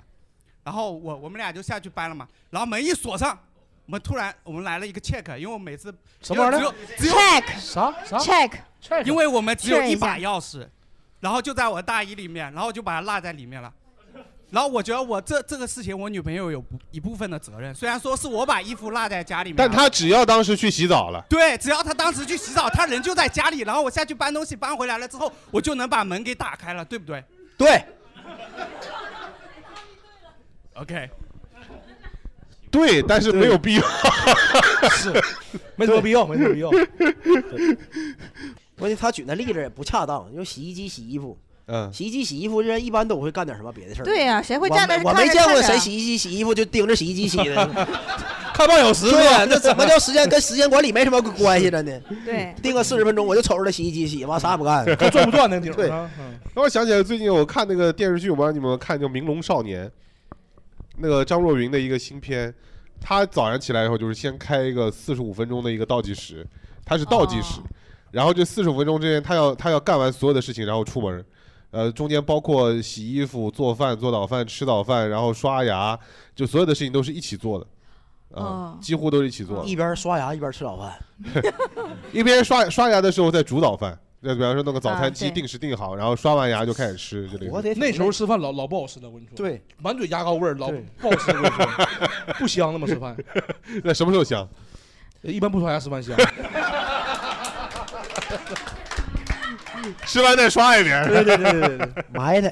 [SPEAKER 10] 然后我我们俩就下去搬了嘛，然后门一锁上，我们突然我们来了一个 check，因为我每次
[SPEAKER 4] 什么玩意儿
[SPEAKER 10] 因为只有只有
[SPEAKER 6] check
[SPEAKER 10] 啥
[SPEAKER 6] 啥 check check
[SPEAKER 10] 因为我们只有
[SPEAKER 6] 确认一
[SPEAKER 10] 一
[SPEAKER 6] 下
[SPEAKER 10] 把钥匙，然后就在我大衣里面，然后就把它落在里面了。然后我觉得我这这个事情，我女朋友有不一部分的责任，虽然说是我把衣服落在家里面了，啊
[SPEAKER 1] 但
[SPEAKER 3] 嗯
[SPEAKER 1] 他只要当时去洗澡了，
[SPEAKER 10] 对，只要他当时去洗澡，他人就在家里，然后我下去搬东西，搬回来了之后，我就能把门给打开了，对不对
[SPEAKER 4] 对
[SPEAKER 10] ？OK，
[SPEAKER 1] 对，但是没有必要，
[SPEAKER 3] 是，没什么必要，没什么 必要。
[SPEAKER 4] 关键他举那例子也不恰当，用洗衣机洗衣服。
[SPEAKER 1] 嗯，
[SPEAKER 4] 洗衣机洗衣服，人一般都会干点什么别的事儿。
[SPEAKER 6] 对呀谁会
[SPEAKER 4] 我
[SPEAKER 6] 站
[SPEAKER 4] 没
[SPEAKER 6] 那儿
[SPEAKER 4] 我
[SPEAKER 6] 看
[SPEAKER 4] 没
[SPEAKER 6] 着
[SPEAKER 4] 见
[SPEAKER 6] 看
[SPEAKER 4] 过
[SPEAKER 6] 着
[SPEAKER 4] 谁
[SPEAKER 6] 啊
[SPEAKER 4] 洗衣机洗衣服就盯着洗衣机洗的。
[SPEAKER 3] 看半小时
[SPEAKER 4] 对呀
[SPEAKER 3] 吧
[SPEAKER 4] 那怎么叫时间跟时间管理没什么关系了呢？
[SPEAKER 5] 对，
[SPEAKER 4] 定个四十分钟，我就瞅着他洗衣机洗，完啥也不干，
[SPEAKER 3] 看转不转那个顶儿
[SPEAKER 4] 对，
[SPEAKER 3] 啊
[SPEAKER 1] 让我想起来最近我看那个电视剧，我不知道你们有没有看叫《明龙少年》，那个张若昀的一个新片，他早上起来以后就是先开一个四十五分钟的一个倒计时，他是倒计时，
[SPEAKER 4] 哦
[SPEAKER 1] 然后这四十五分钟之间他要他要干完所有的事情，然后出门。呃，中间包括洗衣服、做饭、做早饭、吃早饭，然后刷牙，就所有的事情都是一起做的，啊、
[SPEAKER 4] 哦
[SPEAKER 1] 几乎都是一起做的。
[SPEAKER 4] 一边刷牙一边吃早饭。
[SPEAKER 1] 一边刷刷牙的时候在煮早饭，那比方说弄个早
[SPEAKER 4] 啊
[SPEAKER 1] 餐机
[SPEAKER 4] 对
[SPEAKER 1] 定时定好，然后刷完牙就开始吃之类的。
[SPEAKER 3] 那时候吃饭老老不好吃了，我跟你说，
[SPEAKER 4] 对，
[SPEAKER 3] 满嘴牙膏味儿，老不好吃，我跟你说， 不香那么吃饭，
[SPEAKER 1] 那什么时候香？
[SPEAKER 3] 呃一般不刷牙吃 饭香，
[SPEAKER 1] 吃完再刷一遍。
[SPEAKER 3] 对对对对对对
[SPEAKER 4] 埋汰。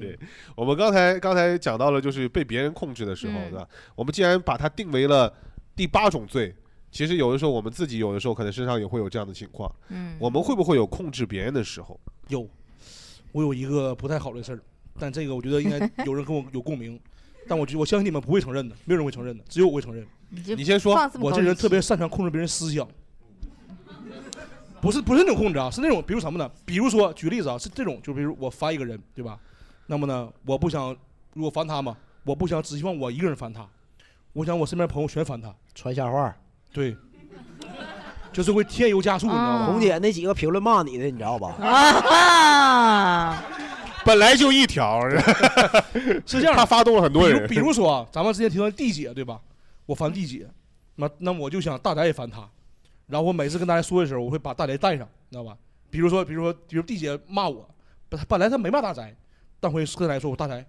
[SPEAKER 1] 对， 我们刚才刚才讲到了，就是被别人控制的时候，对吧？我们既然把它定为了第八种罪，其实有的时候我们自己有的时候可能身上也会有这样的情况。
[SPEAKER 5] 嗯
[SPEAKER 1] 我们会不会有控制别人的时候？
[SPEAKER 3] 有，我有一个不太好的事儿，但这个我觉得应该有人跟我有共鸣，但我觉我相信你们不会承认的，没有人会承认的，只有我会承认。
[SPEAKER 1] 就你先说放这么
[SPEAKER 3] 我
[SPEAKER 1] 高
[SPEAKER 3] 这
[SPEAKER 1] 的
[SPEAKER 3] 人
[SPEAKER 1] 气
[SPEAKER 3] 特别擅长控制别人思想，不是不是那种控制啊，是那种比如什么呢？比如说举例子啊，是这种，就比如我烦一个人，对吧？那么呢，我不想如果烦他嘛，我不想只希望我一个人烦他，我想我身边朋友全烦他，
[SPEAKER 4] 传瞎话。
[SPEAKER 3] 对，就是会添油加醋，你知道吗？
[SPEAKER 4] 红姐那几个评论骂你的，你知道吧？
[SPEAKER 1] 哦
[SPEAKER 5] 啊，
[SPEAKER 1] 本来就一条，
[SPEAKER 3] 是这样的，他
[SPEAKER 1] 发动了很多人
[SPEAKER 3] 比如比如说啊，咱们之前提到地姐对吧？我烦地姐，那那我就想大宅也烦她，然后我每次跟大家说的时候，我会把大宅带上，你知道吧？比如说，比如说，比如地姐骂我，本本来她没骂大宅，但会跟大家说我大宅，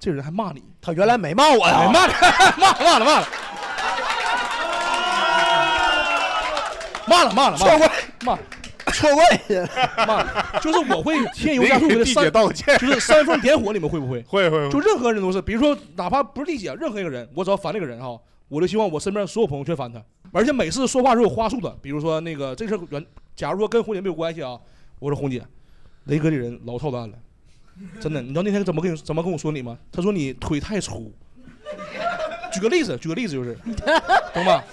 [SPEAKER 3] 这人还骂你，
[SPEAKER 4] 她原来没骂我呀，
[SPEAKER 3] 骂骂骂了骂了。骂了骂了骂了，骂了
[SPEAKER 4] 错位，
[SPEAKER 3] 骂了，就是我会添油加醋给他
[SPEAKER 1] 你给地姐
[SPEAKER 3] 煽，
[SPEAKER 1] 道歉
[SPEAKER 3] 就是煽风点火，你们会不会？
[SPEAKER 1] 会会
[SPEAKER 3] 就任何人都是，比如说哪怕不是地姐，任何一个人，我只要烦这个人哈，我就希望我身边所有朋友全烦他，而且每次说话是有话术的，比如说那个这事儿原，假如说跟红姐没有关系啊，我说红姐，雷哥这人老操蛋了，真的，你知道那天怎么跟你怎么跟我说你吗？他说你腿太粗，举个例子，举个例子就是，懂吧？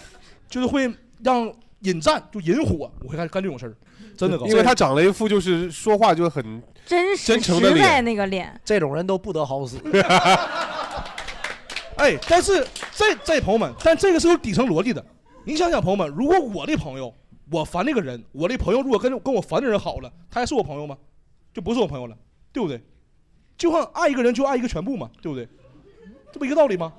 [SPEAKER 3] 就是会让引战就引火，我会干干这种事儿，真的高，
[SPEAKER 1] 因为他长了一副就是说话就很
[SPEAKER 5] 真实
[SPEAKER 1] 真诚的
[SPEAKER 5] 实在
[SPEAKER 1] 脸，
[SPEAKER 5] 那个脸，
[SPEAKER 4] 这种人都不得好死。
[SPEAKER 3] 哎，但是这这朋友们，但这个是有底层逻辑的。你想想，朋友们，如果我的朋友，我烦这个人，我的朋友如果跟跟我烦的人好了，他还是我朋友吗？就不是我朋友了，对不对？就像爱一个人就爱一个全部嘛，对不对？这不一个道 理吗？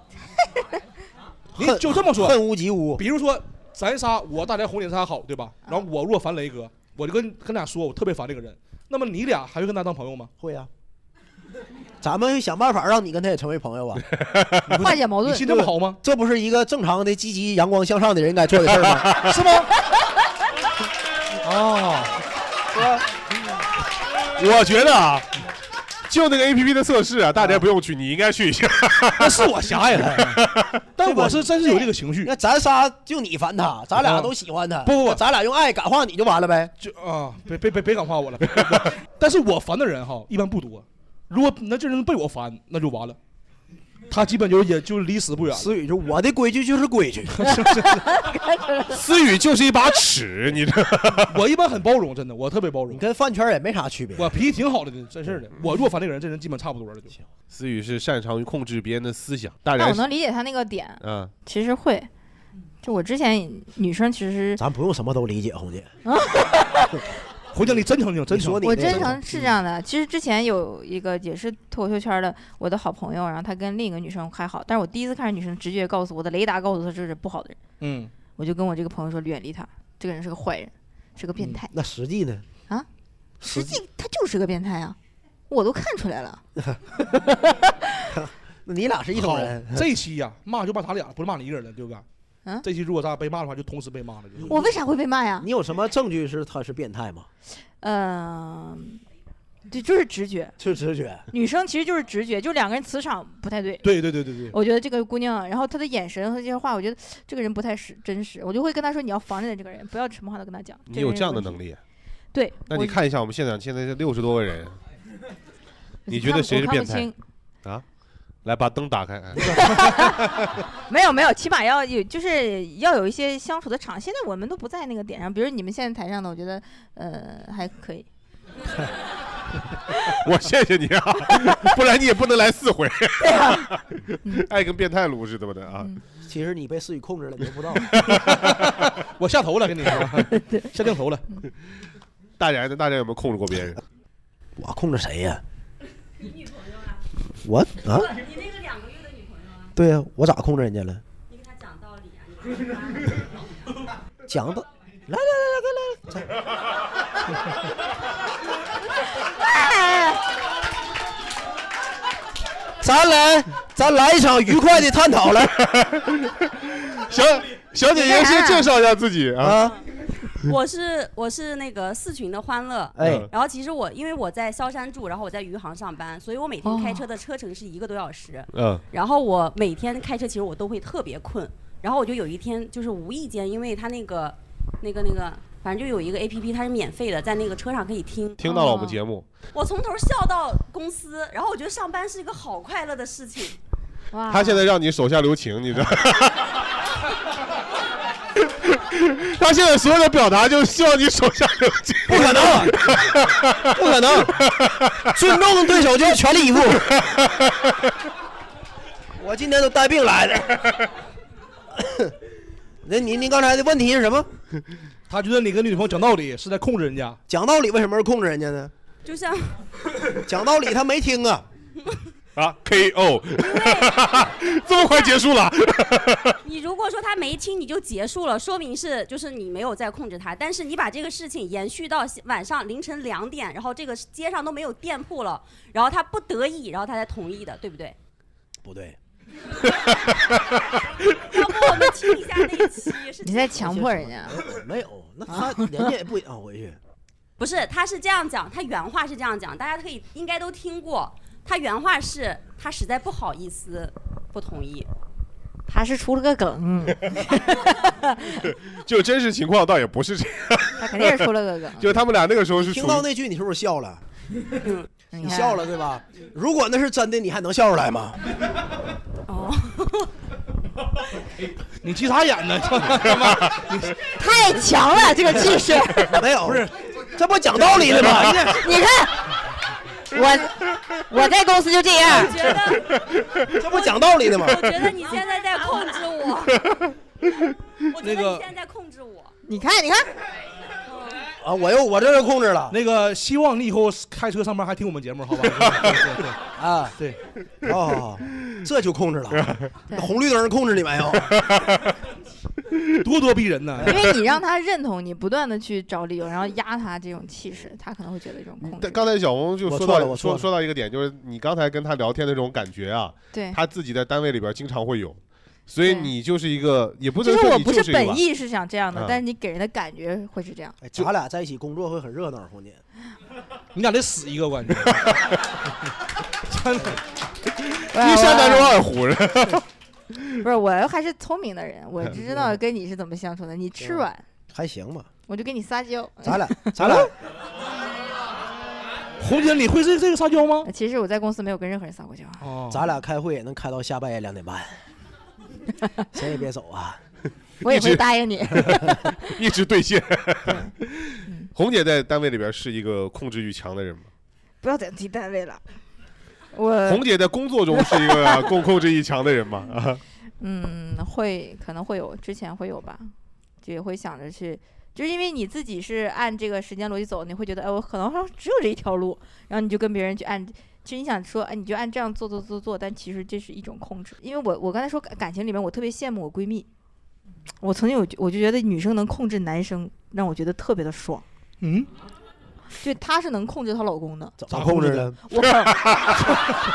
[SPEAKER 3] 你就这么说，
[SPEAKER 4] 恨屋及啊乌。
[SPEAKER 3] 比如说，咱仨，我大宅红姐仨好，对吧？然后我如果烦雷哥，我就跟跟俩说，我特别烦这个人。那么你俩还会跟他当朋友吗？
[SPEAKER 4] 会啊呀、咱们想办法让你跟他也成为朋 友啊，
[SPEAKER 5] 化解矛盾。
[SPEAKER 3] 你心这么好吗？
[SPEAKER 4] 这不是一个正常的、积极、阳光向上的人应该做的事儿吗？
[SPEAKER 3] 是吗？哦，
[SPEAKER 1] 我觉得啊，就那个 A P P 的测试啊，大家不用去，你应该去一下。
[SPEAKER 3] 那是我狭隘了， 但我是真是有这个情绪。啊
[SPEAKER 4] 那咱仨就你烦他，咱俩都喜欢他，
[SPEAKER 3] 嗯不不不
[SPEAKER 4] 那咱俩用爱感化你就完了呗。
[SPEAKER 3] 就啊，别别别别感化我了。 别别别但是我烦的人哈，一般不多。如果那这人被我烦，那就完了。他基本就也就离死不远了。
[SPEAKER 4] 思雨就我的规矩就是规 矩，
[SPEAKER 1] 思雨就是一把尺，你这
[SPEAKER 3] 我一般很包容，真的，我特别包容
[SPEAKER 4] 你。跟饭圈也没啥区别。
[SPEAKER 3] 我脾气挺好的，真是的。我若烦这个人，这人基本差不多了就。
[SPEAKER 1] 思雨是擅长于控制别人的思想，大
[SPEAKER 5] 但
[SPEAKER 1] 然
[SPEAKER 5] 我能理解他那个点，
[SPEAKER 1] 嗯，
[SPEAKER 5] 其实会。就我之前女生其实，
[SPEAKER 4] 咱不用什么都理解，红姐，
[SPEAKER 3] 回家你真诚，你真
[SPEAKER 4] 你
[SPEAKER 3] 诚
[SPEAKER 4] 说。你
[SPEAKER 5] 啊我
[SPEAKER 4] 那
[SPEAKER 5] 真
[SPEAKER 4] 个
[SPEAKER 5] 诚是这样的。其实之前有一个也是脱口秀圈的我的好朋友，然后她跟另一个女生还好，但是我第一次看着女生，直觉告诉我的雷达告诉她这是不好的人，
[SPEAKER 3] 嗯，
[SPEAKER 5] 我就跟我这个朋友说远离他，这个人是个坏人，是个变态。
[SPEAKER 4] 嗯
[SPEAKER 5] 啊
[SPEAKER 4] 那实际呢？
[SPEAKER 5] 实际他就是个变态啊，我都看出来了。
[SPEAKER 4] 那你俩是一种
[SPEAKER 3] 好
[SPEAKER 4] 人。，
[SPEAKER 3] 这期呀，骂就骂咱俩，不是骂你一个人了，对吧？
[SPEAKER 5] 嗯
[SPEAKER 3] 这期如果咱俩被骂的话，就同时被骂了，就是。
[SPEAKER 5] 我为啥会被骂呀？
[SPEAKER 4] 你有什么证据是他是变态 吗？
[SPEAKER 5] 嗯、对，就是直觉。
[SPEAKER 4] 是直觉，
[SPEAKER 5] 女生其实就是直觉，就两个人磁场不太对。
[SPEAKER 3] 对对对对对。
[SPEAKER 5] 我觉得这个姑娘，然后她的眼神和这些话，我觉得这个人不太是真实，我就会跟她说你要防着点这个人，不要什么话都跟她讲。
[SPEAKER 1] 你有这样的
[SPEAKER 5] 力？
[SPEAKER 1] 能力。啊
[SPEAKER 5] 对，
[SPEAKER 1] 那你
[SPEAKER 5] 我，
[SPEAKER 1] 看一下我们现场现在是六十多 个人，你觉得谁是
[SPEAKER 5] 我看不
[SPEAKER 1] 变态啊
[SPEAKER 5] 清？
[SPEAKER 1] 来把灯打开， 哎
[SPEAKER 5] 没有没有，起码要有，就是要有一些相处的场。现在我们都不在那个点上，比如你们现在台上的，我觉得呃还可以。
[SPEAKER 1] 我谢谢你啊，不然你也不能来四 回。爱跟变态撸似的吧的啊，
[SPEAKER 5] 嗯
[SPEAKER 4] 其实你被思雨控制了，你都不知道。
[SPEAKER 3] 我下头了， 跟你 说，下降头了。
[SPEAKER 4] 嗯
[SPEAKER 1] 大然的大然有没有控制过别人？
[SPEAKER 4] 我控制谁呀、我啊？
[SPEAKER 11] 你那个两个月的女朋友啊，
[SPEAKER 4] 对呀、我咋控制人家了？
[SPEAKER 11] 你给她讲道理啊，你
[SPEAKER 4] 讲的，来来来来来来， 咱来咱来一场愉快的探讨来
[SPEAKER 1] 小小姐姐先介绍一下自己啊，
[SPEAKER 4] 啊！
[SPEAKER 11] 我是我是那个四群的欢乐。
[SPEAKER 4] 哎，
[SPEAKER 11] 然后其实我因为我在萧山住，然后我在余杭上班，所以我每天开车的车程是一个多小时。
[SPEAKER 1] 嗯，
[SPEAKER 11] 然后我每天开车，其实我都会特别困。然后我就有一天就是无意间，因为它那个那个那个，反正就有一个 A P P，它是免费的，在那个车上可以听。哦
[SPEAKER 1] 听到了我们节目，
[SPEAKER 11] 我从头笑到公司，然后我觉得上班是一个好快乐的事情。
[SPEAKER 5] 哇，
[SPEAKER 1] 她现在让你手下留情，你知道？ 她现在所有的表达就是希望你手下留情，
[SPEAKER 4] 不可 能，不可能，尊重对手就是全力以赴。我今天都带病来的，那您您刚才的问题是什么？
[SPEAKER 3] 他觉得你跟女朋友讲道理是在控制人家，
[SPEAKER 4] 讲道理为什么是控制人家呢？
[SPEAKER 11] 就像
[SPEAKER 4] 讲道理他没听啊。
[SPEAKER 1] 啊，KO，这么快结束了？
[SPEAKER 11] 你如果说他没听你就结束了，说明是就是你没有在控制他。但是你把这个事情延续到晚上凌晨两点，然后这个街上都没有店铺了，然后他不得已，然后他才同意的，对不对？
[SPEAKER 4] 不对，
[SPEAKER 11] 要不我们听一下那一期是？
[SPEAKER 5] 你在强迫人家？
[SPEAKER 4] 没有，哦那他人家也不想回去。
[SPEAKER 11] 不是，他是这样讲，他原话是这样讲，大家可以应该都听过。他原话是，他实在不好意思，不同意。
[SPEAKER 5] 他是出了个梗，
[SPEAKER 1] 就真实情况倒也不是这样，
[SPEAKER 5] 他肯定是出了个梗。
[SPEAKER 1] 就他们俩那个时候是
[SPEAKER 4] 听
[SPEAKER 1] 属于
[SPEAKER 4] 到那句你是不是笑了？
[SPEAKER 6] 嗯
[SPEAKER 4] 你
[SPEAKER 5] 看
[SPEAKER 4] 笑了对吧？如果那是真的，你还能笑出来吗？
[SPEAKER 6] 哦
[SPEAKER 3] 你急啥眼呢？他妈
[SPEAKER 6] 太强了，这个气势。
[SPEAKER 4] 没有，不是，这不讲道理了吗？
[SPEAKER 6] 你看，我我在公司就这样。
[SPEAKER 4] 这不讲道理呢吗？
[SPEAKER 11] 我觉得你现在在控制 我，我觉得你现在在控制我。
[SPEAKER 6] 你看，你看，
[SPEAKER 4] 啊，我又我这又控制了。
[SPEAKER 3] 那个，希望你以后开车上班还听我们节 目，好吧？对对对
[SPEAKER 4] 啊，
[SPEAKER 3] 对，
[SPEAKER 4] 哦，这就控制了。 那红绿灯控制你没 有？
[SPEAKER 3] 咄咄逼人呢
[SPEAKER 5] 因为你让他认同你，不断的去找理由，然后压他这种气势，他可能会觉得一种控制。
[SPEAKER 1] 但刚才小红就
[SPEAKER 4] 我
[SPEAKER 1] 说
[SPEAKER 4] 错了
[SPEAKER 1] 到
[SPEAKER 4] 我错
[SPEAKER 1] 说
[SPEAKER 4] 了
[SPEAKER 1] 说到一个点，就是你刚才跟他聊天的那种感觉啊，
[SPEAKER 5] 对
[SPEAKER 1] 他自己在单位里边经常会有，所以
[SPEAKER 5] 对
[SPEAKER 1] 你就是一个也不
[SPEAKER 5] 就
[SPEAKER 1] 能
[SPEAKER 5] 是
[SPEAKER 1] 说
[SPEAKER 5] 我
[SPEAKER 1] 你
[SPEAKER 5] 不
[SPEAKER 1] 就是一个吧
[SPEAKER 5] 本意是想这样的
[SPEAKER 1] 嗯，
[SPEAKER 5] 但是你给人的感觉会是这样。
[SPEAKER 4] 哎，咱俩在一起工作会很热闹，红姐。
[SPEAKER 3] 你俩得死一个，我感觉。真的，
[SPEAKER 1] 一山难容二虎人，
[SPEAKER 5] 不是，我还是聪明的人，我
[SPEAKER 4] 嗯
[SPEAKER 5] 知道跟你是怎么相处的。你
[SPEAKER 1] 嗯
[SPEAKER 5] 吃软，
[SPEAKER 4] 还行吧，
[SPEAKER 5] 我就给你撒娇。
[SPEAKER 4] 咱俩咱俩
[SPEAKER 3] 红姐，你会这这个撒娇吗？
[SPEAKER 5] 其实我在公司没有跟任何人撒过娇，啊
[SPEAKER 3] 哦，
[SPEAKER 4] 咱俩开会也能开到下半夜两点半，谁也别走啊！
[SPEAKER 5] 我也
[SPEAKER 1] 一
[SPEAKER 5] 会
[SPEAKER 1] 直
[SPEAKER 5] 答应 你。
[SPEAKER 1] 一直兑 现。
[SPEAKER 5] 嗯
[SPEAKER 1] 红姐在单位里边是一个控制欲强的人吗？
[SPEAKER 5] 不要再提单位了，我呃
[SPEAKER 1] 红姐在工作中是一 个 控控制欲强的人吗？啊，
[SPEAKER 5] 嗯会可能会有，之前会有吧，就也会想着去。就是因为你自己是按这个时间逻辑走，你会觉得，哎，我可能只有这一条路，然后你就跟别人去按，其实你想说，哎，你就按这样做做做做，但其实这是一种控制。因为我我刚才说感感情里面，我特别羡慕我闺蜜，我曾经有我就觉得女生能控制男生，让我觉得特别的爽，
[SPEAKER 3] 嗯，
[SPEAKER 5] 就她是能控制她老公的。
[SPEAKER 4] 咋控制的？
[SPEAKER 5] 我 很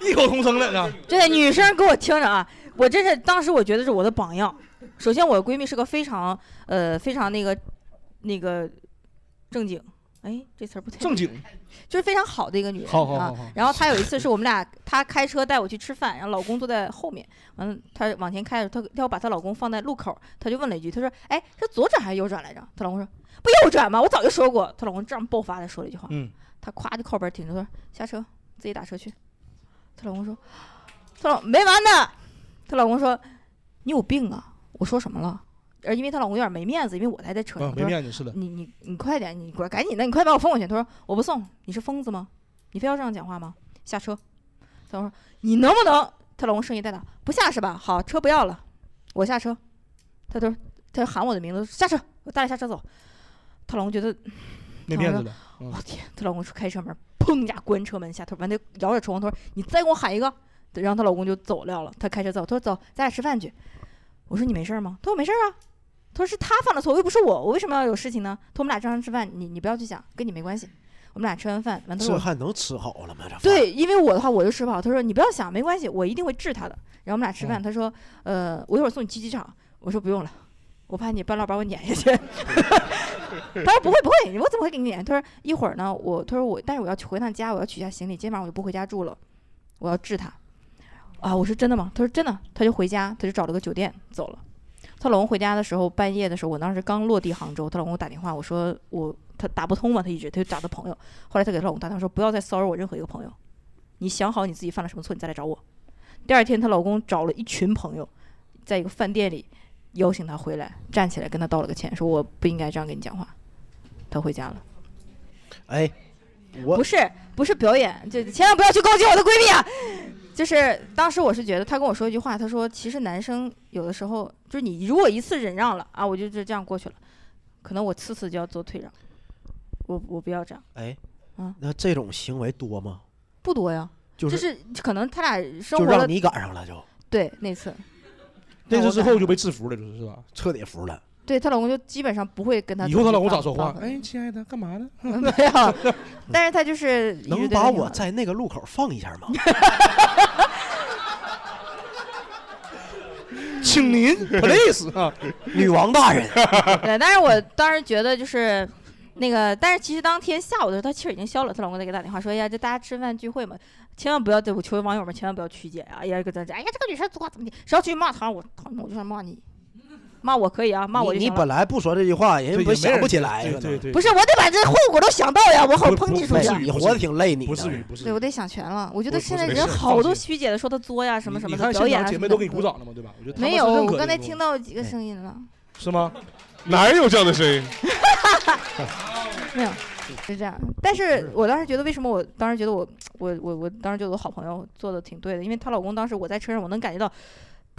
[SPEAKER 3] 异口同声了呢。
[SPEAKER 5] 对，女生给我听着啊，我真是当时我觉得是我的榜样。首先，我闺蜜是个非常呃非常那个那个正经，哎，这词儿不太
[SPEAKER 3] 正经，
[SPEAKER 5] 就是非常好的一个女人
[SPEAKER 3] 好好好
[SPEAKER 5] 啊
[SPEAKER 3] 好。
[SPEAKER 5] 然后她有一次是我们俩，她开车带我去吃饭，然后老公坐在后面，完了她往前开的时候，她她要把她老公放在路口，她就问了一句，她说：“哎，这左转还是右转来着？”她老公说：“不右转吗？我早就说过。”她老公这样爆发的说了一句话，
[SPEAKER 3] 嗯，
[SPEAKER 5] 她咵就靠边停住，她说：“下车，自己打车去。”她老公说：“她老没完呢。”她老公说：“你有病啊！我说什么了？”呃，因为她老公有点没面子，因为我还在车上，
[SPEAKER 3] 啊，
[SPEAKER 5] 她
[SPEAKER 3] 没
[SPEAKER 5] 说
[SPEAKER 3] 面子是的。
[SPEAKER 5] 你你你快点，你快赶紧的，你快把我送过去。他说我不送，你是疯子吗？你非要这样讲话吗？下车。他说你能不能？她老公声音带大，不下是吧？好，车不要了，我下车。他说他喊我的名字，下车，我带你下车走。她老公觉得
[SPEAKER 3] 没面子了。嗯
[SPEAKER 6] 哦
[SPEAKER 5] 我天！她老公是开车门，砰一下关车门下，头完她摇着车窗，她说：“你再给我喊一个。”然后她老公就走掉了。她开车走，她说：“走，咱俩吃饭去。”我说：“你没事儿吗？”她说：“我没事儿啊。”她说：“是他犯了错，又不是我，我为什么要有事情呢？”她说：“我们俩正常吃饭，你你不要去想，跟你没关系。”我们俩吃完饭，完她说
[SPEAKER 4] 这
[SPEAKER 5] 我：“
[SPEAKER 4] 还能吃好了吗？这饭，
[SPEAKER 5] 对，因为我的话我就吃不好。他说你不要想，没关系，我一定会治他的。然后我们俩吃饭，他说呃，我一会儿送你去机场。我说不用了，我怕你半路把我撵下去。他说不会不会，我怎么会给你撵？他说一会儿呢，我他说我，但是我要去回趟家，我要取下行李，今晚上我就不回家住了，我要治他。啊，我说真的吗？他说真的，他就回家，他就找了个酒店走了。她老公回家的时候，半夜的时候，我当时刚落地杭州，她老公给我打电话，我说我他打不通嘛，他一直他就找他朋友，后来她给她老公打电话说不要再骚扰我任何一个朋友，你想好你自己犯了什么错，你再来找我。第二天她老公找了一群朋友，在一个饭店里邀请她回来，站起来跟她道了个歉，说我不应该这样跟你讲话。她回家了，
[SPEAKER 4] 哎，我
[SPEAKER 5] 不是不是表演，就千万不要去攻击我的闺蜜啊！就是当时我是觉得他跟我说一句话，他说其实男生有的时候就是你如果一次忍让了啊，我就就这样过去了，可能我次次就要做退让，我我不要这样，
[SPEAKER 4] 哎，
[SPEAKER 5] 啊，
[SPEAKER 4] 那这种行为多吗？
[SPEAKER 5] 不多呀，
[SPEAKER 4] 就是
[SPEAKER 5] 可能他俩生
[SPEAKER 4] 就
[SPEAKER 5] 活
[SPEAKER 4] 让
[SPEAKER 5] 了
[SPEAKER 4] 你赶上了就，
[SPEAKER 5] 对那次，
[SPEAKER 3] 那次之后就被制服了，就是是吧？
[SPEAKER 4] 彻底服了。
[SPEAKER 5] 对她老公就基本上不会跟她
[SPEAKER 3] 以后她
[SPEAKER 5] 她
[SPEAKER 3] 老公咋说话？
[SPEAKER 5] 哎，
[SPEAKER 3] 亲爱的，干嘛呢？
[SPEAKER 5] 没有，但是她就是一
[SPEAKER 4] 能
[SPEAKER 5] 直对
[SPEAKER 4] 把
[SPEAKER 5] 她挺
[SPEAKER 4] 我
[SPEAKER 5] 好的
[SPEAKER 4] 在那个路口放一下吗？
[SPEAKER 3] 请您 please 啊，
[SPEAKER 4] 女王大人。
[SPEAKER 5] 对，但是我当时觉得就是那个，但是其实当天下午的时候，她气儿已经消了。她老公在给打电话说：“哎呀，这大家吃饭聚会嘛，千万不要对我求网友们千万不要曲解啊！哎呀，跟咱讲，哎呀，这个女生多怎么地，谁要去骂她，我讨厌我就想骂你，骂我可以啊，骂我就
[SPEAKER 4] 你
[SPEAKER 5] 行
[SPEAKER 4] 本
[SPEAKER 5] 了。
[SPEAKER 4] 来不说这句话，人家
[SPEAKER 5] 对也
[SPEAKER 4] 不
[SPEAKER 5] 没
[SPEAKER 4] 想
[SPEAKER 5] 人
[SPEAKER 4] 不起来
[SPEAKER 5] 对
[SPEAKER 4] 可能。
[SPEAKER 5] 对对不是我得把这后果都想到呀我好抨击出去啊
[SPEAKER 4] 你活得挺累，你不至于，
[SPEAKER 3] 不
[SPEAKER 5] 对，我得想全了。我觉得
[SPEAKER 3] 不是
[SPEAKER 5] 现在
[SPEAKER 3] 没
[SPEAKER 5] 人
[SPEAKER 3] 事
[SPEAKER 5] 好
[SPEAKER 3] 放
[SPEAKER 5] 多
[SPEAKER 3] 心
[SPEAKER 5] 曲解的说她作呀，什么什
[SPEAKER 3] 你
[SPEAKER 5] 么
[SPEAKER 3] 看
[SPEAKER 5] 的
[SPEAKER 3] 现
[SPEAKER 5] 表演
[SPEAKER 3] 场
[SPEAKER 5] 啊
[SPEAKER 3] 姐
[SPEAKER 5] 什么
[SPEAKER 3] 妹都
[SPEAKER 5] 的
[SPEAKER 3] 给你鼓掌了嘛，对吧？我觉得他们
[SPEAKER 5] 没
[SPEAKER 3] 是
[SPEAKER 5] 有，
[SPEAKER 3] 认
[SPEAKER 5] 我
[SPEAKER 3] 可哎
[SPEAKER 5] 刚才
[SPEAKER 3] 这个
[SPEAKER 5] 听到几个声音了，
[SPEAKER 3] 是吗？
[SPEAKER 1] 哪有这样的声音？
[SPEAKER 5] 没有，
[SPEAKER 3] 嗯
[SPEAKER 5] 是这样。但是我当时觉得，为什么我当时觉得我我我我当时觉得我好朋友做的挺对的，因为她老公当时我在车上，我能感觉到。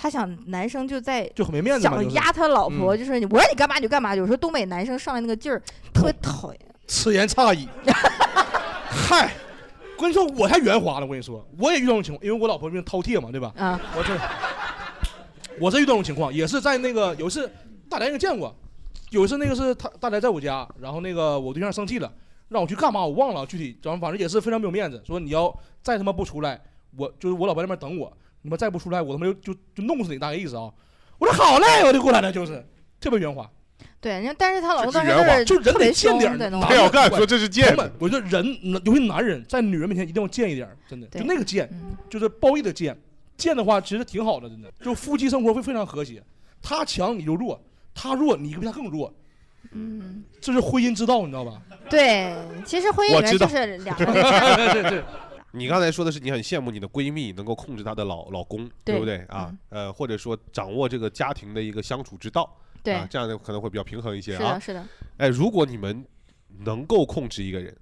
[SPEAKER 5] 他想男生就在
[SPEAKER 3] 就很没面子嘛就
[SPEAKER 5] 想
[SPEAKER 3] 是
[SPEAKER 5] 压他老婆，
[SPEAKER 3] 嗯
[SPEAKER 5] 就是你我让你干嘛你就干嘛。有时候东北男生上来那个劲儿特别讨厌。
[SPEAKER 3] 此言 差矣。嗨，我跟你说，我才圆滑了。我跟你说，我也遇到这种情况，因为我老婆病饕餮嘛，对吧？
[SPEAKER 5] 啊，
[SPEAKER 3] 我这我这遇到这种情况，也是在那个有一次，大宅应该见过，有一次那个是他大宅在我家，然后那个我对象生气了，让我去干嘛我忘了具体，然后反正也是非常没有面子，说你要再他妈不出来，我就是我老婆在那边等我，你们再不出来，我他妈就就就弄死你，大概意思啊？我说好嘞，我就过来了，就是特别圆滑。
[SPEAKER 5] 对，人家哎但是她老公当时
[SPEAKER 3] 圆滑，
[SPEAKER 5] 是
[SPEAKER 3] 就人
[SPEAKER 5] 特别
[SPEAKER 3] 得贱
[SPEAKER 5] 凶
[SPEAKER 3] 点儿。
[SPEAKER 5] 在弄。
[SPEAKER 3] 男的根本我觉得人，尤其男人，在女人面前一定要贱一点儿，真的，就那个贱，
[SPEAKER 5] 嗯
[SPEAKER 3] 就是褒义的贱。贱的话其实挺好的，真的，就夫妻生活会非常和谐。他强你就弱，他弱你比他更弱，
[SPEAKER 5] 嗯，
[SPEAKER 3] 这是婚姻之道，你知道吧？
[SPEAKER 5] 对，其实婚姻里面就是两 个人。
[SPEAKER 3] 对对对，
[SPEAKER 1] 你刚才说的是你很羡慕你的闺蜜能够控制她的老老公，
[SPEAKER 5] 对嗯
[SPEAKER 1] 对不对啊？呃，或者说掌握这个家庭的一个相处之道，
[SPEAKER 5] 对
[SPEAKER 1] 啊，这样的可能会比较平衡一些
[SPEAKER 5] 是
[SPEAKER 1] 啊。
[SPEAKER 5] 的，是的。
[SPEAKER 1] 哎，如果你们能够控制一个人，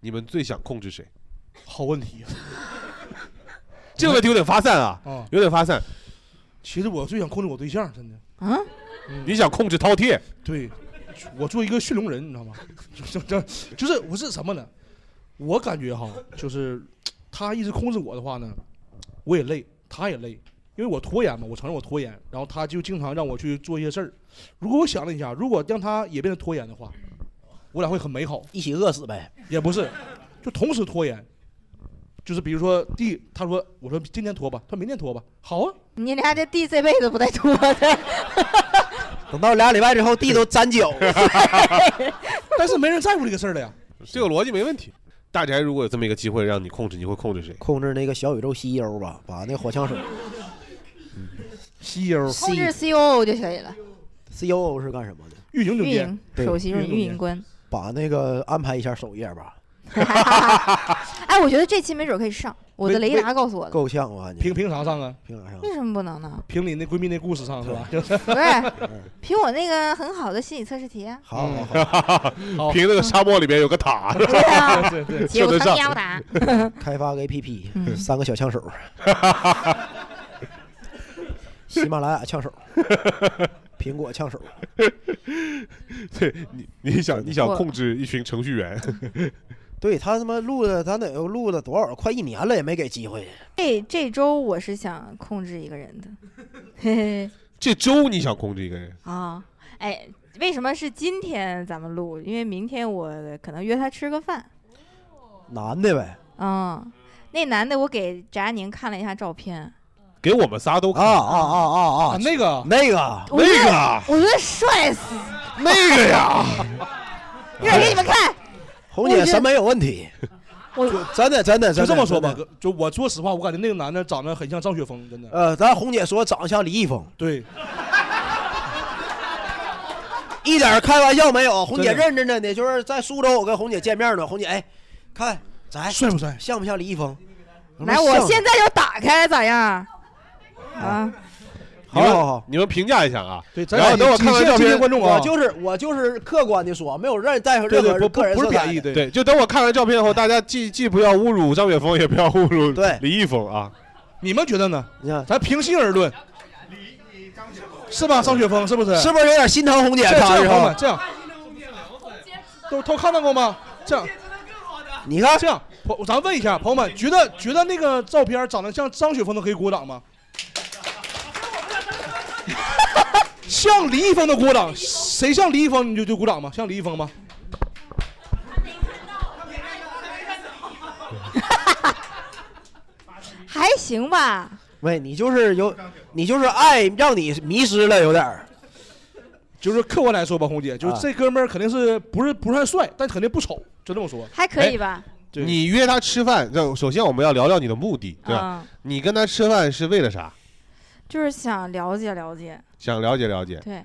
[SPEAKER 1] 你们最想控制谁？
[SPEAKER 3] 好问题、
[SPEAKER 1] 啊 这个问题有点发散啊，
[SPEAKER 3] 哦
[SPEAKER 1] 有点发散。
[SPEAKER 3] 其实我最想控制我对象，真的。嗯
[SPEAKER 5] 啊？
[SPEAKER 1] 你想控制饕餮？
[SPEAKER 3] 对，我做一个驯龙人，你知道吗？ 就就就是我是什么呢？我感觉哈，就是他一直控制我的话呢，我也累，他也累，因为我拖延嘛，我承认我拖延，然后他就经常让我去做一些事儿。如果我想了一下，如果让他也变成拖延的话，我俩会很美好，
[SPEAKER 4] 一起饿死呗？
[SPEAKER 3] 也不是，就同时拖延。就是比如说弟，他说我说今天拖吧，他说明天拖吧，好啊，
[SPEAKER 5] 你俩这地这辈子不带拖 的，
[SPEAKER 4] 等到俩礼拜之后， 地都沾脚。
[SPEAKER 3] 但是没人在乎这个事儿了呀。
[SPEAKER 1] 这个逻辑没问题。大宅如果有这么一个机会让你控制，你会控制谁？
[SPEAKER 4] 控制那个小宇宙 CEO 吧，把那火枪手 E
[SPEAKER 3] CEO
[SPEAKER 5] 控制 COO 就可以了。
[SPEAKER 4] CEO E 是干什么的？
[SPEAKER 3] 运营
[SPEAKER 5] 总监运营
[SPEAKER 4] 对
[SPEAKER 5] 首席运营运营官。
[SPEAKER 4] 把那个安排一下首页吧，
[SPEAKER 5] 哎，我觉得这期没准可以上， 我的
[SPEAKER 3] 为
[SPEAKER 5] 雷达告诉我的。
[SPEAKER 4] 够呛我感觉。
[SPEAKER 3] 凭凭啥上啊？
[SPEAKER 4] 凭啥上？
[SPEAKER 5] 为什么不能呢？
[SPEAKER 3] 凭你那闺蜜那故事上是吧？
[SPEAKER 5] 不是，凭我那个很好的心理测试题啊。
[SPEAKER 4] 好好
[SPEAKER 1] 好，
[SPEAKER 3] 嗯哦
[SPEAKER 1] 凭那个
[SPEAKER 5] 嗯
[SPEAKER 1] 沙漠里边有个塔，是
[SPEAKER 5] 对啊
[SPEAKER 1] 吧？说得上。
[SPEAKER 5] 达。
[SPEAKER 4] 开发个 APP，、
[SPEAKER 5] 嗯
[SPEAKER 4] 三个小枪手，喜马拉雅枪手，苹果枪手，
[SPEAKER 1] 对你， 你想你想
[SPEAKER 4] 我
[SPEAKER 1] 控制一群程序员，
[SPEAKER 4] 对他他妈录了，咱得有录了多少？快一年了也没给机会。
[SPEAKER 5] 这这周我是想控制一个人的，嘿 嘿
[SPEAKER 1] 这周你想控制一个人，
[SPEAKER 5] 啊，哎，为什么是今天咱们录？因为明天我可能约他吃个饭。
[SPEAKER 4] 男的呗，
[SPEAKER 5] 嗯，那男的我给翟宁看了一下照片，
[SPEAKER 1] 给我们仨都
[SPEAKER 4] 啊啊啊啊啊！
[SPEAKER 3] 那个
[SPEAKER 4] 那个
[SPEAKER 5] 我觉得我觉得帅死。
[SPEAKER 1] 那个呀，
[SPEAKER 5] 一会儿给你们看。
[SPEAKER 4] 红
[SPEAKER 5] 我觉
[SPEAKER 4] 姐
[SPEAKER 5] 得
[SPEAKER 4] 审美有问题，
[SPEAKER 5] 我
[SPEAKER 4] 真的真的真的
[SPEAKER 3] 就这么说吧，
[SPEAKER 4] 真的
[SPEAKER 3] 哥，就我说实话，我感觉那个男的长得很像张雪峰，真的。
[SPEAKER 4] 呃，咱红姐说长得像李易峰，
[SPEAKER 3] 对，
[SPEAKER 4] 一点开玩笑没有。红姐
[SPEAKER 3] 真的
[SPEAKER 4] 认真的呢，就是在苏州，我跟红姐见面呢，红姐哎，看咱帅不帅，像不像李易峰？
[SPEAKER 5] 来，哎我现在就打开，咋样？啊，
[SPEAKER 1] 好好好，你们评价一下啊。
[SPEAKER 3] 对
[SPEAKER 4] 咱
[SPEAKER 1] 然后
[SPEAKER 4] 俩
[SPEAKER 1] 等我
[SPEAKER 4] 今
[SPEAKER 1] 看完
[SPEAKER 4] 今
[SPEAKER 1] 照
[SPEAKER 4] 今
[SPEAKER 1] 片，
[SPEAKER 4] 天观众啊我就是我就是客观的说，没有任带任
[SPEAKER 1] 对对，
[SPEAKER 4] 何
[SPEAKER 1] 不不
[SPEAKER 4] 个人
[SPEAKER 1] 不是
[SPEAKER 4] 色彩
[SPEAKER 1] 贬义，
[SPEAKER 4] 的
[SPEAKER 1] 对对，就等我看完照片后，大家既既不要侮辱张雪峰，也不要侮辱李易峰啊。
[SPEAKER 3] 你们觉得呢？咱平心而论，是吧？张雪峰是不是？
[SPEAKER 4] 是不是有点心疼红姐
[SPEAKER 3] 这
[SPEAKER 4] 看
[SPEAKER 3] 这
[SPEAKER 4] 是吧
[SPEAKER 3] 样，朋友们这样，都都看到过吗？这样，
[SPEAKER 4] 你看
[SPEAKER 3] 这样，朋咱问一下朋友们，觉得觉得那个照片长得像张雪峰的可以鼓掌吗？像李易峰的鼓掌，谁像李易峰你就就鼓掌吗？像李易峰吗？
[SPEAKER 5] 还行吧。
[SPEAKER 4] 喂，你就是有，你就是爱让你迷失了，有点儿。啊
[SPEAKER 3] 就是客观来说吧，红姐，就是这哥们儿肯定是不是不算帅，但肯定不丑，就这么说。
[SPEAKER 5] 还可以吧？
[SPEAKER 1] 哎你约他吃饭，让首先我们要聊聊你的目的，
[SPEAKER 4] 啊
[SPEAKER 1] 对啊吧？
[SPEAKER 5] 嗯
[SPEAKER 1] 你跟他吃饭是为了啥？
[SPEAKER 5] 就是想了解了解，
[SPEAKER 1] 想了解了解。
[SPEAKER 5] 对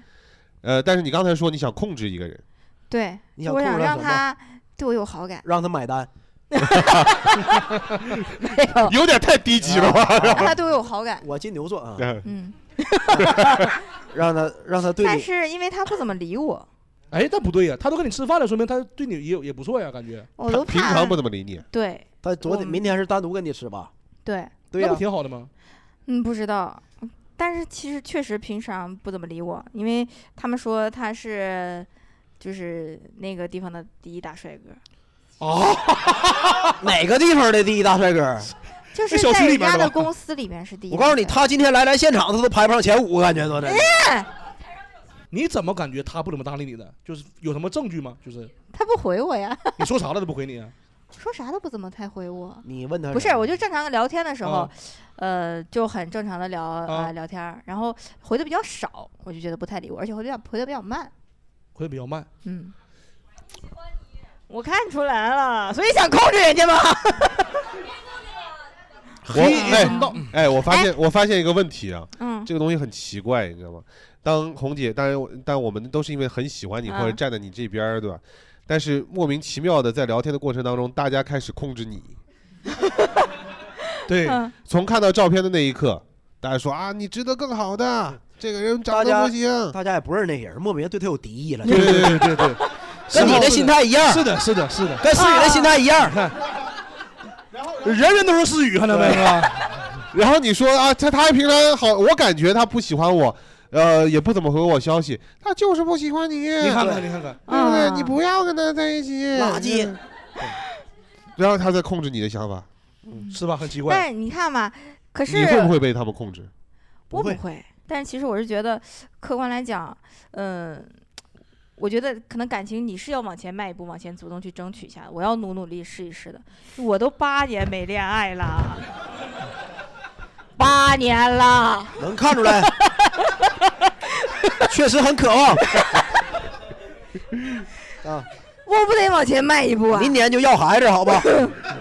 [SPEAKER 1] 呃，但是你刚才说你想控制一个人，
[SPEAKER 5] 对，
[SPEAKER 1] 你想
[SPEAKER 5] 我想
[SPEAKER 1] 控制
[SPEAKER 5] 让
[SPEAKER 1] 他
[SPEAKER 5] 他对我有好感。
[SPEAKER 4] 让他买 单。
[SPEAKER 1] 有点太低级了吧？
[SPEAKER 5] 让他对我有好感，
[SPEAKER 4] 我金牛座啊，
[SPEAKER 5] 嗯，
[SPEAKER 4] 让他让他 对
[SPEAKER 5] 但
[SPEAKER 4] 你，
[SPEAKER 5] 是因为他不怎么 理我，
[SPEAKER 3] 哎，但不对呀，他都跟你吃饭了，说明他对你也有也不错呀，感觉。
[SPEAKER 5] 我都
[SPEAKER 1] 平
[SPEAKER 5] 怕
[SPEAKER 1] 常不怎么理你。
[SPEAKER 5] 对
[SPEAKER 4] 他昨天
[SPEAKER 5] 我
[SPEAKER 4] 明天是单独跟你吃吧？
[SPEAKER 5] 对
[SPEAKER 4] 对呀、
[SPEAKER 3] 那不挺好的吗？
[SPEAKER 5] 嗯，不知道。但是其实确实平常不怎么理我，因为他们说他是就是那个地方的第一大帅哥，
[SPEAKER 3] 哦，
[SPEAKER 4] 哪个地方的第一大帅哥？
[SPEAKER 5] 就是在人家的公司里面是第一
[SPEAKER 4] 我
[SPEAKER 5] 大
[SPEAKER 4] 告
[SPEAKER 5] 帅哥。
[SPEAKER 4] 诉你，他今天来来现啊场，他都排不上前五，感觉都
[SPEAKER 5] 哎
[SPEAKER 4] 的。
[SPEAKER 3] 你怎么感觉他不怎么搭理你的？就是有什么证据吗？就是
[SPEAKER 5] 他不回我呀，
[SPEAKER 3] 你说啥了他不回你啊？
[SPEAKER 5] 说啥都不怎么太回我。
[SPEAKER 4] 你问他
[SPEAKER 5] 不是，我就正常聊天的时候
[SPEAKER 1] 哦
[SPEAKER 3] 啊，
[SPEAKER 5] 呃，就很正常的聊
[SPEAKER 3] 啊
[SPEAKER 5] 啊聊天儿，然后回的比较少，我就觉得不太理我，而且回的比较回的比较慢。
[SPEAKER 3] 回的比较慢。
[SPEAKER 5] 嗯，我看出来了，所以想控制人 家嘛。
[SPEAKER 1] 我哎哎，我发现我发现一个问题啊，
[SPEAKER 5] 嗯
[SPEAKER 1] 这个东西很奇怪，你知道吗？当红姐，当然我，但我们都是因为很喜欢你或者
[SPEAKER 5] 嗯
[SPEAKER 1] 站在你这边儿，对吧？但是莫名其妙的在聊天的过程当中，大家开始控制你。 对
[SPEAKER 2] 嗯，
[SPEAKER 1] 从看到照片的那一刻，大家说啊，你值得更好的，这个人
[SPEAKER 4] 大
[SPEAKER 1] 长得
[SPEAKER 4] 家
[SPEAKER 1] 不行。
[SPEAKER 4] 大家也不认识那人，莫名对他有敌意了。
[SPEAKER 1] 对对对对对，
[SPEAKER 4] 跟你的心态一样。
[SPEAKER 3] 是的，是的，是的，
[SPEAKER 4] 跟思雨的心态一样。
[SPEAKER 3] 看，
[SPEAKER 1] 啊
[SPEAKER 3] 人人都是思雨，看到没有？
[SPEAKER 1] 然后你说啊，他他平常好，我感觉他不喜欢我，呃，也不怎么回我消息，他就是不喜欢你。
[SPEAKER 2] 你看看
[SPEAKER 1] 对
[SPEAKER 2] 你看看
[SPEAKER 1] 对不对？
[SPEAKER 2] 啊
[SPEAKER 1] 你不要跟他在一起，
[SPEAKER 2] 垃圾
[SPEAKER 1] 嗯。然后他在控制你的想法，
[SPEAKER 4] 嗯
[SPEAKER 3] 是吧？很奇
[SPEAKER 5] 但是你看吧，可是
[SPEAKER 1] 你会不会被他们控制？
[SPEAKER 5] 我不会。但是其实我是觉得，客观来讲，嗯，我觉得可能感情你是要往前迈一步，往前主动去争取一下的。我要努努力试一试的。我都八年没恋爱了，八年了，
[SPEAKER 4] 能看出来， 确实很渴望。啊，
[SPEAKER 5] 我不得往前迈一步啊！
[SPEAKER 4] 明年就要孩子，好吧？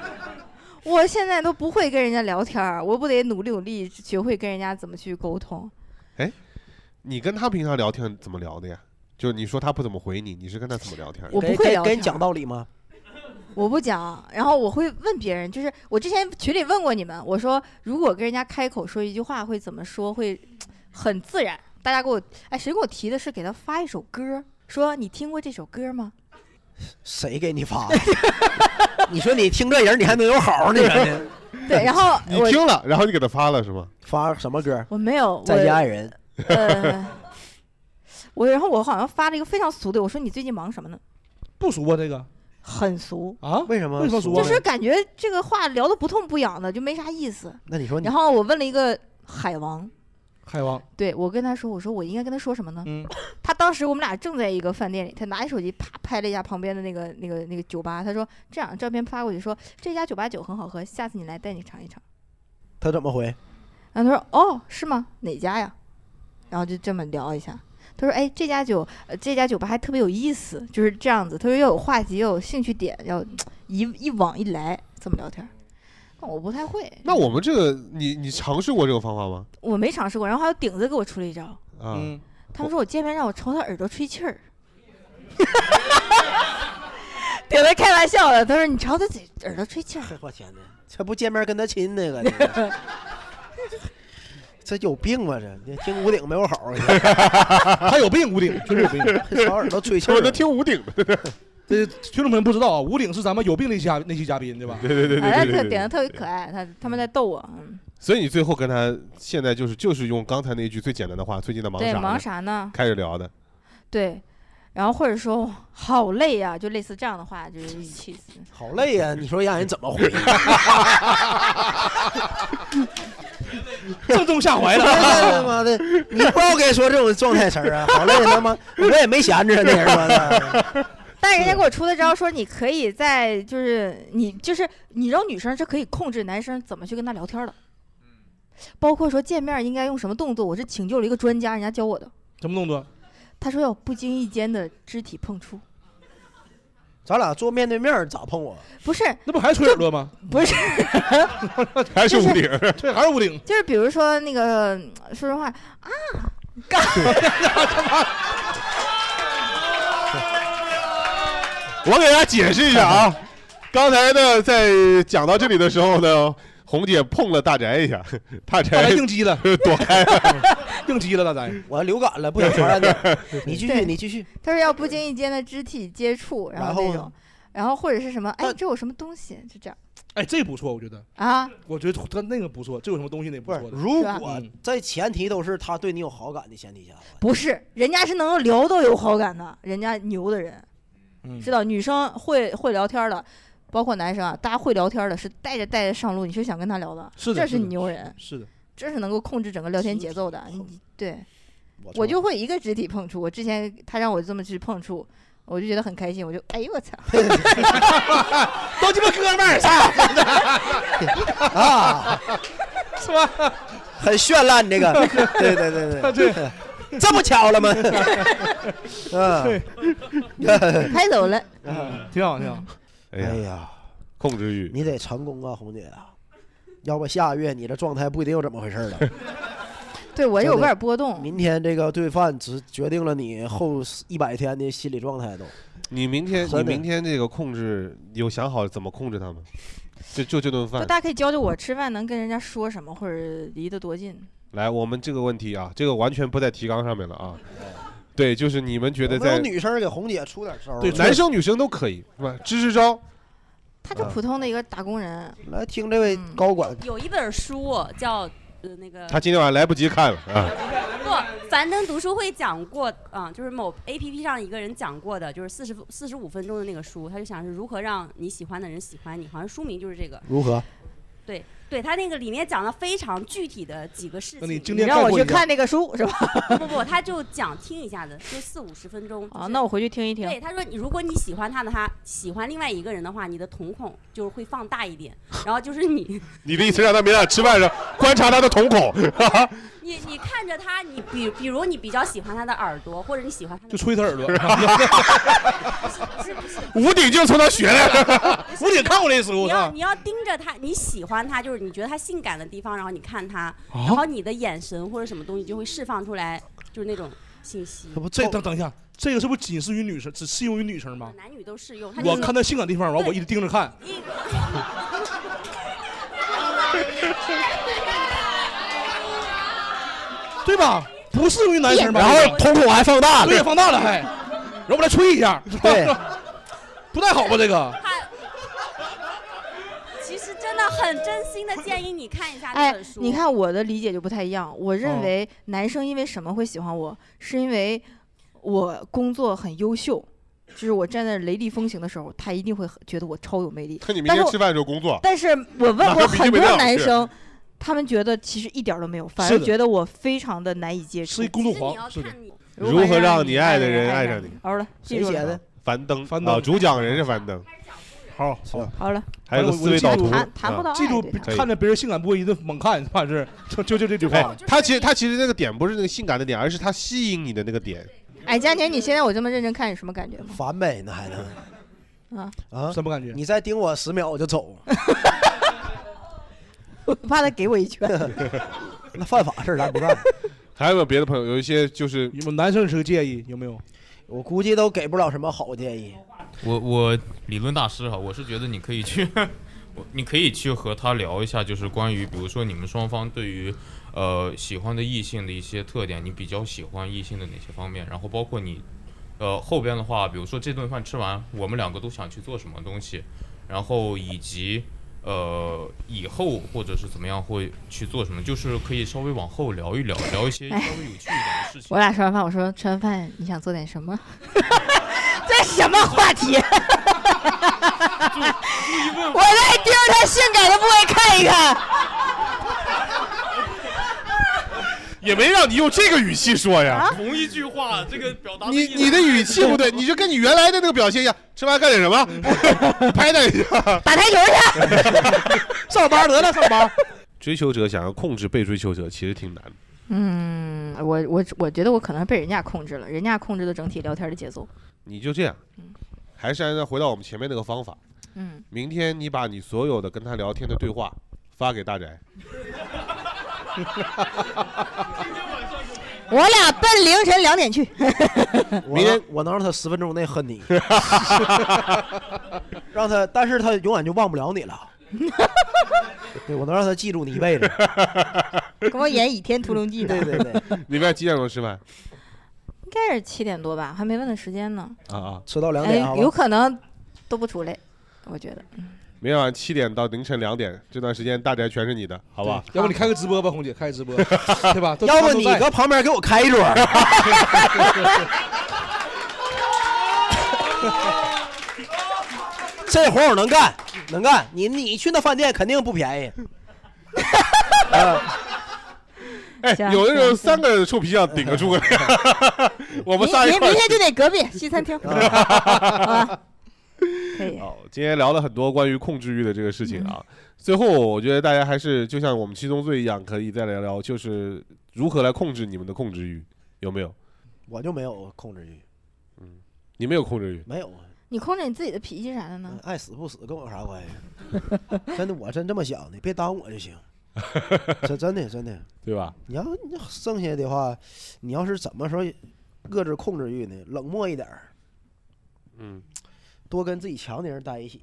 [SPEAKER 5] 我现在都不会跟人家聊天儿，我不得努力努力学会跟人家怎么去沟通。
[SPEAKER 1] 哎，你跟他平常聊天怎么聊的呀？就是你说他不怎么回你，你是跟他怎么聊天的？
[SPEAKER 5] 我不会聊
[SPEAKER 4] 跟
[SPEAKER 5] 天
[SPEAKER 4] 你讲道理吗？
[SPEAKER 5] 我不讲，然后我会问别人，就是我之前群里问过你们，我说如果跟人家开口说一句话会怎么说，会很自然。大家给我，哎，谁给我提的是给他发一首歌，说你听过这首歌吗？
[SPEAKER 4] 谁给你发的？ 你说你听这人，你还能有好呢？人家
[SPEAKER 5] 对然后
[SPEAKER 1] 你听了，然后你给他发了是吗？
[SPEAKER 4] 发什么歌？
[SPEAKER 5] 我没有，我
[SPEAKER 4] 再见爱人。
[SPEAKER 5] 呃，我然后我好像发了一个非常俗的，我说你最近忙什么呢？
[SPEAKER 3] 不熟啊，这个
[SPEAKER 5] 很俗
[SPEAKER 3] 啊？
[SPEAKER 4] 为什么
[SPEAKER 3] 为什么俗
[SPEAKER 5] 就
[SPEAKER 3] 啊？
[SPEAKER 5] 是感觉这个话聊得不痛不痒的，就没啥意思。
[SPEAKER 4] 那你说你
[SPEAKER 5] 然后我问了一个海王，
[SPEAKER 3] 海王，
[SPEAKER 5] 对我跟他说，我说我应该跟他说什么呢？
[SPEAKER 3] 嗯，
[SPEAKER 5] 他当时我们俩正在一个饭店里，他拿起手机啪拍了一下旁边的那个那个那个酒吧，他说这样照片发过去说这家酒吧酒很好喝，下次你来带你尝一尝。
[SPEAKER 4] 他怎么回？
[SPEAKER 5] 然后他说哦是吗？哪家呀？然后就这么聊一下。他说哎这家酒、呃、这家酒吧还特别有意思，就是这样子。他说要有话题，要有兴趣点，要一一往一来这么聊天儿。那我不太 会，
[SPEAKER 1] 那我们这个，你你尝试过这个方法吗？
[SPEAKER 5] 我没尝试过。然后还有顶子给我出了一招，
[SPEAKER 1] 啊，
[SPEAKER 4] 嗯
[SPEAKER 5] 他们说我见面让我朝他耳朵吹气 儿。顶他开玩笑的，他说你朝他嘴耳朵吹气儿。
[SPEAKER 4] 我天哪，这不见面跟他亲那 个？这有病吧？这这听屋顶没有好，，
[SPEAKER 3] 他有病，屋顶确实有病
[SPEAKER 4] 朝耳朵吹气 儿我都听
[SPEAKER 1] 屋顶
[SPEAKER 3] 的。 这听众朋友不知道啊，屋顶是咱们有病那期嘉那期嘉宾对吧？
[SPEAKER 5] 哎
[SPEAKER 1] 对对对
[SPEAKER 5] 反正特顶的特别可爱，他他们在逗我，嗯
[SPEAKER 1] 所以你最后跟他现在就是就是用刚才那句最简单的话，最近在忙
[SPEAKER 5] 对
[SPEAKER 1] 啥？
[SPEAKER 5] 忙啥呢
[SPEAKER 1] 开始聊的，
[SPEAKER 5] 对，然后或者说好累呀、就类似这样的话，就是语气 词。
[SPEAKER 4] 好累呀、你说让人怎么 回？
[SPEAKER 3] 正中下怀了
[SPEAKER 4] 他妈的， 你不要给说这种状态词儿 啊！好累，他妈我也没闲着呢，是吧？
[SPEAKER 5] 但人家给我出的招说，你可以在就是你就是你知道女生是可以控制男生怎么去跟他聊天的，包括说见面应该用什么动作，我是请教了一个专家，人家教我的。
[SPEAKER 3] 什么动作？
[SPEAKER 5] 他说要不经意间的肢体碰触，
[SPEAKER 4] 咱俩坐面对面儿咋碰我？啊
[SPEAKER 5] 不是
[SPEAKER 3] 那不还是吹耳朵吗？
[SPEAKER 5] 不 是，
[SPEAKER 1] 还是屋顶？
[SPEAKER 3] 对，还是屋顶。
[SPEAKER 5] 就是比如说那个呃说实话啊，
[SPEAKER 1] 我给大家解释一下啊，刚才呢，在讲到这里的时候呢，红姐碰了大宅一下， 大
[SPEAKER 3] 大
[SPEAKER 1] 宅
[SPEAKER 3] 宅应激了，
[SPEAKER 1] 躲开了，
[SPEAKER 3] 应激了大宅。
[SPEAKER 4] 嗯我流感了，不想 传染点。你继续，
[SPEAKER 5] 对
[SPEAKER 4] 你继续。
[SPEAKER 5] 他说要不经意间的肢体接触，然后
[SPEAKER 3] 然后
[SPEAKER 5] 那
[SPEAKER 3] 呢
[SPEAKER 5] 种，然后或者是什么，哎，这有什么东西，就这样
[SPEAKER 3] 哎，这不错，我觉得。
[SPEAKER 5] 啊。
[SPEAKER 3] 我觉得他那个不错，这有什么东西那不错的。嗯
[SPEAKER 4] 如果在前提都是他对你有好感的前提下，
[SPEAKER 5] 不是，人家是能聊到有好感的，人家牛的人，
[SPEAKER 4] 嗯
[SPEAKER 5] 知道女生会会聊天的，包括男生啊，大家会聊天的是带着带着上路，你就想跟他聊的，
[SPEAKER 4] 是的
[SPEAKER 5] 这
[SPEAKER 4] 是
[SPEAKER 5] 是
[SPEAKER 4] 的
[SPEAKER 5] 牛人，
[SPEAKER 3] 是的，
[SPEAKER 5] 这是能够控制整个聊天节奏的，你对，
[SPEAKER 4] 我
[SPEAKER 5] 我就会一个肢体碰触，我之前他让我这么去碰触。我就觉得很开心，我就哎呦 我操，
[SPEAKER 3] 都鸡巴哥们儿操！
[SPEAKER 4] 啊，
[SPEAKER 3] 是吧？
[SPEAKER 4] 很绚烂，这 个，对对对 对这不巧了吗？嗯，
[SPEAKER 5] 拍走了。
[SPEAKER 3] 嗯挺好，挺好。
[SPEAKER 1] 哎
[SPEAKER 4] 呀，
[SPEAKER 1] 控制欲，
[SPEAKER 4] 你得成功啊，红姐啊，要不下个月你这状态不一定又怎么回事了。
[SPEAKER 5] 对我有
[SPEAKER 4] 真的
[SPEAKER 5] 有点波 动，
[SPEAKER 4] 明天这个对饭只决定了你后一百天的心理状态都。
[SPEAKER 1] 你明天
[SPEAKER 4] 真的
[SPEAKER 1] 你明天这个控制有想好怎么控制他吗？就就这顿
[SPEAKER 5] 就
[SPEAKER 4] 嗯
[SPEAKER 1] 饭，
[SPEAKER 5] 大家可以教教我吃饭能跟人家说什么，或者离得多
[SPEAKER 4] 嗯
[SPEAKER 5] 近。
[SPEAKER 1] 来，我们这个问题啊，这个完全不在提纲上面了啊。对，就是你们觉得
[SPEAKER 4] 有没有
[SPEAKER 1] 在
[SPEAKER 4] 女生给红姐出点招儿？
[SPEAKER 1] 对男生女生都可以是吧？支支招，
[SPEAKER 5] 他就
[SPEAKER 1] 啊
[SPEAKER 5] 普通的一个打工人，嗯
[SPEAKER 4] 来听这位高管，
[SPEAKER 11] 有一本书叫呃那个
[SPEAKER 1] 他今天晚上来不及看了啊。
[SPEAKER 11] 不，樊登读书会讲过啊、就是某 A P P 上一个人讲过的，就是四十四十五分钟的那个书，他就想是如何让你喜欢的人喜欢你，好像书名就是这个。
[SPEAKER 4] 如何？
[SPEAKER 11] 对，对他那个里面讲了非常具体的几个事
[SPEAKER 3] 那
[SPEAKER 11] 情。
[SPEAKER 3] 你今天你让我概括一去下看
[SPEAKER 5] 那个书是吧？
[SPEAKER 11] 不不不，他就讲听一下子，就四五十分钟。
[SPEAKER 5] 啊，那我回去听一听。
[SPEAKER 11] 对，他说你如果你喜欢他的他喜欢另外一个人的话，你的瞳孔就是会放大一点，然后就是你
[SPEAKER 1] 你的意思让他明天吃饭时候观察他的瞳孔，
[SPEAKER 11] 你你看着他，你比比如你比较喜欢他的耳朵，或者你喜欢他的
[SPEAKER 3] 就吹他耳朵。
[SPEAKER 11] 是不是？
[SPEAKER 1] 吴鼎就是从他学的。
[SPEAKER 3] 吴鼎 看过那书，
[SPEAKER 11] 你
[SPEAKER 3] 我
[SPEAKER 11] 要
[SPEAKER 3] 操
[SPEAKER 11] 你！要盯着他，你喜欢他，就是你觉得他性感的地方，然后你看他，
[SPEAKER 3] 啊
[SPEAKER 11] 然后你的眼神或者什么东西就会释放出来，就是那种信息。
[SPEAKER 3] 这不
[SPEAKER 4] 哦
[SPEAKER 3] 这等等一下，这个是不是仅适于女生，只适用于女生吗？
[SPEAKER 11] 男女都适用。他
[SPEAKER 3] 我
[SPEAKER 11] 就是
[SPEAKER 3] 看他性感地方，完我一直盯 着看。对吧？不适用于男生吧？
[SPEAKER 4] 然后瞳孔还放大了
[SPEAKER 3] 对，放大了还，然后我来吹一下，是吧
[SPEAKER 4] 对，
[SPEAKER 3] 不太好吧？这个
[SPEAKER 11] 其实真的很真心的建议你看一下那
[SPEAKER 5] 哎
[SPEAKER 11] 本，书。
[SPEAKER 5] 你看我的理解就不太一样。我认
[SPEAKER 1] 哦
[SPEAKER 5] 为男生因为什么会喜欢我，是因为我工作很优秀，就是我站在雷厉风行的时候，他一定会很觉得我超有魅力。
[SPEAKER 1] 看你明
[SPEAKER 5] 但是
[SPEAKER 1] 天
[SPEAKER 5] 我
[SPEAKER 1] 吃饭的时候工作。
[SPEAKER 5] 但是我问
[SPEAKER 1] 哪
[SPEAKER 5] 过
[SPEAKER 1] 个比基
[SPEAKER 5] 很
[SPEAKER 1] 本
[SPEAKER 5] 多
[SPEAKER 1] 料
[SPEAKER 5] 男
[SPEAKER 1] 是
[SPEAKER 5] 生，他们觉得其实一点儿都没有，反
[SPEAKER 1] 是
[SPEAKER 5] 而
[SPEAKER 1] 的
[SPEAKER 5] 觉得我非常的难以接触。
[SPEAKER 3] 是工作狂，是的。
[SPEAKER 1] 如何让你爱的人爱上你？
[SPEAKER 5] 好了，记住了。？
[SPEAKER 1] 樊登，
[SPEAKER 3] 樊
[SPEAKER 1] 啊，
[SPEAKER 3] 登
[SPEAKER 1] 主讲人是樊登。
[SPEAKER 3] 好，好，
[SPEAKER 5] 好了，
[SPEAKER 1] 还有个思维导图，啊
[SPEAKER 3] 记住
[SPEAKER 1] 对他
[SPEAKER 3] 看着别人性感部位一顿猛看，反正就就就这句
[SPEAKER 1] 哎
[SPEAKER 3] 话。，
[SPEAKER 1] 他其实他其实那个点不是那个性感的点，而是他吸引你的那个点。
[SPEAKER 5] 哎，佳宁，你现在我这么认真看，有什么感觉吗？
[SPEAKER 4] 烦呗，那还能
[SPEAKER 5] 啊，
[SPEAKER 4] 啊？
[SPEAKER 3] 什么感觉？
[SPEAKER 4] 你再盯我十秒我就走，
[SPEAKER 5] 我怕他给我一拳。
[SPEAKER 4] 那犯法事儿咱不干。
[SPEAKER 1] 还有没有别的朋友？有一些就是
[SPEAKER 3] 你们男生是个建议有没有？
[SPEAKER 4] 我估计都给不了什么好建议。
[SPEAKER 12] 我我理论大师哈，我是觉得你可以去，我你可以去和他聊一下，就是关于比如说你们双方对于呃喜欢的异性的一些特点，你比较喜欢异性的哪些方面，然后包括你呃后边的话，比如说这顿饭吃完，我们两个都想去做什么东西，然后以及呃以以后或者是怎么样会去做什么，就是可以稍微往后聊一聊，聊一些稍微有趣一点的事情。
[SPEAKER 5] 我俩吃完饭，我说吃完饭你想做点什么？ 这什么话题？
[SPEAKER 6] 我再盯着他性感的部位看一看。
[SPEAKER 1] 也没让你用这个语气说呀。
[SPEAKER 12] 同一句话，这个表达
[SPEAKER 1] 啊你你的语气不对，你就跟你原来的那个表现一样。吃饭干点什么？ 拍他一下，
[SPEAKER 6] 打台球去。
[SPEAKER 4] 上班得 了，上班。
[SPEAKER 1] 追求者想要控制被追求者，其实挺难的。
[SPEAKER 5] 嗯，我我我觉得我可能被人家控制了，人家控制了整体聊天的节奏。
[SPEAKER 1] 你就这样，还是按照回到我们前面那个方法。
[SPEAKER 5] 嗯，
[SPEAKER 1] 明天你把你所有的跟他聊天的对话发给大宅。
[SPEAKER 6] 我俩奔凌晨两点去。
[SPEAKER 4] 明天我能让他十分钟内恨 你，让他，但是他永远就忘不了你 了。对，我能让他记住你一辈子。
[SPEAKER 5] 跟我演《倚天屠龙记》呢。
[SPEAKER 4] 对对对，
[SPEAKER 1] 你们几点钟吃饭？
[SPEAKER 5] 应该是七点多吧，还没问他时间呢。
[SPEAKER 1] 啊啊，
[SPEAKER 4] 吃到两
[SPEAKER 5] 哎
[SPEAKER 4] 点好，吧
[SPEAKER 5] 有可能都不出来，我觉得。嗯
[SPEAKER 1] 明天晚上七点到凌晨两点这段时间，大宅全是你的，好不好？
[SPEAKER 3] 要不你开个直播吧，红姐，开个 直播，对吧？都
[SPEAKER 1] 要不
[SPEAKER 3] 大家都
[SPEAKER 1] 你
[SPEAKER 3] 在
[SPEAKER 1] 搁旁边给我开一桌
[SPEAKER 4] 这活我能干，能干。你你去那饭店肯定不便宜。
[SPEAKER 1] 哎，
[SPEAKER 5] 啊
[SPEAKER 1] 有的时候三个臭皮匠顶 得住， 我们
[SPEAKER 6] 明
[SPEAKER 5] 哎
[SPEAKER 1] 仨一
[SPEAKER 6] 明
[SPEAKER 1] 块儿啊
[SPEAKER 6] 明天就得隔壁西 餐厅。
[SPEAKER 1] 好，今天聊了很多关于控制欲的这个事情啊。
[SPEAKER 5] 嗯
[SPEAKER 1] 最后，我觉得大家还是就像我们七宗罪一样，可以再聊聊，就是如何来控制你们的控制欲，有没有？
[SPEAKER 4] 我就没有控制欲，
[SPEAKER 1] 你们有控制欲？
[SPEAKER 4] 没有，
[SPEAKER 5] 你控制你自己的脾气啥的呢？
[SPEAKER 4] 嗯爱死不死跟我有啥关系？真的，我真这么想的，别耽误我就行。这真的真的，
[SPEAKER 1] 对吧？
[SPEAKER 4] 你要你要剩下的话，你要是怎么说遏制控制欲呢？冷漠一点儿，
[SPEAKER 1] 嗯
[SPEAKER 4] 多跟自己强的人待一起，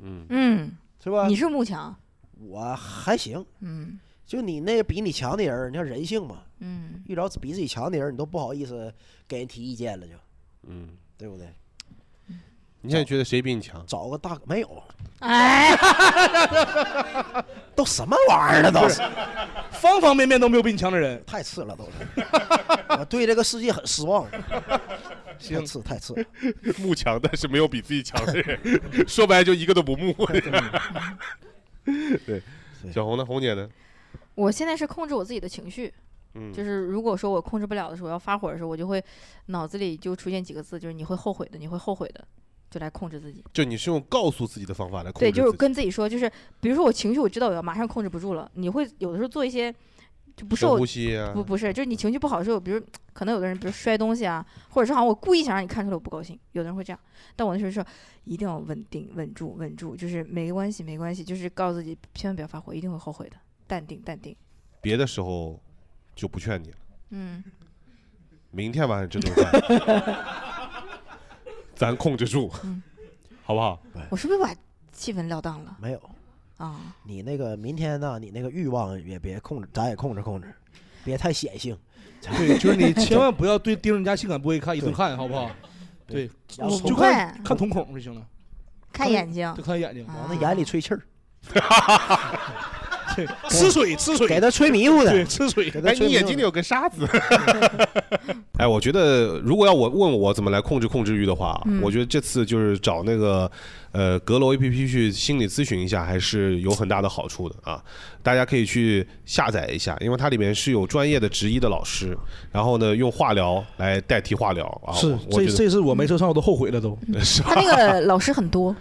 [SPEAKER 1] 嗯
[SPEAKER 5] 嗯，
[SPEAKER 4] 是吧？
[SPEAKER 5] 你是慕强，
[SPEAKER 4] 我还行，
[SPEAKER 5] 嗯
[SPEAKER 4] 就你那比你强的人，你看人性嘛，
[SPEAKER 5] 嗯，
[SPEAKER 4] 遇着比自己强的人，你都不好意思给人提意见了就，
[SPEAKER 1] 嗯，
[SPEAKER 4] 对不对？
[SPEAKER 1] 你现在觉得谁比你强？
[SPEAKER 4] 找个大哥没有，
[SPEAKER 5] 哎，
[SPEAKER 4] 都什么玩意儿了都是，
[SPEAKER 3] 方方面面都没有比你强 的人，
[SPEAKER 4] 太次了都是。我对这个世界很失望，太次太次了。
[SPEAKER 1] 慕强，但是没有比自己强的人， 说白了就一个都不慕。对，小红呢？红姐呢？
[SPEAKER 5] 我现在是控制我自己的情绪，
[SPEAKER 1] 嗯
[SPEAKER 5] 就是如果说我控制不了的时候，要发火的时候，我就会脑子里就出现几个字，就是你会后悔的，你会后悔的，就来控制自己。
[SPEAKER 1] 就你是用告诉自己的方法来控制
[SPEAKER 5] 对，
[SPEAKER 1] 自己，
[SPEAKER 5] 就是跟自己说，就是比如说我情绪，我知道我要马上控制不住了，你会有的时候做一些就不
[SPEAKER 1] 深
[SPEAKER 5] 受
[SPEAKER 1] 呼吸啊
[SPEAKER 5] 不不是，就是你情绪不好的时候，比如可能有的人比如摔东西啊，或者是好像我故意想让你看出来我不高兴，有的人会这样，但我那时候说一定要稳定、稳住、稳住，就是没关系、没关系，就是告诉自己千万不要发火，一定会后悔的，淡定、淡定，
[SPEAKER 1] 别的时候就不劝你了。
[SPEAKER 5] 嗯。
[SPEAKER 1] 明天晚上这顿 饭，咱控制住，好不好？
[SPEAKER 5] 我是不是把气氛撂荡了
[SPEAKER 4] 没有，
[SPEAKER 5] 啊？
[SPEAKER 4] 你那个明天呢？你那个欲望也别控制，咱也控制控制，别太显性。
[SPEAKER 3] 对，就 是你千万不要对盯着人家性感部位看一顿看，好不好？
[SPEAKER 4] 对
[SPEAKER 3] 对，
[SPEAKER 4] 然后
[SPEAKER 3] 就
[SPEAKER 4] 不会
[SPEAKER 3] 看看瞳孔就行了，
[SPEAKER 5] 看眼睛啊
[SPEAKER 3] 就看眼睛，啊
[SPEAKER 4] 往那眼里吹气儿。
[SPEAKER 3] 对，吃水吃水，
[SPEAKER 4] 给他吹迷糊的，
[SPEAKER 3] 对，吃水。
[SPEAKER 1] 哎，你眼睛里有个沙子。哎，我觉得如果要我问我怎么来控制控制欲的话，
[SPEAKER 13] 嗯
[SPEAKER 1] 我觉得这次就是找那个呃阁楼 APP 去心理咨询一下，还是有很大的好处的啊。大家可以去下载一下，因为它里面是有专业的执医的老师，然后呢用化疗来代替化疗啊。
[SPEAKER 3] 是
[SPEAKER 1] 我，我
[SPEAKER 3] 这
[SPEAKER 1] 觉得
[SPEAKER 3] 这次我没车上我都后悔了都。
[SPEAKER 1] 是
[SPEAKER 5] 他那个老师很多，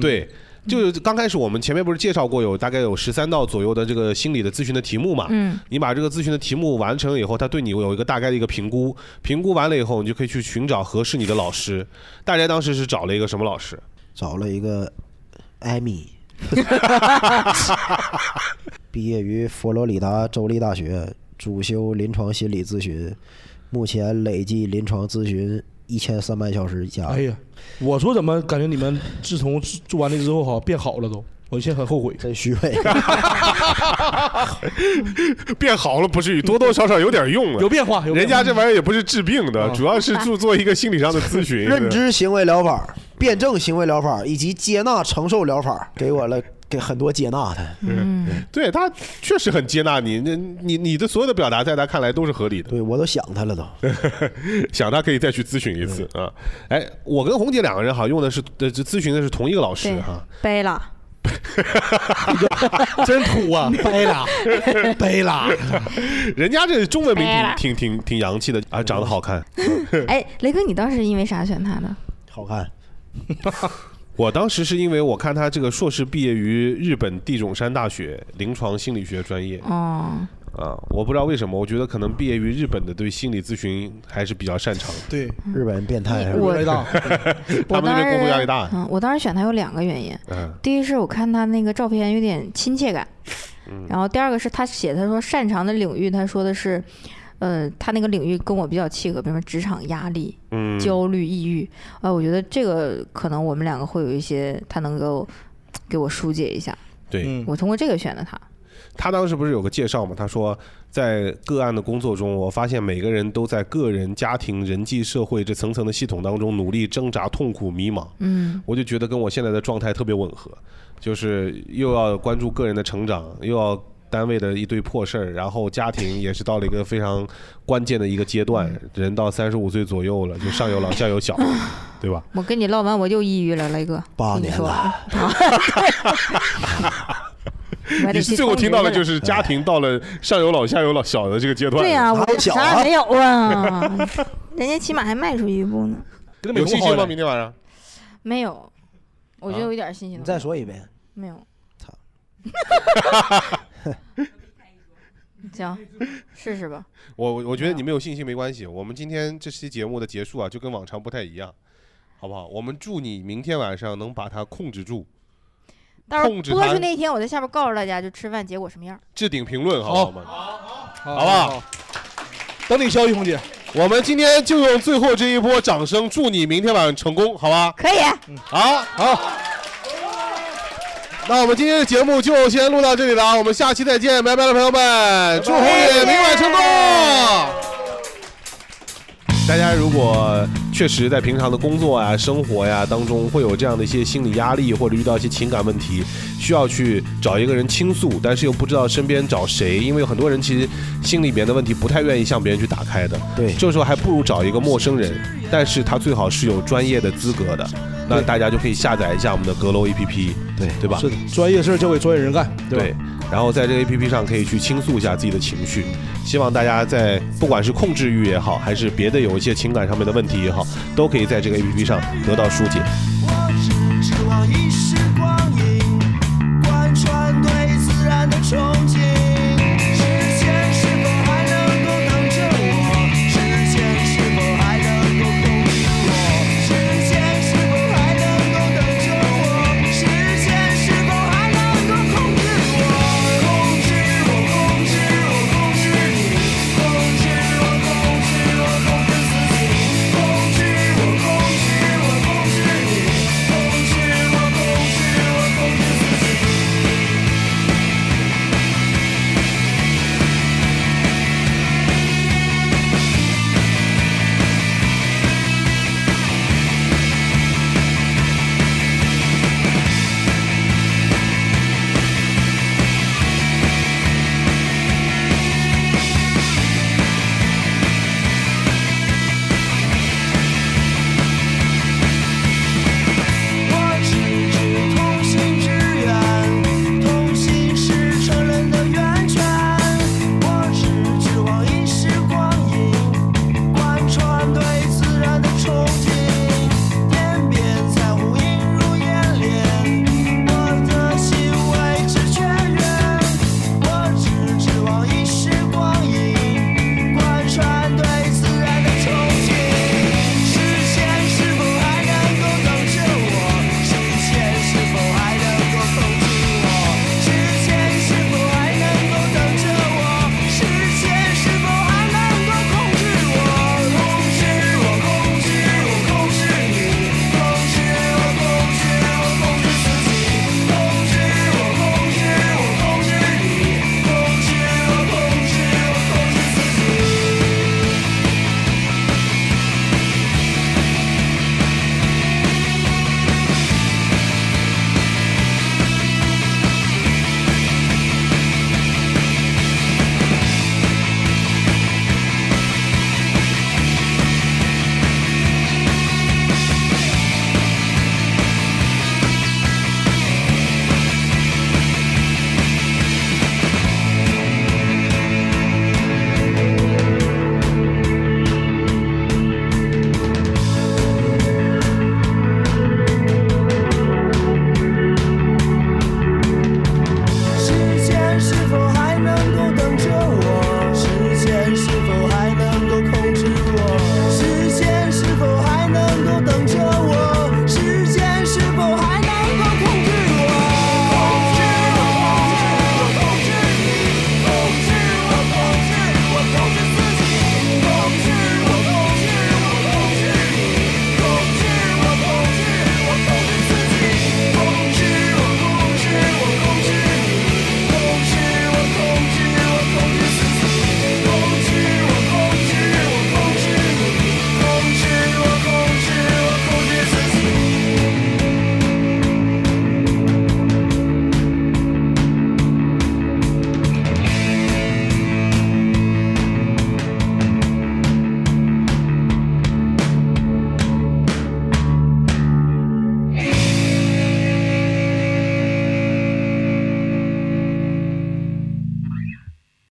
[SPEAKER 1] 对，就是刚开始我们前面不是介绍过有大概有十三道左右的这个心理的咨询的题目嘛？
[SPEAKER 5] 嗯
[SPEAKER 1] 你把这个咨询的题目完成了以后，他对你有一个大概的一个评估，评估完了以后，你就可以去寻找合适你的老师。大家当时是找了一个什么老师？
[SPEAKER 4] 找了一个艾米，毕业于佛罗里达州立大学，主修临床心理咨询，目前累计临床咨询一千三百小时加。
[SPEAKER 3] 哎呀，我说怎么感觉你们自从做完了之后好变好了都，我现在很后悔，
[SPEAKER 4] 真虚伪。
[SPEAKER 1] 变好了不至于，多多少少有嗯点用了，啊
[SPEAKER 3] 有变化。
[SPEAKER 1] 人家这玩意儿也不是治病的，主要是做做一个心理上的咨 询。
[SPEAKER 4] 认知行为疗法、辩证行为疗法以及接纳承受疗法，给我了给很多接纳他。
[SPEAKER 1] 嗯，对他确实很接纳你，那你你的所有的表达在他看来都是合理的。
[SPEAKER 4] 对我都想他了都，
[SPEAKER 1] 想他可以再去咨询一次啊。哎，我跟红姐两个人哈用的是呃这咨询的是同一个老师
[SPEAKER 5] 对
[SPEAKER 1] 哈，
[SPEAKER 5] 掰了，
[SPEAKER 1] 真土 啊，
[SPEAKER 5] 掰了
[SPEAKER 1] 背了， 人家这中文名
[SPEAKER 5] 掰了
[SPEAKER 1] 挺挺挺挺洋气的
[SPEAKER 4] 嗯
[SPEAKER 1] 啊，长得好看，
[SPEAKER 5] 哎，雷哥，你当时因为啥选他 的？
[SPEAKER 4] 好看。
[SPEAKER 1] 我当时是因为我看他这个硕士毕业于日本地种山大学临床心理学专 业，
[SPEAKER 5] 哦，
[SPEAKER 1] 啊，我不知道为什么，我觉得可能毕业于日本的对心理咨询还是比较擅长的。
[SPEAKER 3] 对，
[SPEAKER 4] 日本变态
[SPEAKER 5] 哎我
[SPEAKER 1] 压力 大，
[SPEAKER 5] 我
[SPEAKER 1] 他
[SPEAKER 5] 当
[SPEAKER 1] 们那边
[SPEAKER 5] 时
[SPEAKER 1] 工作压力大。
[SPEAKER 5] 嗯，我当时选他有两个原因，
[SPEAKER 1] 嗯
[SPEAKER 5] 第一是我看他那个照片有点亲切感，
[SPEAKER 1] 嗯
[SPEAKER 5] 然后第二个是他写他说擅长的领域，他说的是，呃，他那个领域跟我比较契合，比如说职场压力、
[SPEAKER 1] 嗯
[SPEAKER 5] 焦虑、抑郁，啊、我觉得这个可能我们两个会有一些他能够给我疏解一下，
[SPEAKER 1] 对，
[SPEAKER 5] 我通过这个选的他。
[SPEAKER 1] 他当时不是有个介绍嘛？他说，在个案的工作中，我发现每个人都在个人、家庭、人际、社会这层层的系统当中努力挣扎、痛苦、迷茫。
[SPEAKER 5] 嗯，
[SPEAKER 1] 我就觉得跟我现在的状态特别吻合，就是又要关注个人的成长，又要单位的一堆破事儿，然后家庭也是到了一个非常关键的一个阶段，
[SPEAKER 5] 嗯
[SPEAKER 1] 人到三十五岁左右了，就上有老下有 小，对吧？
[SPEAKER 5] 我跟你唠完我又抑郁了，雷哥。
[SPEAKER 1] 八
[SPEAKER 5] 跟你
[SPEAKER 1] 年
[SPEAKER 5] 说
[SPEAKER 1] 了，
[SPEAKER 5] 我还得
[SPEAKER 1] 你
[SPEAKER 5] 去
[SPEAKER 1] 最后
[SPEAKER 5] 充
[SPEAKER 1] 听到的
[SPEAKER 5] 值去
[SPEAKER 1] 就
[SPEAKER 5] 了
[SPEAKER 1] 是家庭到了上有老下有老小的这个阶段，
[SPEAKER 5] 对呀、我
[SPEAKER 1] 啊
[SPEAKER 5] 啥也没有啊， 人家起码还迈出一步呢。
[SPEAKER 1] 跟有信心吗？明啊天晚上？
[SPEAKER 5] 没有，我觉得我一点信心
[SPEAKER 4] 你
[SPEAKER 5] 都没有。
[SPEAKER 4] 再说一遍，
[SPEAKER 5] 没有。操！ 行，试试吧。
[SPEAKER 1] 我我我觉得
[SPEAKER 3] 嗯
[SPEAKER 1] 你没有信心没关系，我们今天这期节目的结束啊，就跟往常不太一样，好不好？我们祝你明天晚上能把它控制住，
[SPEAKER 5] 到时候
[SPEAKER 1] 控制
[SPEAKER 5] 播
[SPEAKER 1] 它
[SPEAKER 5] 出那一天，我在下边告诉大家，就吃饭结果什么样。
[SPEAKER 1] 置顶评论，好不好嘛？好不好？
[SPEAKER 3] 等你消息，红姐。
[SPEAKER 1] 我们今天就用最后这一波掌声，祝你明天晚上成功，好吧？
[SPEAKER 5] 可以。
[SPEAKER 3] 嗯
[SPEAKER 1] 好，好。那我们今天的节目就先录到这里了啊，我们下期再见，拜拜了，朋友们，祝红姐明晚成功。大家如果确实在平常的工作呀、生活呀当中会有这样的一些心理压力，或者遇到一些情感问题，需要去找一个人倾诉，但是又不知道身边找谁，因为有很多人其实心里面的问题不太愿意向别人去打开的。
[SPEAKER 4] 对，
[SPEAKER 1] 这时候还不如找一个陌生人，但是他最好是有专业的资格的。那大家就可以下载一下我们的阁楼 APP，
[SPEAKER 4] 对
[SPEAKER 1] 对吧？
[SPEAKER 3] 是的，专业事儿交给专业人干，对吧？
[SPEAKER 1] 对，然后在这个 A P P 上可以去倾诉一下自己的情绪，希望大家在不管是控制欲也好，还是别的有一些情感上面的问题也好，都可以在这个 A P P 上得到疏解。